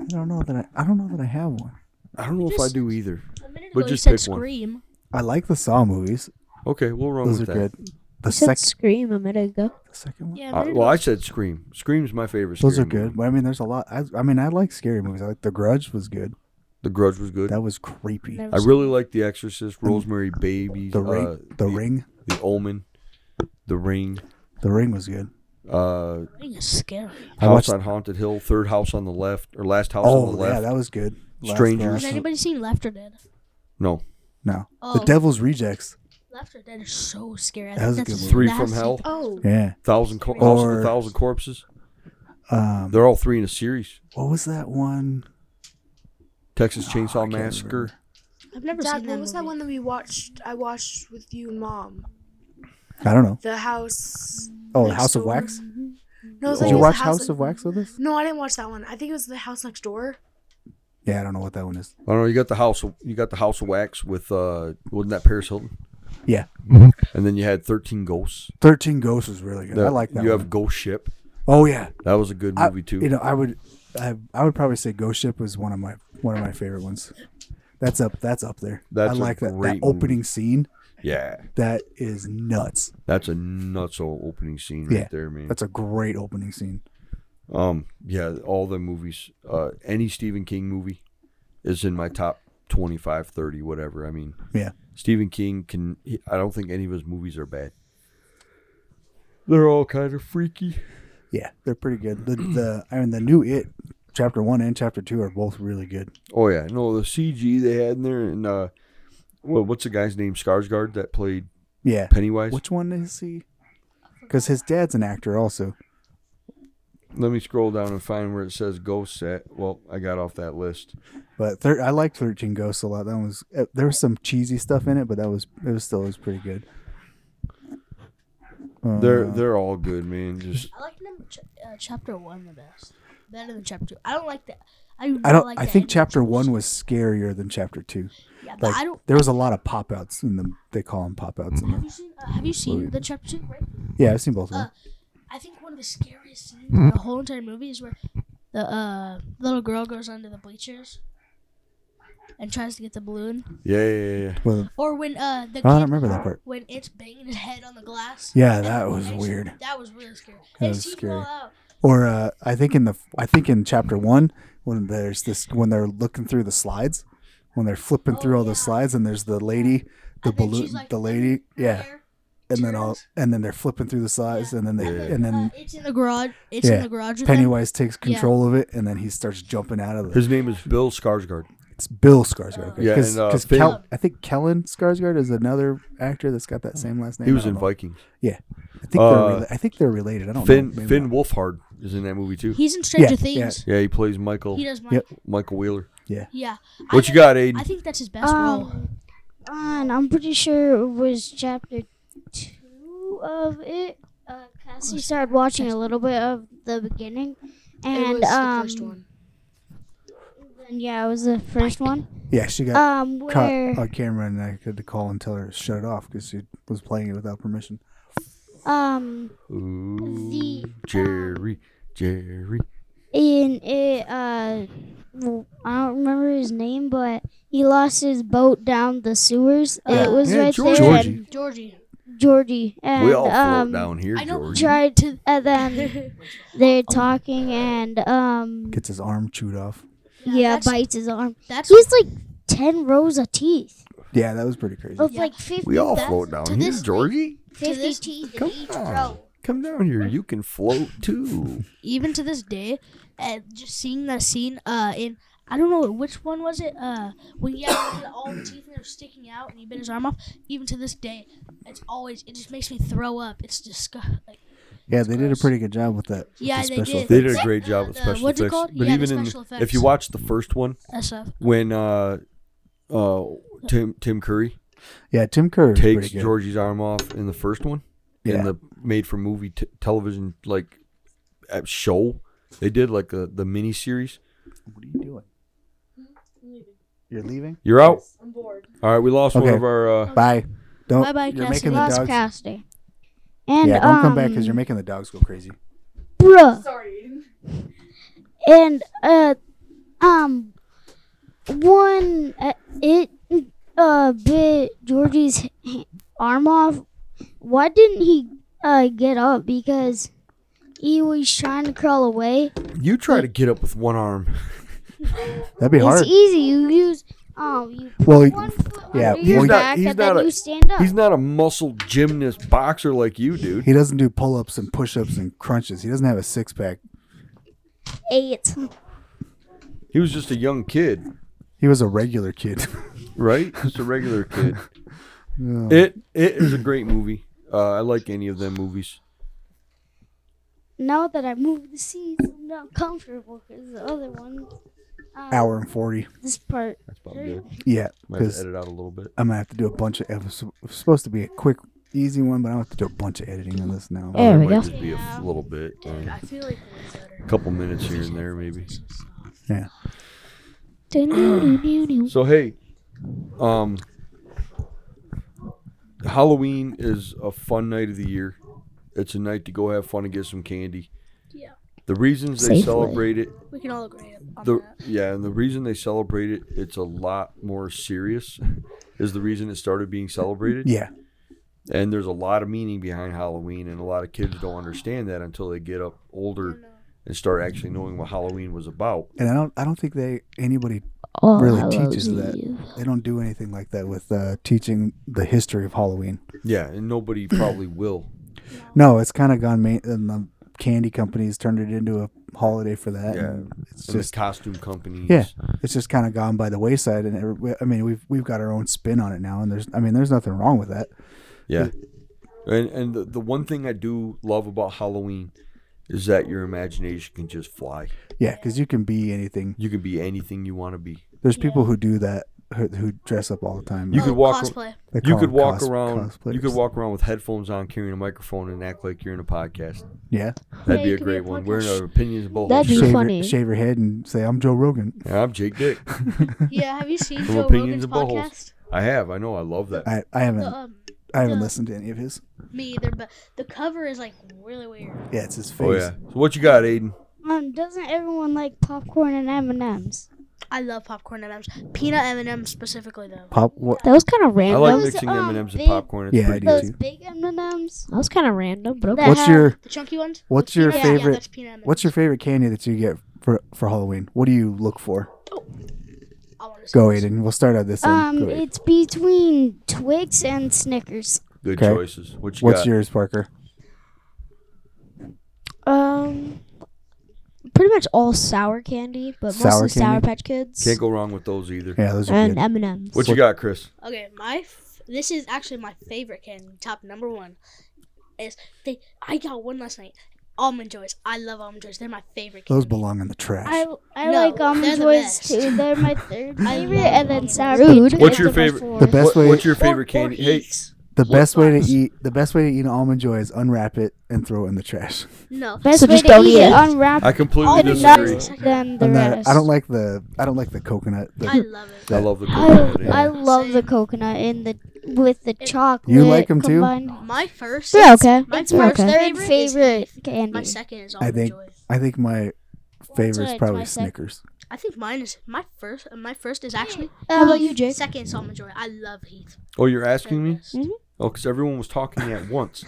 [SPEAKER 2] I don't know that I. I don't know that I have one.
[SPEAKER 1] I don't know if I do either.
[SPEAKER 6] a minute
[SPEAKER 1] But
[SPEAKER 6] ago you
[SPEAKER 1] just
[SPEAKER 6] said
[SPEAKER 1] pick one.
[SPEAKER 6] Scream.
[SPEAKER 2] I like the Saw movies.
[SPEAKER 1] Okay, we'll run
[SPEAKER 2] Those are
[SPEAKER 1] with that.
[SPEAKER 2] good. The
[SPEAKER 7] You
[SPEAKER 2] sec-
[SPEAKER 7] said Scream a minute ago.
[SPEAKER 2] the second one.
[SPEAKER 6] Yeah, a
[SPEAKER 1] Uh,
[SPEAKER 6] minute
[SPEAKER 1] well,
[SPEAKER 6] ago.
[SPEAKER 1] I said Scream. Scream's my favorite.
[SPEAKER 2] Those
[SPEAKER 1] scary
[SPEAKER 2] are good.
[SPEAKER 1] movie.
[SPEAKER 2] But I mean, there's a lot. I, I mean, I like scary movies. I like The Grudge was good.
[SPEAKER 1] The Grudge was good.
[SPEAKER 2] That was creepy.
[SPEAKER 6] Never
[SPEAKER 1] I
[SPEAKER 6] seen
[SPEAKER 1] really liked The Exorcist, Rosemary Baby,
[SPEAKER 2] The Ring,
[SPEAKER 1] uh,
[SPEAKER 2] the Ring,
[SPEAKER 1] The Omen, The Ring,
[SPEAKER 2] the Ring was good.
[SPEAKER 1] uh,
[SPEAKER 6] it. Ring is scary.
[SPEAKER 2] I
[SPEAKER 1] House
[SPEAKER 2] watched-
[SPEAKER 1] on Haunted Hill, Third House on the Left, or Last House on
[SPEAKER 2] Oh
[SPEAKER 1] the
[SPEAKER 2] yeah,
[SPEAKER 1] Left.
[SPEAKER 2] that was good. Last
[SPEAKER 1] Strangers.
[SPEAKER 6] Has
[SPEAKER 2] Last-
[SPEAKER 6] anybody seen Left or Dead?
[SPEAKER 1] no,
[SPEAKER 2] No,
[SPEAKER 6] Oh,
[SPEAKER 2] The Devil's Rejects.
[SPEAKER 6] Left or Dead is so scary. I
[SPEAKER 2] That
[SPEAKER 6] think
[SPEAKER 2] was a
[SPEAKER 6] that's
[SPEAKER 2] good one.
[SPEAKER 1] Three
[SPEAKER 6] the
[SPEAKER 1] from
[SPEAKER 6] last
[SPEAKER 1] Hell?
[SPEAKER 6] thing-
[SPEAKER 4] Oh,
[SPEAKER 2] Yeah.
[SPEAKER 1] Thousand Cor- House of
[SPEAKER 2] Or-
[SPEAKER 1] the Thousand Corpses.
[SPEAKER 2] Um,
[SPEAKER 1] They're all three in a series.
[SPEAKER 2] what was that one?
[SPEAKER 1] Texas
[SPEAKER 2] Oh, I
[SPEAKER 1] Chainsaw
[SPEAKER 2] can't
[SPEAKER 1] Massacre.
[SPEAKER 2] remember.
[SPEAKER 6] I've never
[SPEAKER 4] Dad,
[SPEAKER 6] seen
[SPEAKER 4] what was that
[SPEAKER 6] movie.
[SPEAKER 4] one that we watched? I watched with you and mom.
[SPEAKER 2] I don't know.
[SPEAKER 4] The house.
[SPEAKER 2] Oh, the
[SPEAKER 4] Next
[SPEAKER 2] House of
[SPEAKER 4] Door.
[SPEAKER 2] Wax.
[SPEAKER 4] No, it was
[SPEAKER 2] Did
[SPEAKER 4] like
[SPEAKER 2] you
[SPEAKER 4] it was
[SPEAKER 2] watch
[SPEAKER 4] the
[SPEAKER 2] House of Wax with us?
[SPEAKER 4] No, I didn't watch that one. I think it was the house next door.
[SPEAKER 2] Yeah, I don't know what that one is.
[SPEAKER 1] I don't know. You got the house. Of, you got the House of Wax with uh, wasn't that Paris Hilton? Mm-hmm.
[SPEAKER 2] Yeah.
[SPEAKER 1] And then you had Thirteen Ghosts.
[SPEAKER 2] Thirteen Ghosts was really good. I like that.
[SPEAKER 1] You
[SPEAKER 2] one.
[SPEAKER 1] have Ghost Ship.
[SPEAKER 2] Oh yeah,
[SPEAKER 1] That was a good
[SPEAKER 2] I-
[SPEAKER 1] movie too.
[SPEAKER 2] You know, I would, I, I would probably say Ghost Ship was one of my one of my favorite ones. That's up. That's up there.
[SPEAKER 1] That's
[SPEAKER 2] I
[SPEAKER 1] a
[SPEAKER 2] like that. That
[SPEAKER 1] great
[SPEAKER 2] opening scene.
[SPEAKER 1] yeah,
[SPEAKER 2] That is nuts.
[SPEAKER 1] that's a nuts old opening scene right
[SPEAKER 2] Yeah.
[SPEAKER 1] there, man.
[SPEAKER 2] That's a great opening scene.
[SPEAKER 1] Um, yeah, all the movies, uh, any Stephen King movie is in my top 25, 30, whatever. I mean,
[SPEAKER 2] Yeah.
[SPEAKER 1] Stephen King can, he, I don't think any of his movies are bad. They're all kind of freaky.
[SPEAKER 2] Yeah, they're pretty good. The the I mean the new It, chapter one and chapter two are both really good.
[SPEAKER 1] Oh, yeah. No, the CG they had in there, and, uh, well, what's the guy's name? Skarsgård that played
[SPEAKER 2] Yeah.
[SPEAKER 1] Pennywise?
[SPEAKER 2] Which one is he? Because his dad's an actor also.
[SPEAKER 1] Let me scroll down and find where it says ghosts at. Well, I got off that list.
[SPEAKER 2] But thir- I liked Thirteen Ghosts a lot. That was uh, there was some cheesy stuff in it, but that was it was still it was pretty good. Uh,
[SPEAKER 1] They're, they're all good, man. Just,
[SPEAKER 6] I like number ch- uh, chapter one the best. Better than chapter two. I don't like that. I, do
[SPEAKER 2] I
[SPEAKER 6] not
[SPEAKER 2] don't.
[SPEAKER 6] Like
[SPEAKER 2] I
[SPEAKER 6] the
[SPEAKER 2] think
[SPEAKER 6] ending of
[SPEAKER 2] chapter one was scarier than chapter two.
[SPEAKER 6] Yeah, but
[SPEAKER 2] Like
[SPEAKER 6] I don't.
[SPEAKER 2] there was a lot of pop outs in them. They call them pop outs in
[SPEAKER 6] Have
[SPEAKER 2] there.
[SPEAKER 6] you seen? Uh, have you seen the chapter two? Right.
[SPEAKER 2] Yeah, I've seen
[SPEAKER 6] Uh,
[SPEAKER 2] both of them.
[SPEAKER 6] I think one of the scariest scenes
[SPEAKER 2] Mm-hmm.
[SPEAKER 6] in the whole entire movie is where the uh, little girl goes under the bleachers and tries to get the balloon,
[SPEAKER 1] yeah, yeah, yeah. yeah.
[SPEAKER 2] Well,
[SPEAKER 6] or when uh, the
[SPEAKER 2] I don't
[SPEAKER 6] kid-
[SPEAKER 2] remember that part.
[SPEAKER 6] when it's banging his head on the glass.
[SPEAKER 2] Yeah, that was
[SPEAKER 6] And she-
[SPEAKER 2] weird.
[SPEAKER 6] That was really scary.
[SPEAKER 2] That
[SPEAKER 6] That
[SPEAKER 2] was
[SPEAKER 6] was scary.
[SPEAKER 2] scary. Or uh, I think in the I think in chapter one when there's this when they're looking through the slides, when they're flipping
[SPEAKER 6] Oh,
[SPEAKER 2] through all
[SPEAKER 6] yeah.
[SPEAKER 2] the slides and there's the lady, the balloon, the lady, yeah, and then all and then they're flipping through the slides
[SPEAKER 6] Yeah.
[SPEAKER 2] and then they
[SPEAKER 1] Yeah.
[SPEAKER 2] and then
[SPEAKER 6] uh, it's in the garage. It's
[SPEAKER 2] Yeah.
[SPEAKER 6] in the garage. With them.
[SPEAKER 2] Pennywise takes
[SPEAKER 6] Yeah.
[SPEAKER 2] control of it and then he starts jumping out of it.
[SPEAKER 1] His name is Bill Skarsgård.
[SPEAKER 2] It's Bill Skarsgård.
[SPEAKER 1] Yeah,
[SPEAKER 2] because
[SPEAKER 1] and, uh,
[SPEAKER 2] because
[SPEAKER 1] Finn-
[SPEAKER 2] Kel- I think Kellen Skarsgård is another actor that's got that same last name.
[SPEAKER 1] He was
[SPEAKER 2] I don't
[SPEAKER 1] in
[SPEAKER 2] know.
[SPEAKER 1] Vikings.
[SPEAKER 2] I think they're
[SPEAKER 1] uh,
[SPEAKER 2] rela- I think they're related. I don't
[SPEAKER 1] Finn
[SPEAKER 2] know. maybe
[SPEAKER 1] Finn
[SPEAKER 2] not.
[SPEAKER 1] Wolfhard is in that movie too.
[SPEAKER 6] He's in Stranger
[SPEAKER 2] yeah.
[SPEAKER 6] Things.
[SPEAKER 1] yeah, he plays Michael
[SPEAKER 6] He does. Mine.
[SPEAKER 2] Yep.
[SPEAKER 1] Michael Wheeler.
[SPEAKER 6] Yeah. I
[SPEAKER 1] What you
[SPEAKER 6] think-
[SPEAKER 1] got, Aiden?
[SPEAKER 6] I think that's his best role.
[SPEAKER 5] Um, and I'm pretty sure it was chapter two of it. Uh, Cassie started watching a little bit of the beginning, and
[SPEAKER 4] it was
[SPEAKER 5] um,
[SPEAKER 4] the first one.
[SPEAKER 5] and yeah, it was the first one.
[SPEAKER 2] Yeah, she got
[SPEAKER 5] Um,
[SPEAKER 2] caught
[SPEAKER 5] where
[SPEAKER 2] on camera and I had to call and tell her to shut it off because she was playing it without permission.
[SPEAKER 5] um
[SPEAKER 1] Ooh,
[SPEAKER 5] the
[SPEAKER 1] Jerry, Jerry.
[SPEAKER 5] in it uh w- I don't remember his name, but he lost his boat down the sewers.
[SPEAKER 6] Yeah.
[SPEAKER 5] it was
[SPEAKER 1] Yeah,
[SPEAKER 5] right
[SPEAKER 1] Georgie.
[SPEAKER 5] there.
[SPEAKER 1] Georgie.
[SPEAKER 5] and
[SPEAKER 6] Georgie.
[SPEAKER 5] Georgie and
[SPEAKER 1] we all float
[SPEAKER 5] um,
[SPEAKER 1] down here,
[SPEAKER 6] I know-
[SPEAKER 1] George.
[SPEAKER 5] tried to and then they're talking and um
[SPEAKER 2] Gets his arm chewed off.
[SPEAKER 5] yeah,
[SPEAKER 6] that's-
[SPEAKER 5] bites his arm.
[SPEAKER 6] That's
[SPEAKER 5] He has like ten rows of teeth.
[SPEAKER 2] Yeah, that was pretty crazy.
[SPEAKER 5] Of
[SPEAKER 6] Yeah.
[SPEAKER 5] like fifty,
[SPEAKER 1] We all
[SPEAKER 5] thou-
[SPEAKER 1] float down
[SPEAKER 6] to
[SPEAKER 1] here,
[SPEAKER 6] this-
[SPEAKER 1] Georgie.
[SPEAKER 5] 50
[SPEAKER 6] this-
[SPEAKER 5] teeth in
[SPEAKER 1] Come
[SPEAKER 5] each
[SPEAKER 1] on.
[SPEAKER 5] row.
[SPEAKER 1] Come down here. You can float too.
[SPEAKER 6] even to this day, uh, just seeing that scene uh, in I don't know which one was it uh, when he had all the teeth and they were sticking out and he bit his arm off. Even to this day, it's always it just makes me throw up. It's disgusting. Like,
[SPEAKER 2] yeah, they did a
[SPEAKER 6] gross.
[SPEAKER 2] pretty good job with that. with
[SPEAKER 6] Yeah,
[SPEAKER 2] the
[SPEAKER 6] they
[SPEAKER 2] special
[SPEAKER 6] did.
[SPEAKER 1] They
[SPEAKER 2] effects.
[SPEAKER 1] did a great job with
[SPEAKER 6] Uh,
[SPEAKER 1] special
[SPEAKER 6] what's it
[SPEAKER 1] effects.
[SPEAKER 6] called?
[SPEAKER 1] But
[SPEAKER 6] Yeah, the
[SPEAKER 1] even in,
[SPEAKER 6] special
[SPEAKER 1] if you
[SPEAKER 6] effects.
[SPEAKER 1] watch the first one,
[SPEAKER 6] SF.
[SPEAKER 1] when uh, uh, Tim Tim Curry
[SPEAKER 2] Yeah, Tim Curry was
[SPEAKER 1] takes
[SPEAKER 2] pretty good.
[SPEAKER 1] Georgie's arm off in the first one,
[SPEAKER 2] Yeah.
[SPEAKER 1] in the made for movie t- television like uh, show, they did like a, the mini series.
[SPEAKER 2] what are you doing? You're leaving.
[SPEAKER 1] You're out. All right, we lost one
[SPEAKER 2] Okay.
[SPEAKER 1] of our. Uh,
[SPEAKER 2] Bye. Don't.
[SPEAKER 6] Bye-bye,
[SPEAKER 2] You're
[SPEAKER 6] Cassie.
[SPEAKER 2] making the
[SPEAKER 5] Lost
[SPEAKER 2] dogs.
[SPEAKER 5] Cassidy. And
[SPEAKER 2] yeah, don't come back
[SPEAKER 5] um,
[SPEAKER 2] because you're making the dogs go crazy.
[SPEAKER 5] bruh. Sorry. And uh, um, one uh, it uh bit Georgie's h- arm off. Why didn't he uh get up? Because he was trying to crawl away.
[SPEAKER 1] you try to get up with one arm.
[SPEAKER 2] That'd be
[SPEAKER 5] it's
[SPEAKER 2] hard.
[SPEAKER 5] easy. You use um you put
[SPEAKER 2] Well,
[SPEAKER 5] one foot
[SPEAKER 2] yeah,
[SPEAKER 5] under
[SPEAKER 2] he's
[SPEAKER 5] your
[SPEAKER 2] not-
[SPEAKER 5] back
[SPEAKER 1] he's
[SPEAKER 5] and
[SPEAKER 1] not
[SPEAKER 5] then
[SPEAKER 1] a-
[SPEAKER 5] you stand up.
[SPEAKER 1] He's not a muscle gymnast boxer like you, dude.
[SPEAKER 2] he doesn't do pull ups and push ups and crunches. He doesn't have a six pack.
[SPEAKER 5] eight.
[SPEAKER 1] He was just a young kid,
[SPEAKER 2] He was a regular kid.
[SPEAKER 1] right? Just a regular kid.
[SPEAKER 2] Yeah.
[SPEAKER 1] It it is a great movie. Uh, I like any of them movies.
[SPEAKER 5] Now that I moved the seats, I'm not comfortable because the other one. Um,
[SPEAKER 2] Hour and 40.
[SPEAKER 5] This part.
[SPEAKER 1] That's probably good.
[SPEAKER 2] Yeah.
[SPEAKER 1] Might have to
[SPEAKER 2] Because
[SPEAKER 1] edit out a little bit.
[SPEAKER 2] I'm going to have to do a bunch of. It was supposed to be a quick, easy one, but I'm going to have to do a bunch of editing on this now.
[SPEAKER 7] There we
[SPEAKER 1] might
[SPEAKER 7] go.
[SPEAKER 1] Just be a f- little bit, a
[SPEAKER 4] I feel like it was better.
[SPEAKER 1] couple minutes here and there, maybe.
[SPEAKER 6] Mm-hmm.
[SPEAKER 1] So hey, um, Halloween is a fun night of the year. It's a night to go have fun and get some candy.
[SPEAKER 6] Yeah.
[SPEAKER 1] The reasons they
[SPEAKER 7] Safely.
[SPEAKER 1] celebrate it,
[SPEAKER 6] We can all agree on
[SPEAKER 1] the
[SPEAKER 6] that.
[SPEAKER 1] yeah, and the reason they celebrate it, it's a lot more serious. Is the reason it started being celebrated,
[SPEAKER 2] Yeah.
[SPEAKER 1] and there's a lot of meaning behind Halloween, and a lot of kids don't understand that until they get up older and start actually knowing what Halloween was about.
[SPEAKER 2] And I don't, I don't think they anybody
[SPEAKER 7] Oh,
[SPEAKER 2] Really
[SPEAKER 7] hello
[SPEAKER 2] teaches
[SPEAKER 7] to
[SPEAKER 2] that.
[SPEAKER 7] you.
[SPEAKER 2] they don't do anything like that with uh, teaching the history of Halloween.
[SPEAKER 1] Yeah, and nobody probably will.
[SPEAKER 2] No, it's kind of gone. Main, and the candy companies turned it into a holiday for that.
[SPEAKER 1] Yeah,
[SPEAKER 2] and it's
[SPEAKER 1] And the
[SPEAKER 2] just
[SPEAKER 1] costume companies.
[SPEAKER 2] Yeah. it's just kind of gone by the wayside. And every, I mean, we've we've got our own spin on it now. And there's I mean, there's nothing wrong with that.
[SPEAKER 1] Yeah. And and the, the one thing I do love about Halloween is that your imagination can just fly.
[SPEAKER 2] Yeah, because you can be anything.
[SPEAKER 1] You can be anything you want to be.
[SPEAKER 2] There's people who do that who, who dress up all the time.
[SPEAKER 1] You
[SPEAKER 6] Oh,
[SPEAKER 1] could walk-
[SPEAKER 6] cosplay.
[SPEAKER 2] They
[SPEAKER 1] you
[SPEAKER 2] call
[SPEAKER 1] could
[SPEAKER 2] them
[SPEAKER 1] walk
[SPEAKER 2] cos-
[SPEAKER 1] around you could
[SPEAKER 2] cosplayers.
[SPEAKER 1] walk around with headphones on carrying a microphone and act like you're in a podcast.
[SPEAKER 2] Yeah,
[SPEAKER 1] That'd
[SPEAKER 7] Yeah,
[SPEAKER 1] be
[SPEAKER 7] you
[SPEAKER 1] a
[SPEAKER 7] could be
[SPEAKER 1] great
[SPEAKER 7] a
[SPEAKER 1] one.
[SPEAKER 7] podcast.
[SPEAKER 1] Wearing our opinions and bullshit.
[SPEAKER 7] That'd be
[SPEAKER 2] shave
[SPEAKER 7] funny.
[SPEAKER 2] your, shave your head and say I'm Joe Rogan.
[SPEAKER 1] Yeah, I'm Jake Dick.
[SPEAKER 6] Yeah, have you seen
[SPEAKER 1] From
[SPEAKER 6] Joe
[SPEAKER 1] opinions
[SPEAKER 6] Rogan's
[SPEAKER 1] and buttholes.
[SPEAKER 6] podcast?
[SPEAKER 1] I have, I know, I love that.
[SPEAKER 2] I, I haven't
[SPEAKER 6] The, um,
[SPEAKER 2] I haven't
[SPEAKER 6] the-
[SPEAKER 2] listened to any of his.
[SPEAKER 6] me either, but the cover is like really weird.
[SPEAKER 2] Yeah, it's his face.
[SPEAKER 1] Oh yeah. So what you got, Aiden?
[SPEAKER 5] Um, doesn't everyone like popcorn and M and M's?
[SPEAKER 6] I love popcorn M&Ms, peanut M&Ms specifically though.
[SPEAKER 2] Pop what?
[SPEAKER 7] That was kind of
[SPEAKER 1] I
[SPEAKER 7] random.
[SPEAKER 1] like
[SPEAKER 5] those,
[SPEAKER 1] mixing
[SPEAKER 5] um,
[SPEAKER 1] M and M's and
[SPEAKER 5] big-
[SPEAKER 1] popcorn. It's
[SPEAKER 2] Yeah, I
[SPEAKER 1] pretty
[SPEAKER 2] do
[SPEAKER 1] good.
[SPEAKER 5] Those
[SPEAKER 2] too.
[SPEAKER 5] big M and M's.
[SPEAKER 7] that was kind of random, but okay.
[SPEAKER 5] That
[SPEAKER 2] What's your
[SPEAKER 6] The chunky ones.
[SPEAKER 2] What's your
[SPEAKER 6] Yeah, yeah,
[SPEAKER 2] favorite?
[SPEAKER 6] that's peanut M&Ms.
[SPEAKER 2] What's your favorite candy that you get for for Halloween? What do you look for?
[SPEAKER 6] I wanna say
[SPEAKER 2] Go
[SPEAKER 6] this.
[SPEAKER 2] Aiden. We'll start at this end. Go,
[SPEAKER 5] Um,
[SPEAKER 2] Aiden.
[SPEAKER 5] it's between Twix and Snickers.
[SPEAKER 1] Good
[SPEAKER 2] Okay.
[SPEAKER 1] choices. What you
[SPEAKER 2] What's
[SPEAKER 1] got?
[SPEAKER 2] yours, Parker?
[SPEAKER 7] Um, pretty much all sour candy, but
[SPEAKER 2] Sour
[SPEAKER 7] mostly Sour
[SPEAKER 2] candy?
[SPEAKER 7] Patch Kids
[SPEAKER 1] Can't go wrong with those either.
[SPEAKER 2] Yeah, those are
[SPEAKER 7] and
[SPEAKER 2] good.
[SPEAKER 7] M and M's.
[SPEAKER 1] What you got, Chris?
[SPEAKER 6] Okay, my f- this is actually my favorite candy, top number one. Is they I got one last night. Almond joys. I love almond joys. They're my favorite. Candy.
[SPEAKER 2] Those belong in the trash.
[SPEAKER 5] I I
[SPEAKER 6] No,
[SPEAKER 5] like
[SPEAKER 6] they're
[SPEAKER 5] almond
[SPEAKER 6] the
[SPEAKER 5] joys
[SPEAKER 6] best.
[SPEAKER 5] too. They're my third
[SPEAKER 6] I
[SPEAKER 5] favorite,
[SPEAKER 6] love
[SPEAKER 5] and then
[SPEAKER 6] almond
[SPEAKER 5] sour
[SPEAKER 7] joys.
[SPEAKER 5] Patch
[SPEAKER 7] Rude.
[SPEAKER 1] What's
[SPEAKER 5] Kids
[SPEAKER 1] your
[SPEAKER 5] are my
[SPEAKER 1] favorite-
[SPEAKER 5] fourth.
[SPEAKER 2] the best
[SPEAKER 1] What-
[SPEAKER 2] way
[SPEAKER 1] what's your
[SPEAKER 6] Or-
[SPEAKER 1] favorite
[SPEAKER 6] or
[SPEAKER 1] candy? Hey,
[SPEAKER 6] Eats.
[SPEAKER 2] the best way to
[SPEAKER 6] ones?
[SPEAKER 2] eat the best way to eat an almond joy is unwrap it and throw it in the trash.
[SPEAKER 6] No.
[SPEAKER 5] Best
[SPEAKER 7] So
[SPEAKER 5] way
[SPEAKER 7] just
[SPEAKER 5] to
[SPEAKER 7] don't
[SPEAKER 5] eat
[SPEAKER 7] eat
[SPEAKER 5] it,
[SPEAKER 7] it.
[SPEAKER 5] unwrap
[SPEAKER 1] I
[SPEAKER 5] it,
[SPEAKER 1] completely
[SPEAKER 6] All
[SPEAKER 5] and
[SPEAKER 6] the
[SPEAKER 1] disagree.
[SPEAKER 6] nuts.
[SPEAKER 5] not then the
[SPEAKER 2] I'm not-
[SPEAKER 5] rest.
[SPEAKER 2] I don't like the I don't like the coconut. The-
[SPEAKER 6] I love it.
[SPEAKER 1] I
[SPEAKER 2] that-
[SPEAKER 1] love the
[SPEAKER 5] I,
[SPEAKER 1] coconut. in it.
[SPEAKER 5] I love the
[SPEAKER 6] Same.
[SPEAKER 5] coconut in the with the chocolate.
[SPEAKER 2] You like 'em too?
[SPEAKER 5] combined.
[SPEAKER 6] My first.
[SPEAKER 7] Oh,
[SPEAKER 5] They're okay.
[SPEAKER 6] My
[SPEAKER 5] They're
[SPEAKER 6] first
[SPEAKER 5] okay.
[SPEAKER 6] favorite. is-
[SPEAKER 5] favorite candy.
[SPEAKER 6] my second is
[SPEAKER 2] I
[SPEAKER 6] almond
[SPEAKER 2] think
[SPEAKER 6] joy.
[SPEAKER 2] I think my favorite
[SPEAKER 5] right,
[SPEAKER 2] is
[SPEAKER 5] it's
[SPEAKER 2] probably
[SPEAKER 5] my sec-
[SPEAKER 2] Snickers.
[SPEAKER 6] I think mine is my first. uh, My first is actually
[SPEAKER 7] How about
[SPEAKER 5] Um,
[SPEAKER 7] you, Jake?
[SPEAKER 6] second is almond joy. I love Heath.
[SPEAKER 1] Oh, you're asking me?
[SPEAKER 6] They're the best.
[SPEAKER 1] Oh, because everyone was talking at once.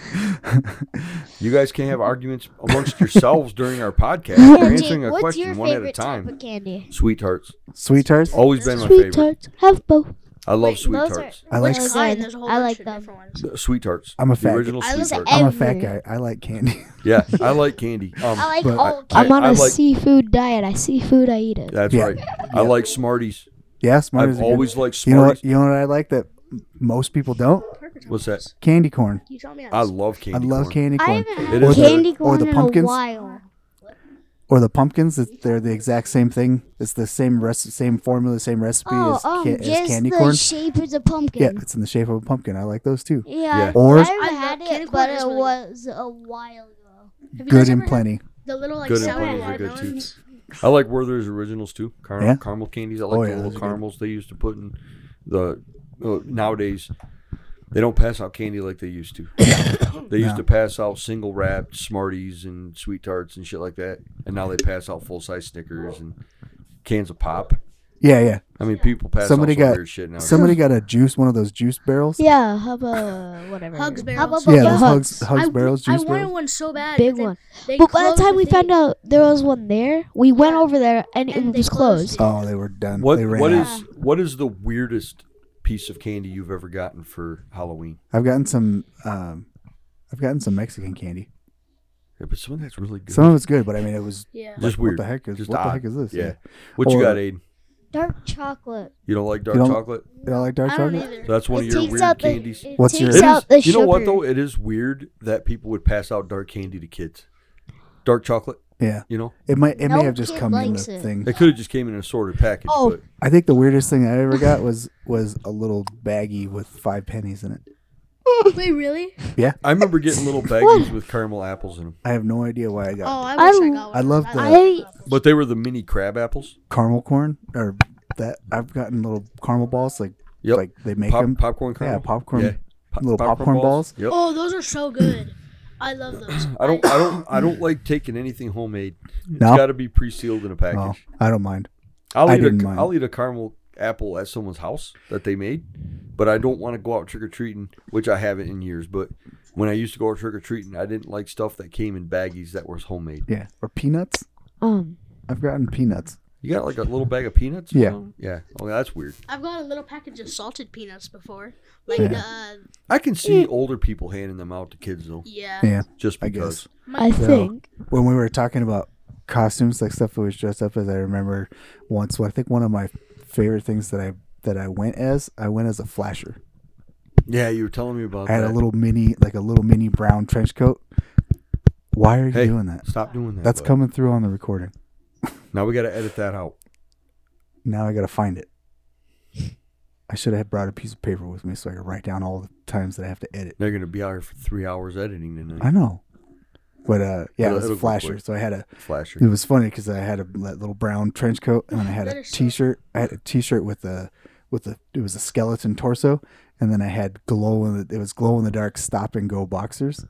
[SPEAKER 1] You guys can't have arguments amongst yourselves during our podcast. We're answering a
[SPEAKER 5] what's your
[SPEAKER 1] question one at a
[SPEAKER 5] favorite type
[SPEAKER 1] time.
[SPEAKER 5] of candy?
[SPEAKER 1] Sweethearts.
[SPEAKER 2] Sweethearts.
[SPEAKER 1] Always been my
[SPEAKER 7] Sweet
[SPEAKER 1] favorite.
[SPEAKER 7] tarts. Have both.
[SPEAKER 1] I love
[SPEAKER 6] Wait,
[SPEAKER 1] sweet
[SPEAKER 5] those
[SPEAKER 1] tarts.
[SPEAKER 2] I like.
[SPEAKER 6] Which
[SPEAKER 5] Those
[SPEAKER 6] kind?
[SPEAKER 5] are-
[SPEAKER 6] There's a whole
[SPEAKER 5] I
[SPEAKER 6] bunch
[SPEAKER 5] like
[SPEAKER 6] of
[SPEAKER 5] them.
[SPEAKER 6] different ones.
[SPEAKER 1] The Sweet tarts.
[SPEAKER 2] I'm a
[SPEAKER 1] The
[SPEAKER 2] fat-
[SPEAKER 1] original
[SPEAKER 6] I
[SPEAKER 1] sweet
[SPEAKER 6] love
[SPEAKER 1] tarts.
[SPEAKER 2] I'm a fat
[SPEAKER 5] every-
[SPEAKER 2] guy. I like candy.
[SPEAKER 1] Yeah, I like candy. Um,
[SPEAKER 5] I like
[SPEAKER 2] But-
[SPEAKER 5] all.
[SPEAKER 1] I-
[SPEAKER 5] candy.
[SPEAKER 7] I'm on
[SPEAKER 1] I
[SPEAKER 7] a
[SPEAKER 1] like-
[SPEAKER 7] seafood diet. I see food, I eat it.
[SPEAKER 1] that's
[SPEAKER 2] Yeah.
[SPEAKER 1] right. I like Smarties.
[SPEAKER 2] yeah, Smarties.
[SPEAKER 1] I've
[SPEAKER 2] are good.
[SPEAKER 1] always liked
[SPEAKER 2] You know what?
[SPEAKER 1] Smarties.
[SPEAKER 2] You know what I like that most people don't?
[SPEAKER 6] Perfect
[SPEAKER 1] What's
[SPEAKER 6] almonds.
[SPEAKER 2] Candy corn.
[SPEAKER 6] You tell me.
[SPEAKER 1] I love candy.
[SPEAKER 2] I love
[SPEAKER 1] corn.
[SPEAKER 2] candy
[SPEAKER 5] I
[SPEAKER 2] corn.
[SPEAKER 5] haven't
[SPEAKER 1] It
[SPEAKER 5] had
[SPEAKER 1] is good.
[SPEAKER 5] candy
[SPEAKER 2] Or
[SPEAKER 5] corn
[SPEAKER 2] the
[SPEAKER 5] in
[SPEAKER 2] pumpkins?
[SPEAKER 5] a while.
[SPEAKER 2] Or the pumpkins. It's, they're the exact same thing. It's the same recipe, same formula, same recipe
[SPEAKER 5] Oh,
[SPEAKER 2] as, ca-
[SPEAKER 5] um,
[SPEAKER 2] as
[SPEAKER 5] just
[SPEAKER 2] candy
[SPEAKER 5] the
[SPEAKER 2] corn.
[SPEAKER 5] shape is a
[SPEAKER 2] yeah,
[SPEAKER 5] pumpkin.
[SPEAKER 2] it's in the shape of a pumpkin. I like those too.
[SPEAKER 5] Yeah.
[SPEAKER 1] Yeah.
[SPEAKER 2] Or-
[SPEAKER 5] I haven't
[SPEAKER 6] I
[SPEAKER 5] had
[SPEAKER 6] love- candy
[SPEAKER 5] it,
[SPEAKER 6] corn
[SPEAKER 5] but
[SPEAKER 6] is
[SPEAKER 5] it
[SPEAKER 6] really good.
[SPEAKER 5] was a while ago.
[SPEAKER 6] Have you guys
[SPEAKER 2] Good
[SPEAKER 6] ever
[SPEAKER 2] and
[SPEAKER 6] had
[SPEAKER 2] plenty.
[SPEAKER 6] The little like
[SPEAKER 1] Good and
[SPEAKER 6] sour
[SPEAKER 1] plenty are good too.
[SPEAKER 6] watermelons.
[SPEAKER 1] I like Werther's Originals too. Car-
[SPEAKER 2] Yeah?
[SPEAKER 1] Caramel candies. I
[SPEAKER 2] Oh,
[SPEAKER 1] like the
[SPEAKER 2] yeah, those
[SPEAKER 1] little
[SPEAKER 2] are good.
[SPEAKER 1] caramels they used to put in the. Uh, nowadays, they don't pass out candy like they used to. they used
[SPEAKER 2] No.
[SPEAKER 1] to pass out single wrapped Smarties and sweet tarts and shit like that, and now they pass out full size Snickers and cans of pop.
[SPEAKER 2] Yeah, yeah.
[SPEAKER 1] I mean, people pass
[SPEAKER 2] Somebody
[SPEAKER 1] all sorts of
[SPEAKER 2] got-
[SPEAKER 1] weird shit now.
[SPEAKER 2] Somebody got a juice, one of those juice barrels.
[SPEAKER 7] Yeah, hubba, whatever.
[SPEAKER 6] Hugs
[SPEAKER 5] How about
[SPEAKER 6] barrels.
[SPEAKER 2] Yeah,
[SPEAKER 5] Yeah,
[SPEAKER 2] those hugs,
[SPEAKER 7] Hugs.
[SPEAKER 2] hugs
[SPEAKER 6] I-
[SPEAKER 2] barrels,
[SPEAKER 6] I
[SPEAKER 2] juice
[SPEAKER 6] wanted
[SPEAKER 2] barrels.
[SPEAKER 6] one so bad.
[SPEAKER 7] Big
[SPEAKER 6] but then
[SPEAKER 7] one.
[SPEAKER 6] they
[SPEAKER 7] But by the
[SPEAKER 6] closed
[SPEAKER 7] time we
[SPEAKER 6] thing.
[SPEAKER 7] found out there was one there, we went
[SPEAKER 6] Yeah.
[SPEAKER 7] over there and,
[SPEAKER 6] And
[SPEAKER 7] it
[SPEAKER 6] they
[SPEAKER 7] was
[SPEAKER 6] closed
[SPEAKER 2] Oh,
[SPEAKER 7] closed.
[SPEAKER 2] they were done.
[SPEAKER 1] What
[SPEAKER 2] they ran
[SPEAKER 1] what
[SPEAKER 2] out.
[SPEAKER 1] is what is the weirdest piece of candy you've ever gotten for Halloween?
[SPEAKER 2] I've gotten some. Um, I've gotten some Mexican candy.
[SPEAKER 1] Yeah, but some of that's really good.
[SPEAKER 2] Some of it's good, but I mean, it was
[SPEAKER 6] Yeah.
[SPEAKER 1] just
[SPEAKER 2] like,
[SPEAKER 1] weird.
[SPEAKER 2] What the heck is
[SPEAKER 1] Just
[SPEAKER 2] what the
[SPEAKER 1] odd.
[SPEAKER 2] heck is this?
[SPEAKER 1] Yeah. What you
[SPEAKER 2] Or-
[SPEAKER 1] got, Aiden?
[SPEAKER 5] Dark chocolate.
[SPEAKER 1] You don't like dark
[SPEAKER 2] don't-
[SPEAKER 1] chocolate?
[SPEAKER 2] You don't like dark
[SPEAKER 6] I don't
[SPEAKER 2] chocolate?
[SPEAKER 6] either.
[SPEAKER 1] So that's one
[SPEAKER 5] it
[SPEAKER 1] of your
[SPEAKER 5] takes
[SPEAKER 1] weird
[SPEAKER 5] out
[SPEAKER 1] candies.
[SPEAKER 5] The, it
[SPEAKER 2] What's your-
[SPEAKER 5] takes
[SPEAKER 1] It
[SPEAKER 5] out
[SPEAKER 1] is-
[SPEAKER 5] the
[SPEAKER 1] you
[SPEAKER 5] sugar.
[SPEAKER 1] know what though? It is weird that people would pass out dark candy to kids. Dark chocolate,
[SPEAKER 2] Yeah.
[SPEAKER 1] you know,
[SPEAKER 2] It might. It
[SPEAKER 5] No
[SPEAKER 2] may have just
[SPEAKER 5] kid
[SPEAKER 2] come in
[SPEAKER 5] likes
[SPEAKER 2] the
[SPEAKER 5] it.
[SPEAKER 2] thing.
[SPEAKER 1] they could have just came in an assorted package.
[SPEAKER 7] Oh.
[SPEAKER 1] but
[SPEAKER 2] I think the weirdest thing I ever got was was a little baggie with five pennies in it.
[SPEAKER 6] Wait, really?
[SPEAKER 1] I remember getting little baggies with caramel apples in them,
[SPEAKER 2] I have no idea why I
[SPEAKER 6] Oh,
[SPEAKER 2] got
[SPEAKER 6] I wish I,
[SPEAKER 5] I-
[SPEAKER 6] got one.
[SPEAKER 2] I love the-
[SPEAKER 6] love apples.
[SPEAKER 1] but they were the mini crab apples.
[SPEAKER 2] caramel corn or that. I've gotten little caramel balls like
[SPEAKER 1] Yep,
[SPEAKER 2] like they make
[SPEAKER 1] Pop,
[SPEAKER 2] them.
[SPEAKER 1] popcorn
[SPEAKER 2] Yeah,
[SPEAKER 1] caramel.
[SPEAKER 2] popcorn.
[SPEAKER 1] Yeah. Po-
[SPEAKER 2] little popcorn balls.
[SPEAKER 1] Yep.
[SPEAKER 6] Oh, those are so good. I love those.
[SPEAKER 1] I don't, I don't, I don't like taking anything homemade. It's
[SPEAKER 2] No?
[SPEAKER 1] got to be pre-sealed in a package.
[SPEAKER 2] Oh, I don't mind.
[SPEAKER 1] I'll
[SPEAKER 2] I
[SPEAKER 1] eat
[SPEAKER 2] didn't
[SPEAKER 1] a,
[SPEAKER 2] mind.
[SPEAKER 1] will eat a caramel apple at someone's house that they made, but I don't want to go out trick or treating, which I haven't in years. But when I used to go out trick or treating, I didn't like stuff that came in baggies that was homemade.
[SPEAKER 2] Yeah, or peanuts.
[SPEAKER 7] Um,
[SPEAKER 2] I've gotten peanuts.
[SPEAKER 1] You got like a little bag of peanuts. or
[SPEAKER 2] Yeah.
[SPEAKER 1] something? yeah. Oh, that's weird.
[SPEAKER 6] I've got a little package of salted peanuts before. Like,
[SPEAKER 2] Yeah.
[SPEAKER 6] uh,
[SPEAKER 1] I can see older people handing them out to kids though,
[SPEAKER 6] yeah.
[SPEAKER 2] Yeah,
[SPEAKER 1] just
[SPEAKER 2] Eh. I
[SPEAKER 1] because.
[SPEAKER 2] guess.
[SPEAKER 7] I think.
[SPEAKER 2] When we were talking about costumes, like stuff that was dressed up as, I remember once. Well, I think one of my favorite things that I that I went as, I went as a flasher.
[SPEAKER 1] Yeah, you were telling me about
[SPEAKER 2] I had
[SPEAKER 1] that.
[SPEAKER 2] a little mini, like a little mini brown trench coat. Why are you
[SPEAKER 1] Hey,
[SPEAKER 2] doing that?
[SPEAKER 1] Stop doing that.
[SPEAKER 2] That's
[SPEAKER 1] bud.
[SPEAKER 2] coming through on the recording.
[SPEAKER 1] Now we got to edit that out.
[SPEAKER 2] Now I gotta find it. I should have brought a piece of paper with me so I could write down all the times that I have to edit.
[SPEAKER 1] They're gonna be out here for three hours editing
[SPEAKER 2] I
[SPEAKER 1] tonight.
[SPEAKER 2] know, but uh, yeah,
[SPEAKER 1] It'll-
[SPEAKER 2] it was
[SPEAKER 1] it'll
[SPEAKER 2] a
[SPEAKER 1] go
[SPEAKER 2] flasher.
[SPEAKER 1] quick.
[SPEAKER 2] So I had a.
[SPEAKER 1] Flasher.
[SPEAKER 2] It was funny because I had a li- little brown trench coat and then I had
[SPEAKER 6] That
[SPEAKER 2] a
[SPEAKER 6] is so-
[SPEAKER 2] t-shirt. I had a t-shirt with a with a it was a skeleton torso, and then I had glow in the it was glow in the dark stop and go boxers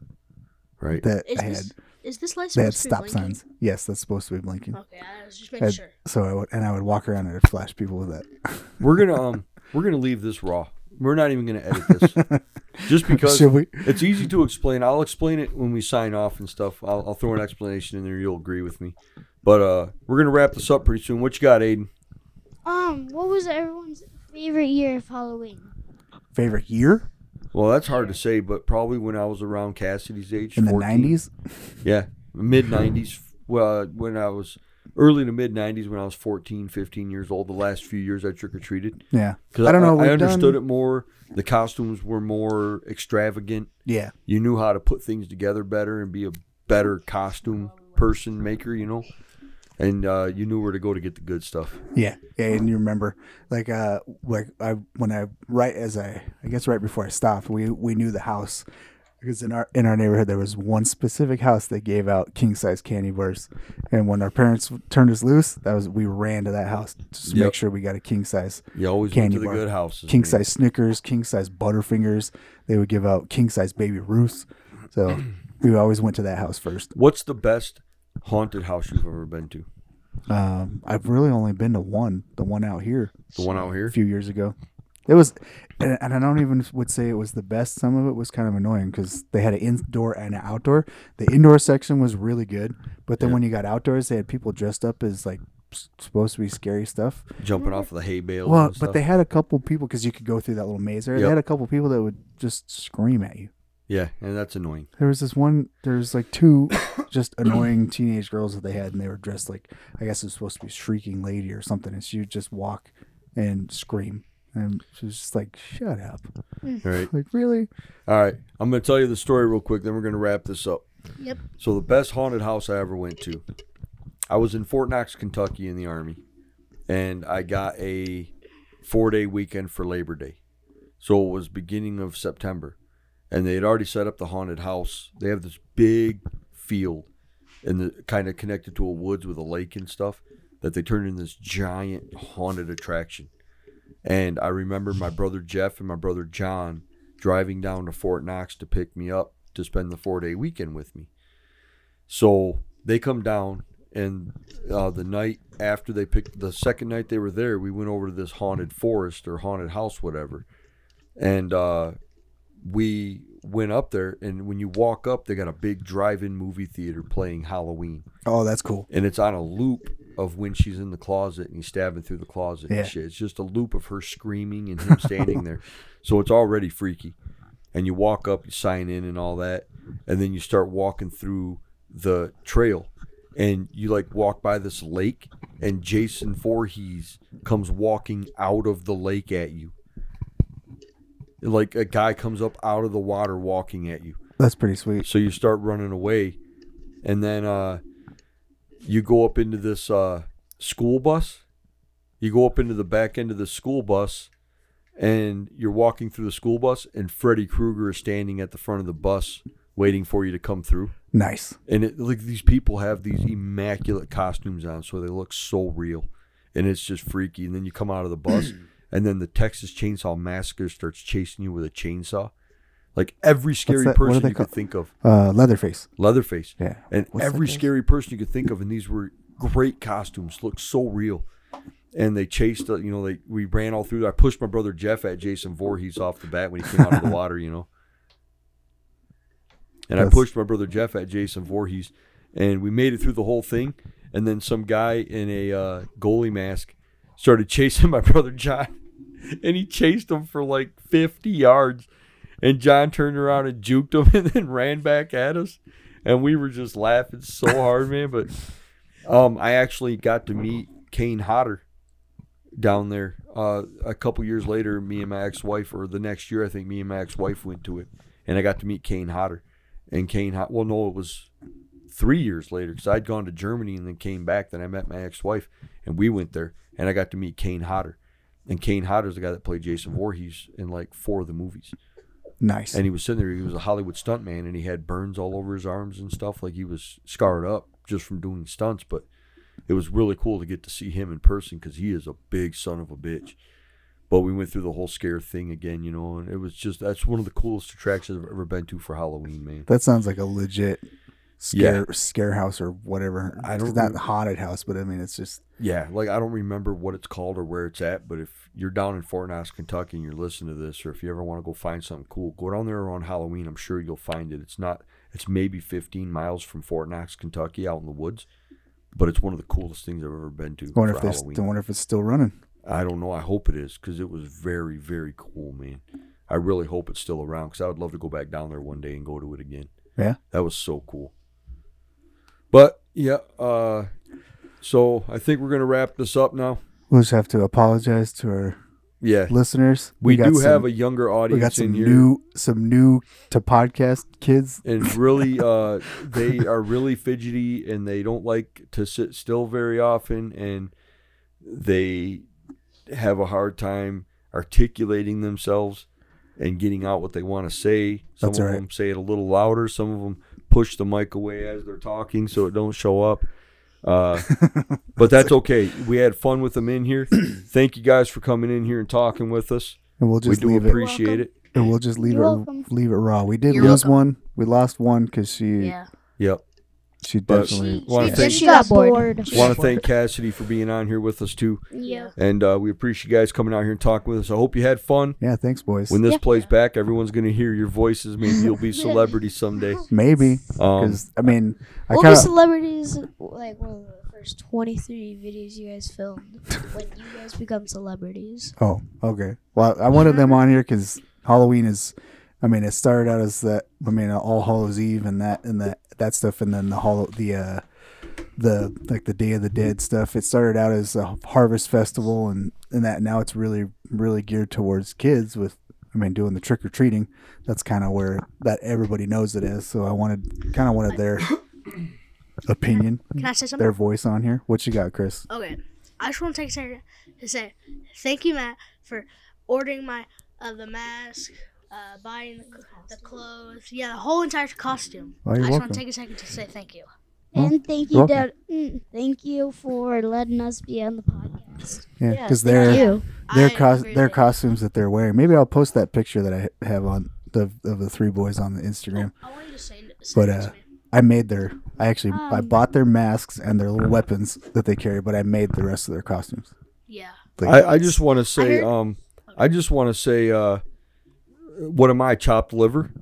[SPEAKER 1] Right.
[SPEAKER 2] that
[SPEAKER 6] Is
[SPEAKER 2] I had.
[SPEAKER 6] this, is this light
[SPEAKER 2] They had
[SPEAKER 6] supposed to be
[SPEAKER 2] stop
[SPEAKER 6] blinking?
[SPEAKER 2] signs. Yes, that's supposed to be blinking.
[SPEAKER 6] Okay, I was just making
[SPEAKER 2] Uh,
[SPEAKER 6] sure.
[SPEAKER 2] So I would and I would walk around and I'd flash people with that.
[SPEAKER 1] We're gonna um we're gonna leave this raw. We're not even gonna edit this. Just because
[SPEAKER 2] Should we?
[SPEAKER 1] it's easy to explain. I'll explain it when we sign off and stuff. I'll, I'll throw an explanation in there. You'll agree with me. But uh we're gonna wrap this up pretty soon. What you got, Aiden?
[SPEAKER 5] Um, what was everyone's favorite year of Halloween?
[SPEAKER 2] Favorite year
[SPEAKER 1] Well, that's hard to say, but probably when I was around Cassidy's age,
[SPEAKER 2] in the
[SPEAKER 1] 14.
[SPEAKER 2] nineties?
[SPEAKER 1] Yeah, mid 90s. Well, uh, when I was early to mid 90s, when I was 14, 15 years old, the last few years I trick or treated.
[SPEAKER 2] Yeah.
[SPEAKER 1] Because
[SPEAKER 2] I don't know,
[SPEAKER 1] I,
[SPEAKER 2] we've
[SPEAKER 1] understood
[SPEAKER 2] done-
[SPEAKER 1] it more. The costumes were more extravagant.
[SPEAKER 2] Yeah.
[SPEAKER 1] You knew how to put things together better and be a better costume person maker, you know? And uh, you knew where to go to get the good stuff.
[SPEAKER 2] Yeah. Yeah. And you remember like uh like I when I right as I I guess right before I stopped, we we knew the house because in our in our neighborhood there was one specific house that gave out king size candy bars. And when our parents turned us loose, that was we ran to that house just to
[SPEAKER 1] Yep.
[SPEAKER 2] make sure we got a king size.
[SPEAKER 1] You always went
[SPEAKER 2] Candy
[SPEAKER 1] to the
[SPEAKER 2] bar.
[SPEAKER 1] good houses.
[SPEAKER 2] king
[SPEAKER 1] man.
[SPEAKER 2] size Snickers, king size Butterfingers. They would give out king size Baby Ruths. So we always went to that house first.
[SPEAKER 1] What's the best haunted house you've ever been to?
[SPEAKER 2] Um, I've really only been to one, the one out here
[SPEAKER 1] The one out
[SPEAKER 2] a
[SPEAKER 1] here?
[SPEAKER 2] few years ago. It was, and, and I don't even would say it was the best. Some of it was kind of annoying because they had an indoor and an outdoor. The indoor section was really good, but then
[SPEAKER 1] Yeah.
[SPEAKER 2] when you got outdoors, they had people dressed up as like s- supposed to be scary stuff.
[SPEAKER 1] Jumping off of the hay bales.
[SPEAKER 2] Well,
[SPEAKER 1] and
[SPEAKER 2] but
[SPEAKER 1] stuff.
[SPEAKER 2] they had a couple people because you could go through that little maze there.
[SPEAKER 1] Yep.
[SPEAKER 2] They had a couple people that would just scream at you.
[SPEAKER 1] Yeah, and that's annoying.
[SPEAKER 2] There was this one. There's like two just annoying teenage girls that they had, and they were dressed like I guess it was supposed to be shrieking lady or something, and she would just walk and scream, and she was just like, "Shut up!"
[SPEAKER 1] All right.
[SPEAKER 2] Like really?
[SPEAKER 1] All right, I'm going to tell you the story real quick, then we're going to wrap this up.
[SPEAKER 6] Yep.
[SPEAKER 1] So the best haunted house I ever went to, I was in Fort Knox, Kentucky, in the army, and I got a four day weekend for Labor Day, so it was beginning of September, and they had already set up the haunted house. They have this big field, and the kind of connected to a woods with a lake and stuff that they turned into this giant haunted attraction. And I remember my brother Jeff and my brother John driving down to Fort Knox to pick me up to spend the four day weekend with me. So they come down And uh, the night after they picked the second night they were there, we went over to this haunted forest or haunted house, whatever. And uh, we went up there, and when you walk up, they got a big drive-in movie theater playing Halloween
[SPEAKER 2] Oh, that's cool.
[SPEAKER 1] and it's on a loop of when she's in the closet and he's stabbing through the closet
[SPEAKER 2] Yeah.
[SPEAKER 1] and shit. It's just a loop of her screaming and him standing there. So it's already freaky. And you walk up, you sign in and all that, and then you start walking through the trail. And you like walk by this lake, and Jason Voorhees comes walking out of the lake at you. Like a guy comes up out of the water walking at you.
[SPEAKER 2] That's pretty sweet.
[SPEAKER 1] So you start running away, and then uh, you go up into this uh, school bus. You go up into the back end of the school bus, and you're walking through the school bus, and Freddy Krueger is standing at the front of the bus waiting for you to come through.
[SPEAKER 2] Nice.
[SPEAKER 1] And it, like these people have these immaculate costumes on, so they look so real, and it's just freaky. And then you come out of the bus, and then the Texas Chainsaw Massacre starts chasing you with a chainsaw. Like every scary
[SPEAKER 2] that- what are
[SPEAKER 1] person
[SPEAKER 2] they
[SPEAKER 1] you
[SPEAKER 2] called?
[SPEAKER 1] could think of.
[SPEAKER 2] Uh, Leatherface.
[SPEAKER 1] Leatherface.
[SPEAKER 2] Yeah.
[SPEAKER 1] And
[SPEAKER 2] What's that
[SPEAKER 1] every
[SPEAKER 2] guy's-
[SPEAKER 1] scary person you could think of, and these were great costumes, looked so real. And they chased, uh, you know, they we ran all through. I pushed my brother Jeff at Jason Voorhees off the bat when he came out of the water, you know. And I
[SPEAKER 2] That's-
[SPEAKER 1] pushed my brother Jeff at Jason Voorhees, and we made it through the whole thing. And then some guy in a uh, goalie mask started chasing my brother John, and he chased him for like 50 yards. And John turned around and juked him and then ran back at us. And we were just laughing so hard, man. But um, I actually got to meet Kane Hodder down there uh, a couple years later. Me and my ex wife, or the next year, I think me and my ex wife went to it. And I got to meet Kane Hodder. And Kane, Hod- well, no, it was three years later because I'd gone to Germany and then came back. Then I met my ex wife and we went there. And I got to meet Kane Hodder. And Kane Hodder's the guy that played Jason Voorhees in like four of the movies.
[SPEAKER 2] Nice.
[SPEAKER 1] And he was sitting there. He was a Hollywood stuntman, and he had burns all over his arms and stuff. Like he was scarred up just from doing stunts. But it was really cool to get to see him in person because he is a big son of a bitch. But we went through the whole scare thing again, you know, and it was just that's one of the coolest attractions I've ever been to for Halloween, man.
[SPEAKER 2] That sounds like a legit scare scare house or whatever.
[SPEAKER 1] I
[SPEAKER 2] It's
[SPEAKER 1] don't
[SPEAKER 2] not
[SPEAKER 1] rem-
[SPEAKER 2] haunted house, but I mean it's just
[SPEAKER 1] Yeah, like I don't remember what it's called or where it's at, but if you're down in Fort Knox, Kentucky, and you're listening to this, or if you ever want to go find something cool, go down there on Halloween. I'm sure you'll find it. It's not. It's maybe 15 miles from Fort Knox, Kentucky, out in the woods, but it's one of the coolest things I've ever been to
[SPEAKER 2] I wonder
[SPEAKER 1] for
[SPEAKER 2] if they
[SPEAKER 1] Halloween.
[SPEAKER 2] I wonder if it's still running.
[SPEAKER 1] I don't know. I hope it is because it was very, very cool, man. I really hope it's still around because I would love to go back down there one day and go to it again.
[SPEAKER 2] Yeah.
[SPEAKER 1] That was so cool. But yeah, uh, so I think we're gonna wrap this up now.
[SPEAKER 2] We'll just have to apologize to our
[SPEAKER 1] Yeah,
[SPEAKER 2] listeners.
[SPEAKER 1] we,
[SPEAKER 2] got
[SPEAKER 1] do
[SPEAKER 2] some-
[SPEAKER 1] have a younger audience
[SPEAKER 2] we got some
[SPEAKER 1] in here,
[SPEAKER 2] new some new to podcast kids.
[SPEAKER 1] and really, uh, they are really fidgety, and they don't like to sit still very often, and they have a hard time articulating themselves and getting out what they want to say. Some
[SPEAKER 2] That's
[SPEAKER 1] of
[SPEAKER 2] all right.
[SPEAKER 1] them say it a little louder. Some of them push the mic away as they're talking so it don't show up. Uh, but that's okay. We had fun with them in here. Thank you guys for coming in here and talking with us.
[SPEAKER 2] And we'll
[SPEAKER 1] we
[SPEAKER 2] just
[SPEAKER 1] do
[SPEAKER 2] leave it
[SPEAKER 1] appreciate it.
[SPEAKER 2] and we'll just leave
[SPEAKER 5] You're
[SPEAKER 2] it
[SPEAKER 5] welcome.
[SPEAKER 2] leave it raw. We did
[SPEAKER 4] You're
[SPEAKER 2] lose
[SPEAKER 4] welcome.
[SPEAKER 2] one. We lost one cuz she
[SPEAKER 6] Yeah.
[SPEAKER 1] Yep.
[SPEAKER 2] she
[SPEAKER 1] But-
[SPEAKER 2] definitely
[SPEAKER 1] Wanna
[SPEAKER 5] she,
[SPEAKER 1] thank-
[SPEAKER 5] she got bored.
[SPEAKER 1] want to thank Cassidy for being on here with us too,
[SPEAKER 5] Yeah.
[SPEAKER 1] and uh, we appreciate you guys coming out here and talking with us. I hope you had fun.
[SPEAKER 2] Yeah, thanks boys.
[SPEAKER 1] When this plays back, everyone's going to hear your voices. Maybe you'll be celebrities someday.
[SPEAKER 2] Maybe
[SPEAKER 1] Um,
[SPEAKER 2] cuz I mean I
[SPEAKER 7] What
[SPEAKER 2] kind
[SPEAKER 7] were
[SPEAKER 2] of
[SPEAKER 7] celebrities like one of the first 23 videos you guys filmed when you guys become celebrities?
[SPEAKER 2] Oh, okay. Well, I wanted them on here because Halloween is. I mean, it started out as that. I mean, All Hallows Eve and that and that that stuff, and then the hollow the uh the like the Day of the Dead stuff. It started out as a harvest festival and and that. Now it's really really geared towards kids with. I mean, doing the trick or treating. That's kind of where that everybody knows it is. So I wanted kind of wanted their opinion,
[SPEAKER 6] Can I say something?
[SPEAKER 2] their voice on here. What you got, Chris?
[SPEAKER 6] Okay. I just want to take a second to say thank you, Matt, for ordering my uh, the mask, uh, buying the, the clothes, yeah, the whole entire costume.
[SPEAKER 2] Oh,
[SPEAKER 6] I
[SPEAKER 2] you're
[SPEAKER 6] just want
[SPEAKER 2] welcome.
[SPEAKER 6] to take a second to say thank you.
[SPEAKER 2] Well,
[SPEAKER 5] And thank
[SPEAKER 2] you're
[SPEAKER 5] you,
[SPEAKER 2] welcome.
[SPEAKER 5] Dad. Mm, thank you for letting us be on the podcast.
[SPEAKER 2] Yeah,
[SPEAKER 7] Yeah,
[SPEAKER 2] because
[SPEAKER 7] thank
[SPEAKER 2] they're.
[SPEAKER 7] you.
[SPEAKER 2] their
[SPEAKER 6] I
[SPEAKER 2] cos
[SPEAKER 6] agree
[SPEAKER 2] their
[SPEAKER 6] with-
[SPEAKER 2] costumes that they're wearing. Maybe I'll post that picture that I have on the of the three boys on the Instagram.
[SPEAKER 6] I want you to say, say
[SPEAKER 2] But,
[SPEAKER 6] this
[SPEAKER 2] uh,
[SPEAKER 6] to me.
[SPEAKER 2] I made their. I actually I
[SPEAKER 5] Um,
[SPEAKER 2] bought their masks and their little weapons that they carry, but I made the rest of their costumes.
[SPEAKER 6] Yeah.
[SPEAKER 2] Like,
[SPEAKER 1] I, I just want to say,
[SPEAKER 6] heard-
[SPEAKER 1] um, I just want to say, uh, what am I, chopped liver?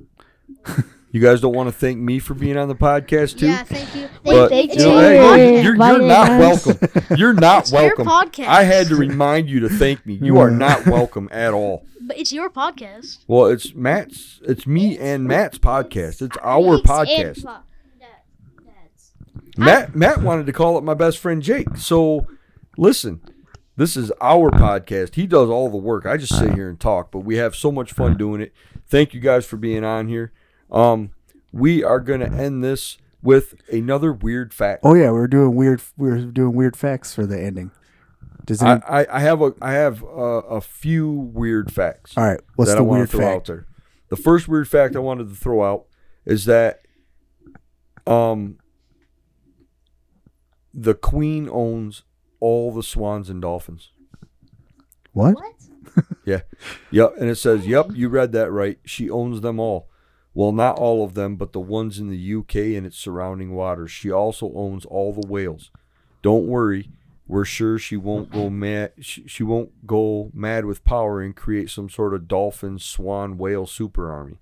[SPEAKER 1] you guys don't want to thank me for being on the podcast too.
[SPEAKER 6] Yeah, thank you.
[SPEAKER 5] They
[SPEAKER 1] But,
[SPEAKER 5] thank
[SPEAKER 1] you know,
[SPEAKER 5] you
[SPEAKER 1] hey,
[SPEAKER 5] for
[SPEAKER 1] you're- you're,
[SPEAKER 5] inviting
[SPEAKER 1] not
[SPEAKER 5] us.
[SPEAKER 1] welcome. You're not
[SPEAKER 6] It's your
[SPEAKER 1] welcome.
[SPEAKER 6] podcast.
[SPEAKER 1] I had to remind you to thank me. You are
[SPEAKER 2] Yeah.
[SPEAKER 1] not welcome at all.
[SPEAKER 6] But it's your podcast.
[SPEAKER 1] Well, it's Matt's. It's me and Matt's podcast. It's our
[SPEAKER 5] Thanks, and
[SPEAKER 1] podcast.
[SPEAKER 5] Pop. That- that's-
[SPEAKER 1] Matt Matt wanted to call it my best friend Jake. So listen, this is our podcast. He does all the work. I just sit here and talk, but we have so much fun doing it. Thank you guys for being on here. Um, we are gonna end this with another weird fact.
[SPEAKER 2] oh yeah, we were doing weird. We were doing weird facts for the ending. Does any,
[SPEAKER 1] I, I, I have a I have a, a few weird facts
[SPEAKER 2] all right? What's
[SPEAKER 1] that
[SPEAKER 2] the
[SPEAKER 1] I want
[SPEAKER 2] weird
[SPEAKER 1] to throw out
[SPEAKER 2] fact?
[SPEAKER 1] there. The first weird fact I wanted to throw out is that um the queen owns all the swans and dolphins.
[SPEAKER 2] What?
[SPEAKER 1] Yep, and it says, "Yep, you read that right. She owns them all. Well, not all of them, but the ones in the UK and its surrounding waters. She also owns all the whales. Don't worry, we're sure she won't go mad. She, she won't go mad with power and create some sort of dolphin, swan, whale super army.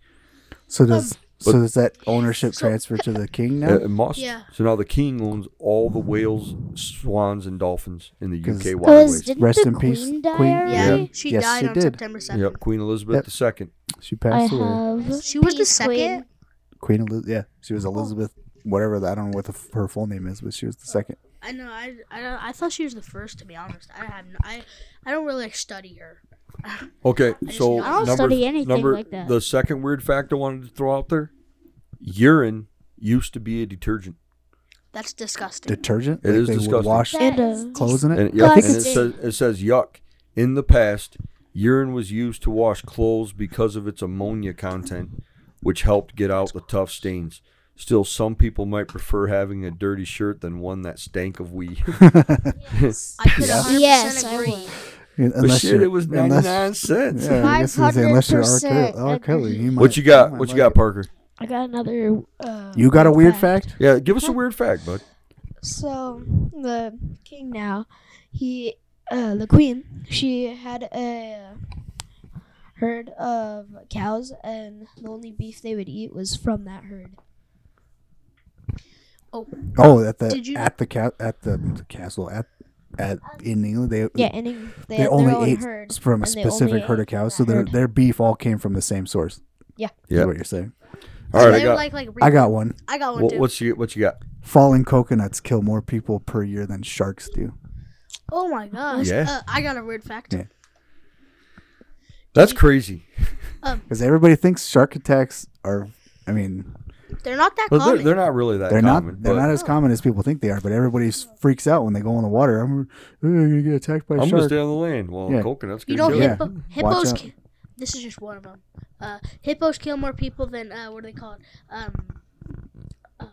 [SPEAKER 2] So does so
[SPEAKER 1] But-
[SPEAKER 2] does that ownership
[SPEAKER 6] Um, So-
[SPEAKER 2] transfer to the king
[SPEAKER 1] Uh,
[SPEAKER 2] now?
[SPEAKER 1] It must.
[SPEAKER 6] Yeah.
[SPEAKER 1] So now the king owns all the whales, swans, and dolphins in the
[SPEAKER 2] 'Cause-
[SPEAKER 1] UK
[SPEAKER 5] Cause
[SPEAKER 1] waterways.
[SPEAKER 5] didn't
[SPEAKER 2] Rest
[SPEAKER 5] the
[SPEAKER 2] in peace,
[SPEAKER 5] queen die
[SPEAKER 2] Queen.
[SPEAKER 5] already?
[SPEAKER 6] Yeah.
[SPEAKER 1] Yeah.
[SPEAKER 6] She
[SPEAKER 2] Yes,
[SPEAKER 6] died
[SPEAKER 2] she
[SPEAKER 6] on
[SPEAKER 2] did.
[SPEAKER 6] September 7th.
[SPEAKER 1] Yep, Queen Elizabeth II.
[SPEAKER 2] She
[SPEAKER 5] I
[SPEAKER 2] passed away.
[SPEAKER 5] have.
[SPEAKER 6] She was the
[SPEAKER 5] Peace
[SPEAKER 6] second.
[SPEAKER 5] Queen.
[SPEAKER 2] Queen Elizabeth. Yeah, she
[SPEAKER 7] Oh.
[SPEAKER 2] was Elizabeth. Whatever the, I don't know what the, f- her full name is, but she was the second.
[SPEAKER 6] I know. I, I don't- I thought she was the first. To be honest, I have no, I I don't really like study her.
[SPEAKER 1] Okay,
[SPEAKER 6] just
[SPEAKER 1] so
[SPEAKER 6] don't- I
[SPEAKER 5] don't
[SPEAKER 1] number,
[SPEAKER 5] study anything
[SPEAKER 1] number-
[SPEAKER 5] like that.
[SPEAKER 1] The second weird fact I wanted to throw out there: urine used to be a detergent,
[SPEAKER 6] That's disgusting.
[SPEAKER 2] Detergent.
[SPEAKER 1] It is
[SPEAKER 2] they Would
[SPEAKER 1] disgusting.
[SPEAKER 2] wash
[SPEAKER 5] And
[SPEAKER 7] That
[SPEAKER 5] uh,
[SPEAKER 7] is
[SPEAKER 2] clothes in it.
[SPEAKER 1] and, it- yep, and it says
[SPEAKER 5] Disgusting.
[SPEAKER 1] it says yuck. In the past, urine was used to wash clothes because of its ammonia content, which helped get out the tough stains. Still, some people might prefer having a dirty shirt than one that stank of wee.
[SPEAKER 6] I
[SPEAKER 2] Yeah.
[SPEAKER 6] could 100%
[SPEAKER 5] Yes, I
[SPEAKER 6] agree.
[SPEAKER 5] would.
[SPEAKER 1] but
[SPEAKER 2] unless
[SPEAKER 1] shit,
[SPEAKER 2] you're-
[SPEAKER 1] it was ninety
[SPEAKER 2] unless-
[SPEAKER 1] nine cents.
[SPEAKER 2] Yeah, I guess I was gonna say, unless you're R. Kelly,
[SPEAKER 5] 500%
[SPEAKER 2] R. Kelly, you might-
[SPEAKER 1] What you got?
[SPEAKER 2] might
[SPEAKER 1] What you
[SPEAKER 2] like
[SPEAKER 1] got,
[SPEAKER 2] it.
[SPEAKER 1] Parker?
[SPEAKER 5] I got another. Uh,
[SPEAKER 2] You got a weird fact?
[SPEAKER 1] Yeah, give us a weird fact, bud.
[SPEAKER 7] So the king now, he, uh, the queen, she had a herd of cows, and the only beef they would eat was from that herd.
[SPEAKER 2] Oh, at the
[SPEAKER 6] Did you-
[SPEAKER 2] at the ca- at the, the castle at at in England they
[SPEAKER 7] Yeah, and in- they,
[SPEAKER 2] they,
[SPEAKER 7] had
[SPEAKER 2] only
[SPEAKER 7] their own
[SPEAKER 2] ate
[SPEAKER 7] herd.
[SPEAKER 2] from a
[SPEAKER 7] and they only
[SPEAKER 2] specific herd
[SPEAKER 7] ate
[SPEAKER 2] of cows, so
[SPEAKER 7] that
[SPEAKER 2] their
[SPEAKER 7] herd.
[SPEAKER 2] their beef all came from the same source.
[SPEAKER 7] Yeah.
[SPEAKER 1] Yeah.
[SPEAKER 2] is what you're saying.
[SPEAKER 1] All right,
[SPEAKER 6] they
[SPEAKER 1] I
[SPEAKER 6] were
[SPEAKER 1] got.
[SPEAKER 6] like like
[SPEAKER 2] I got one.
[SPEAKER 6] I got one
[SPEAKER 1] what,
[SPEAKER 6] too.
[SPEAKER 1] what's you? What you got?
[SPEAKER 2] Falling coconuts kill more people per year than sharks do.
[SPEAKER 6] oh my gosh.
[SPEAKER 1] Yeah.
[SPEAKER 6] Uh, I got a weird fact.
[SPEAKER 2] Yeah.
[SPEAKER 1] That's crazy.
[SPEAKER 6] Um,
[SPEAKER 2] Because everybody thinks shark attacks are. I mean,
[SPEAKER 6] They're not that
[SPEAKER 1] But they're,
[SPEAKER 6] common.
[SPEAKER 1] they're not really that
[SPEAKER 2] they're
[SPEAKER 1] common.
[SPEAKER 2] not they're
[SPEAKER 1] but
[SPEAKER 2] not as common as people think they are. But everybody s- freaks out when they go in the water. I'm, "Oh, you're gonna get attacked by a
[SPEAKER 1] I'm
[SPEAKER 2] shark.
[SPEAKER 1] gonna stay on the land. Well,
[SPEAKER 2] Yeah.
[SPEAKER 1] coconuts.
[SPEAKER 6] you
[SPEAKER 1] gonna
[SPEAKER 6] know,
[SPEAKER 1] kill
[SPEAKER 2] Yeah.
[SPEAKER 1] you.
[SPEAKER 6] hippo,
[SPEAKER 2] Watch
[SPEAKER 6] hippos.
[SPEAKER 2] out.
[SPEAKER 6] Ki- this is just one of them. Uh, hippos kill more people than uh, what are they called? Um, uh,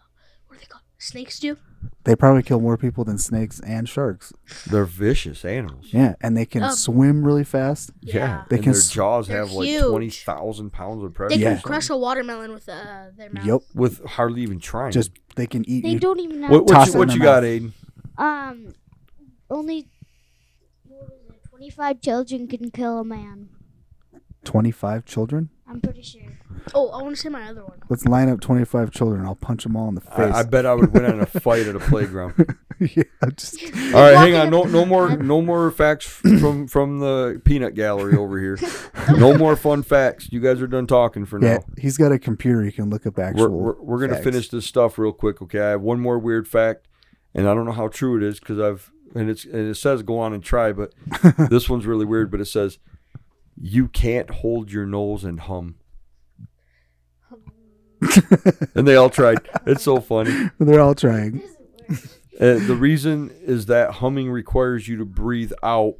[SPEAKER 6] what are they called? Snakes do.
[SPEAKER 2] They probably kill more people than snakes and sharks.
[SPEAKER 1] They're vicious animals.
[SPEAKER 2] Yeah, and they can
[SPEAKER 6] Um,
[SPEAKER 2] swim really fast.
[SPEAKER 6] Yeah.
[SPEAKER 1] They
[SPEAKER 2] They
[SPEAKER 1] and
[SPEAKER 2] can
[SPEAKER 1] their
[SPEAKER 2] s-
[SPEAKER 1] jaws
[SPEAKER 6] They're
[SPEAKER 1] have like
[SPEAKER 6] huge.
[SPEAKER 1] twenty thousand pounds of pressure.
[SPEAKER 6] They
[SPEAKER 2] Yeah.
[SPEAKER 6] can crush a watermelon with uh, their mouth.
[SPEAKER 2] Yep,
[SPEAKER 1] with hardly even trying.
[SPEAKER 2] just they can eat
[SPEAKER 5] They
[SPEAKER 2] you.
[SPEAKER 5] don't even have.
[SPEAKER 1] what, what
[SPEAKER 2] toss
[SPEAKER 1] you,
[SPEAKER 2] it in
[SPEAKER 1] what
[SPEAKER 2] their
[SPEAKER 1] you got, Aiden?
[SPEAKER 5] Um, only what was it? Twenty-five children can kill a man.
[SPEAKER 2] Twenty-five children.
[SPEAKER 5] I'm pretty sure.
[SPEAKER 6] Oh, I want to say my other one.
[SPEAKER 2] Let's line up twenty-five children. I'll punch them all in the face.
[SPEAKER 1] I, I bet I would win on a fight at a playground.
[SPEAKER 2] yeah, I'm just
[SPEAKER 1] All right, hang on. No, no more, no more facts from from the peanut gallery over here. No more fun facts. You guys are done talking for
[SPEAKER 2] yeah.
[SPEAKER 1] now.
[SPEAKER 2] He's got a computer. You can look up
[SPEAKER 1] We're,
[SPEAKER 2] actual.
[SPEAKER 1] we're, we're gonna
[SPEAKER 2] facts.
[SPEAKER 1] finish this stuff real quick. Okay, I have one more weird fact, and I don't know how true it is because I've and it's and it says go on and try, but this one's really weird. But it says you can't hold your nose and hum. and they all tried. It's so funny.
[SPEAKER 2] They're all trying.
[SPEAKER 1] Uh, the reason is that humming requires you to breathe out,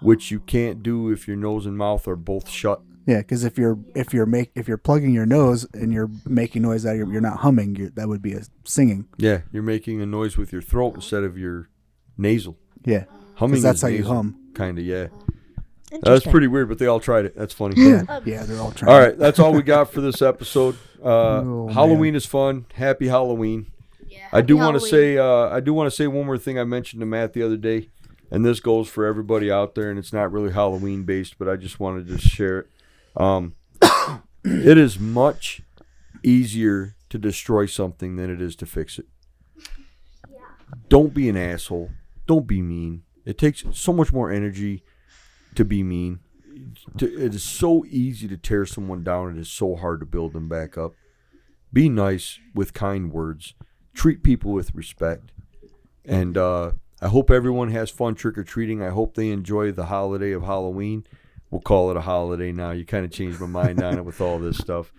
[SPEAKER 1] which you can't do if your nose and mouth are both shut.
[SPEAKER 2] Yeah, because if you're if you're make if you're plugging your nose and you're making noise out of your, you're not humming. You're, that would be a singing.
[SPEAKER 1] Yeah, you're making a noise with your throat instead of your nasal.
[SPEAKER 2] Yeah,
[SPEAKER 1] Humming.
[SPEAKER 2] because that's
[SPEAKER 1] is
[SPEAKER 2] how you
[SPEAKER 1] nasal,
[SPEAKER 2] hum.
[SPEAKER 1] Kinda, yeah. That's pretty weird, but they all tried it. That's funny.
[SPEAKER 2] Yeah, yeah, they're all trying.
[SPEAKER 1] All right, that's all we got for this episode. Uh,
[SPEAKER 2] Oh,
[SPEAKER 1] Halloween is fun. Happy Halloween.
[SPEAKER 4] Yeah.
[SPEAKER 1] I do want to say uh, I do want to say one more thing I mentioned to Matt the other day, and this goes for everybody out there, and it's not really Halloween based, but I just wanted to share it. Um, it is much easier to destroy something than it is to fix it. Don't be an asshole. Don't be mean. It takes so much more energy to be mean. To- It is so easy to tear someone down. It is so hard to build them back up. Be nice with kind words treat people with respect. And uh, I hope everyone has fun trick or treating. I hope they enjoy the holiday of Halloween. We'll call it a holiday now. You kind of changed my mind on it with all this stuff.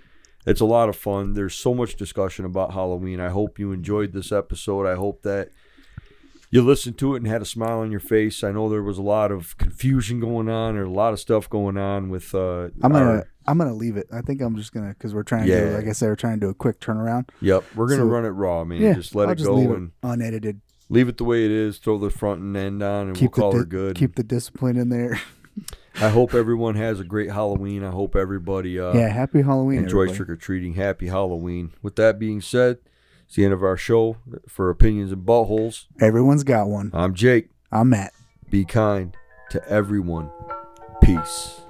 [SPEAKER 1] It's a lot of fun. There's so much discussion about Halloween. I hope you enjoyed this episode. I hope that you listened to it and had a smile on your face. I know there was a lot of confusion going on or a lot of stuff going on with. Uh,
[SPEAKER 2] I'm gonna
[SPEAKER 1] our-
[SPEAKER 2] I'm gonna leave it. I think I'm just gonna because we're trying to do,
[SPEAKER 1] Yeah.
[SPEAKER 2] like I said, we're trying to do a quick turnaround.
[SPEAKER 1] yep, we're gonna
[SPEAKER 2] So-
[SPEAKER 1] run it raw, man.
[SPEAKER 2] yeah,
[SPEAKER 1] just let
[SPEAKER 2] I'll
[SPEAKER 1] it
[SPEAKER 2] just
[SPEAKER 1] go
[SPEAKER 2] leave
[SPEAKER 1] and
[SPEAKER 2] it unedited.
[SPEAKER 1] leave it the way it is. Throw the front and end on, and
[SPEAKER 2] Keep
[SPEAKER 1] we'll call
[SPEAKER 2] the
[SPEAKER 1] her
[SPEAKER 2] di-
[SPEAKER 1] good.
[SPEAKER 2] keep the discipline in there.
[SPEAKER 1] I hope everyone has a great Halloween. I hope everybody uh,
[SPEAKER 2] yeah, happy Halloween.
[SPEAKER 1] enjoys
[SPEAKER 2] everybody.
[SPEAKER 1] trick or treating. Happy Halloween. With that being said, it's the end of our show for opinions and buttholes.
[SPEAKER 2] Everyone's got one.
[SPEAKER 1] I'm Jake.
[SPEAKER 2] I'm Matt.
[SPEAKER 1] Be kind to everyone. Peace.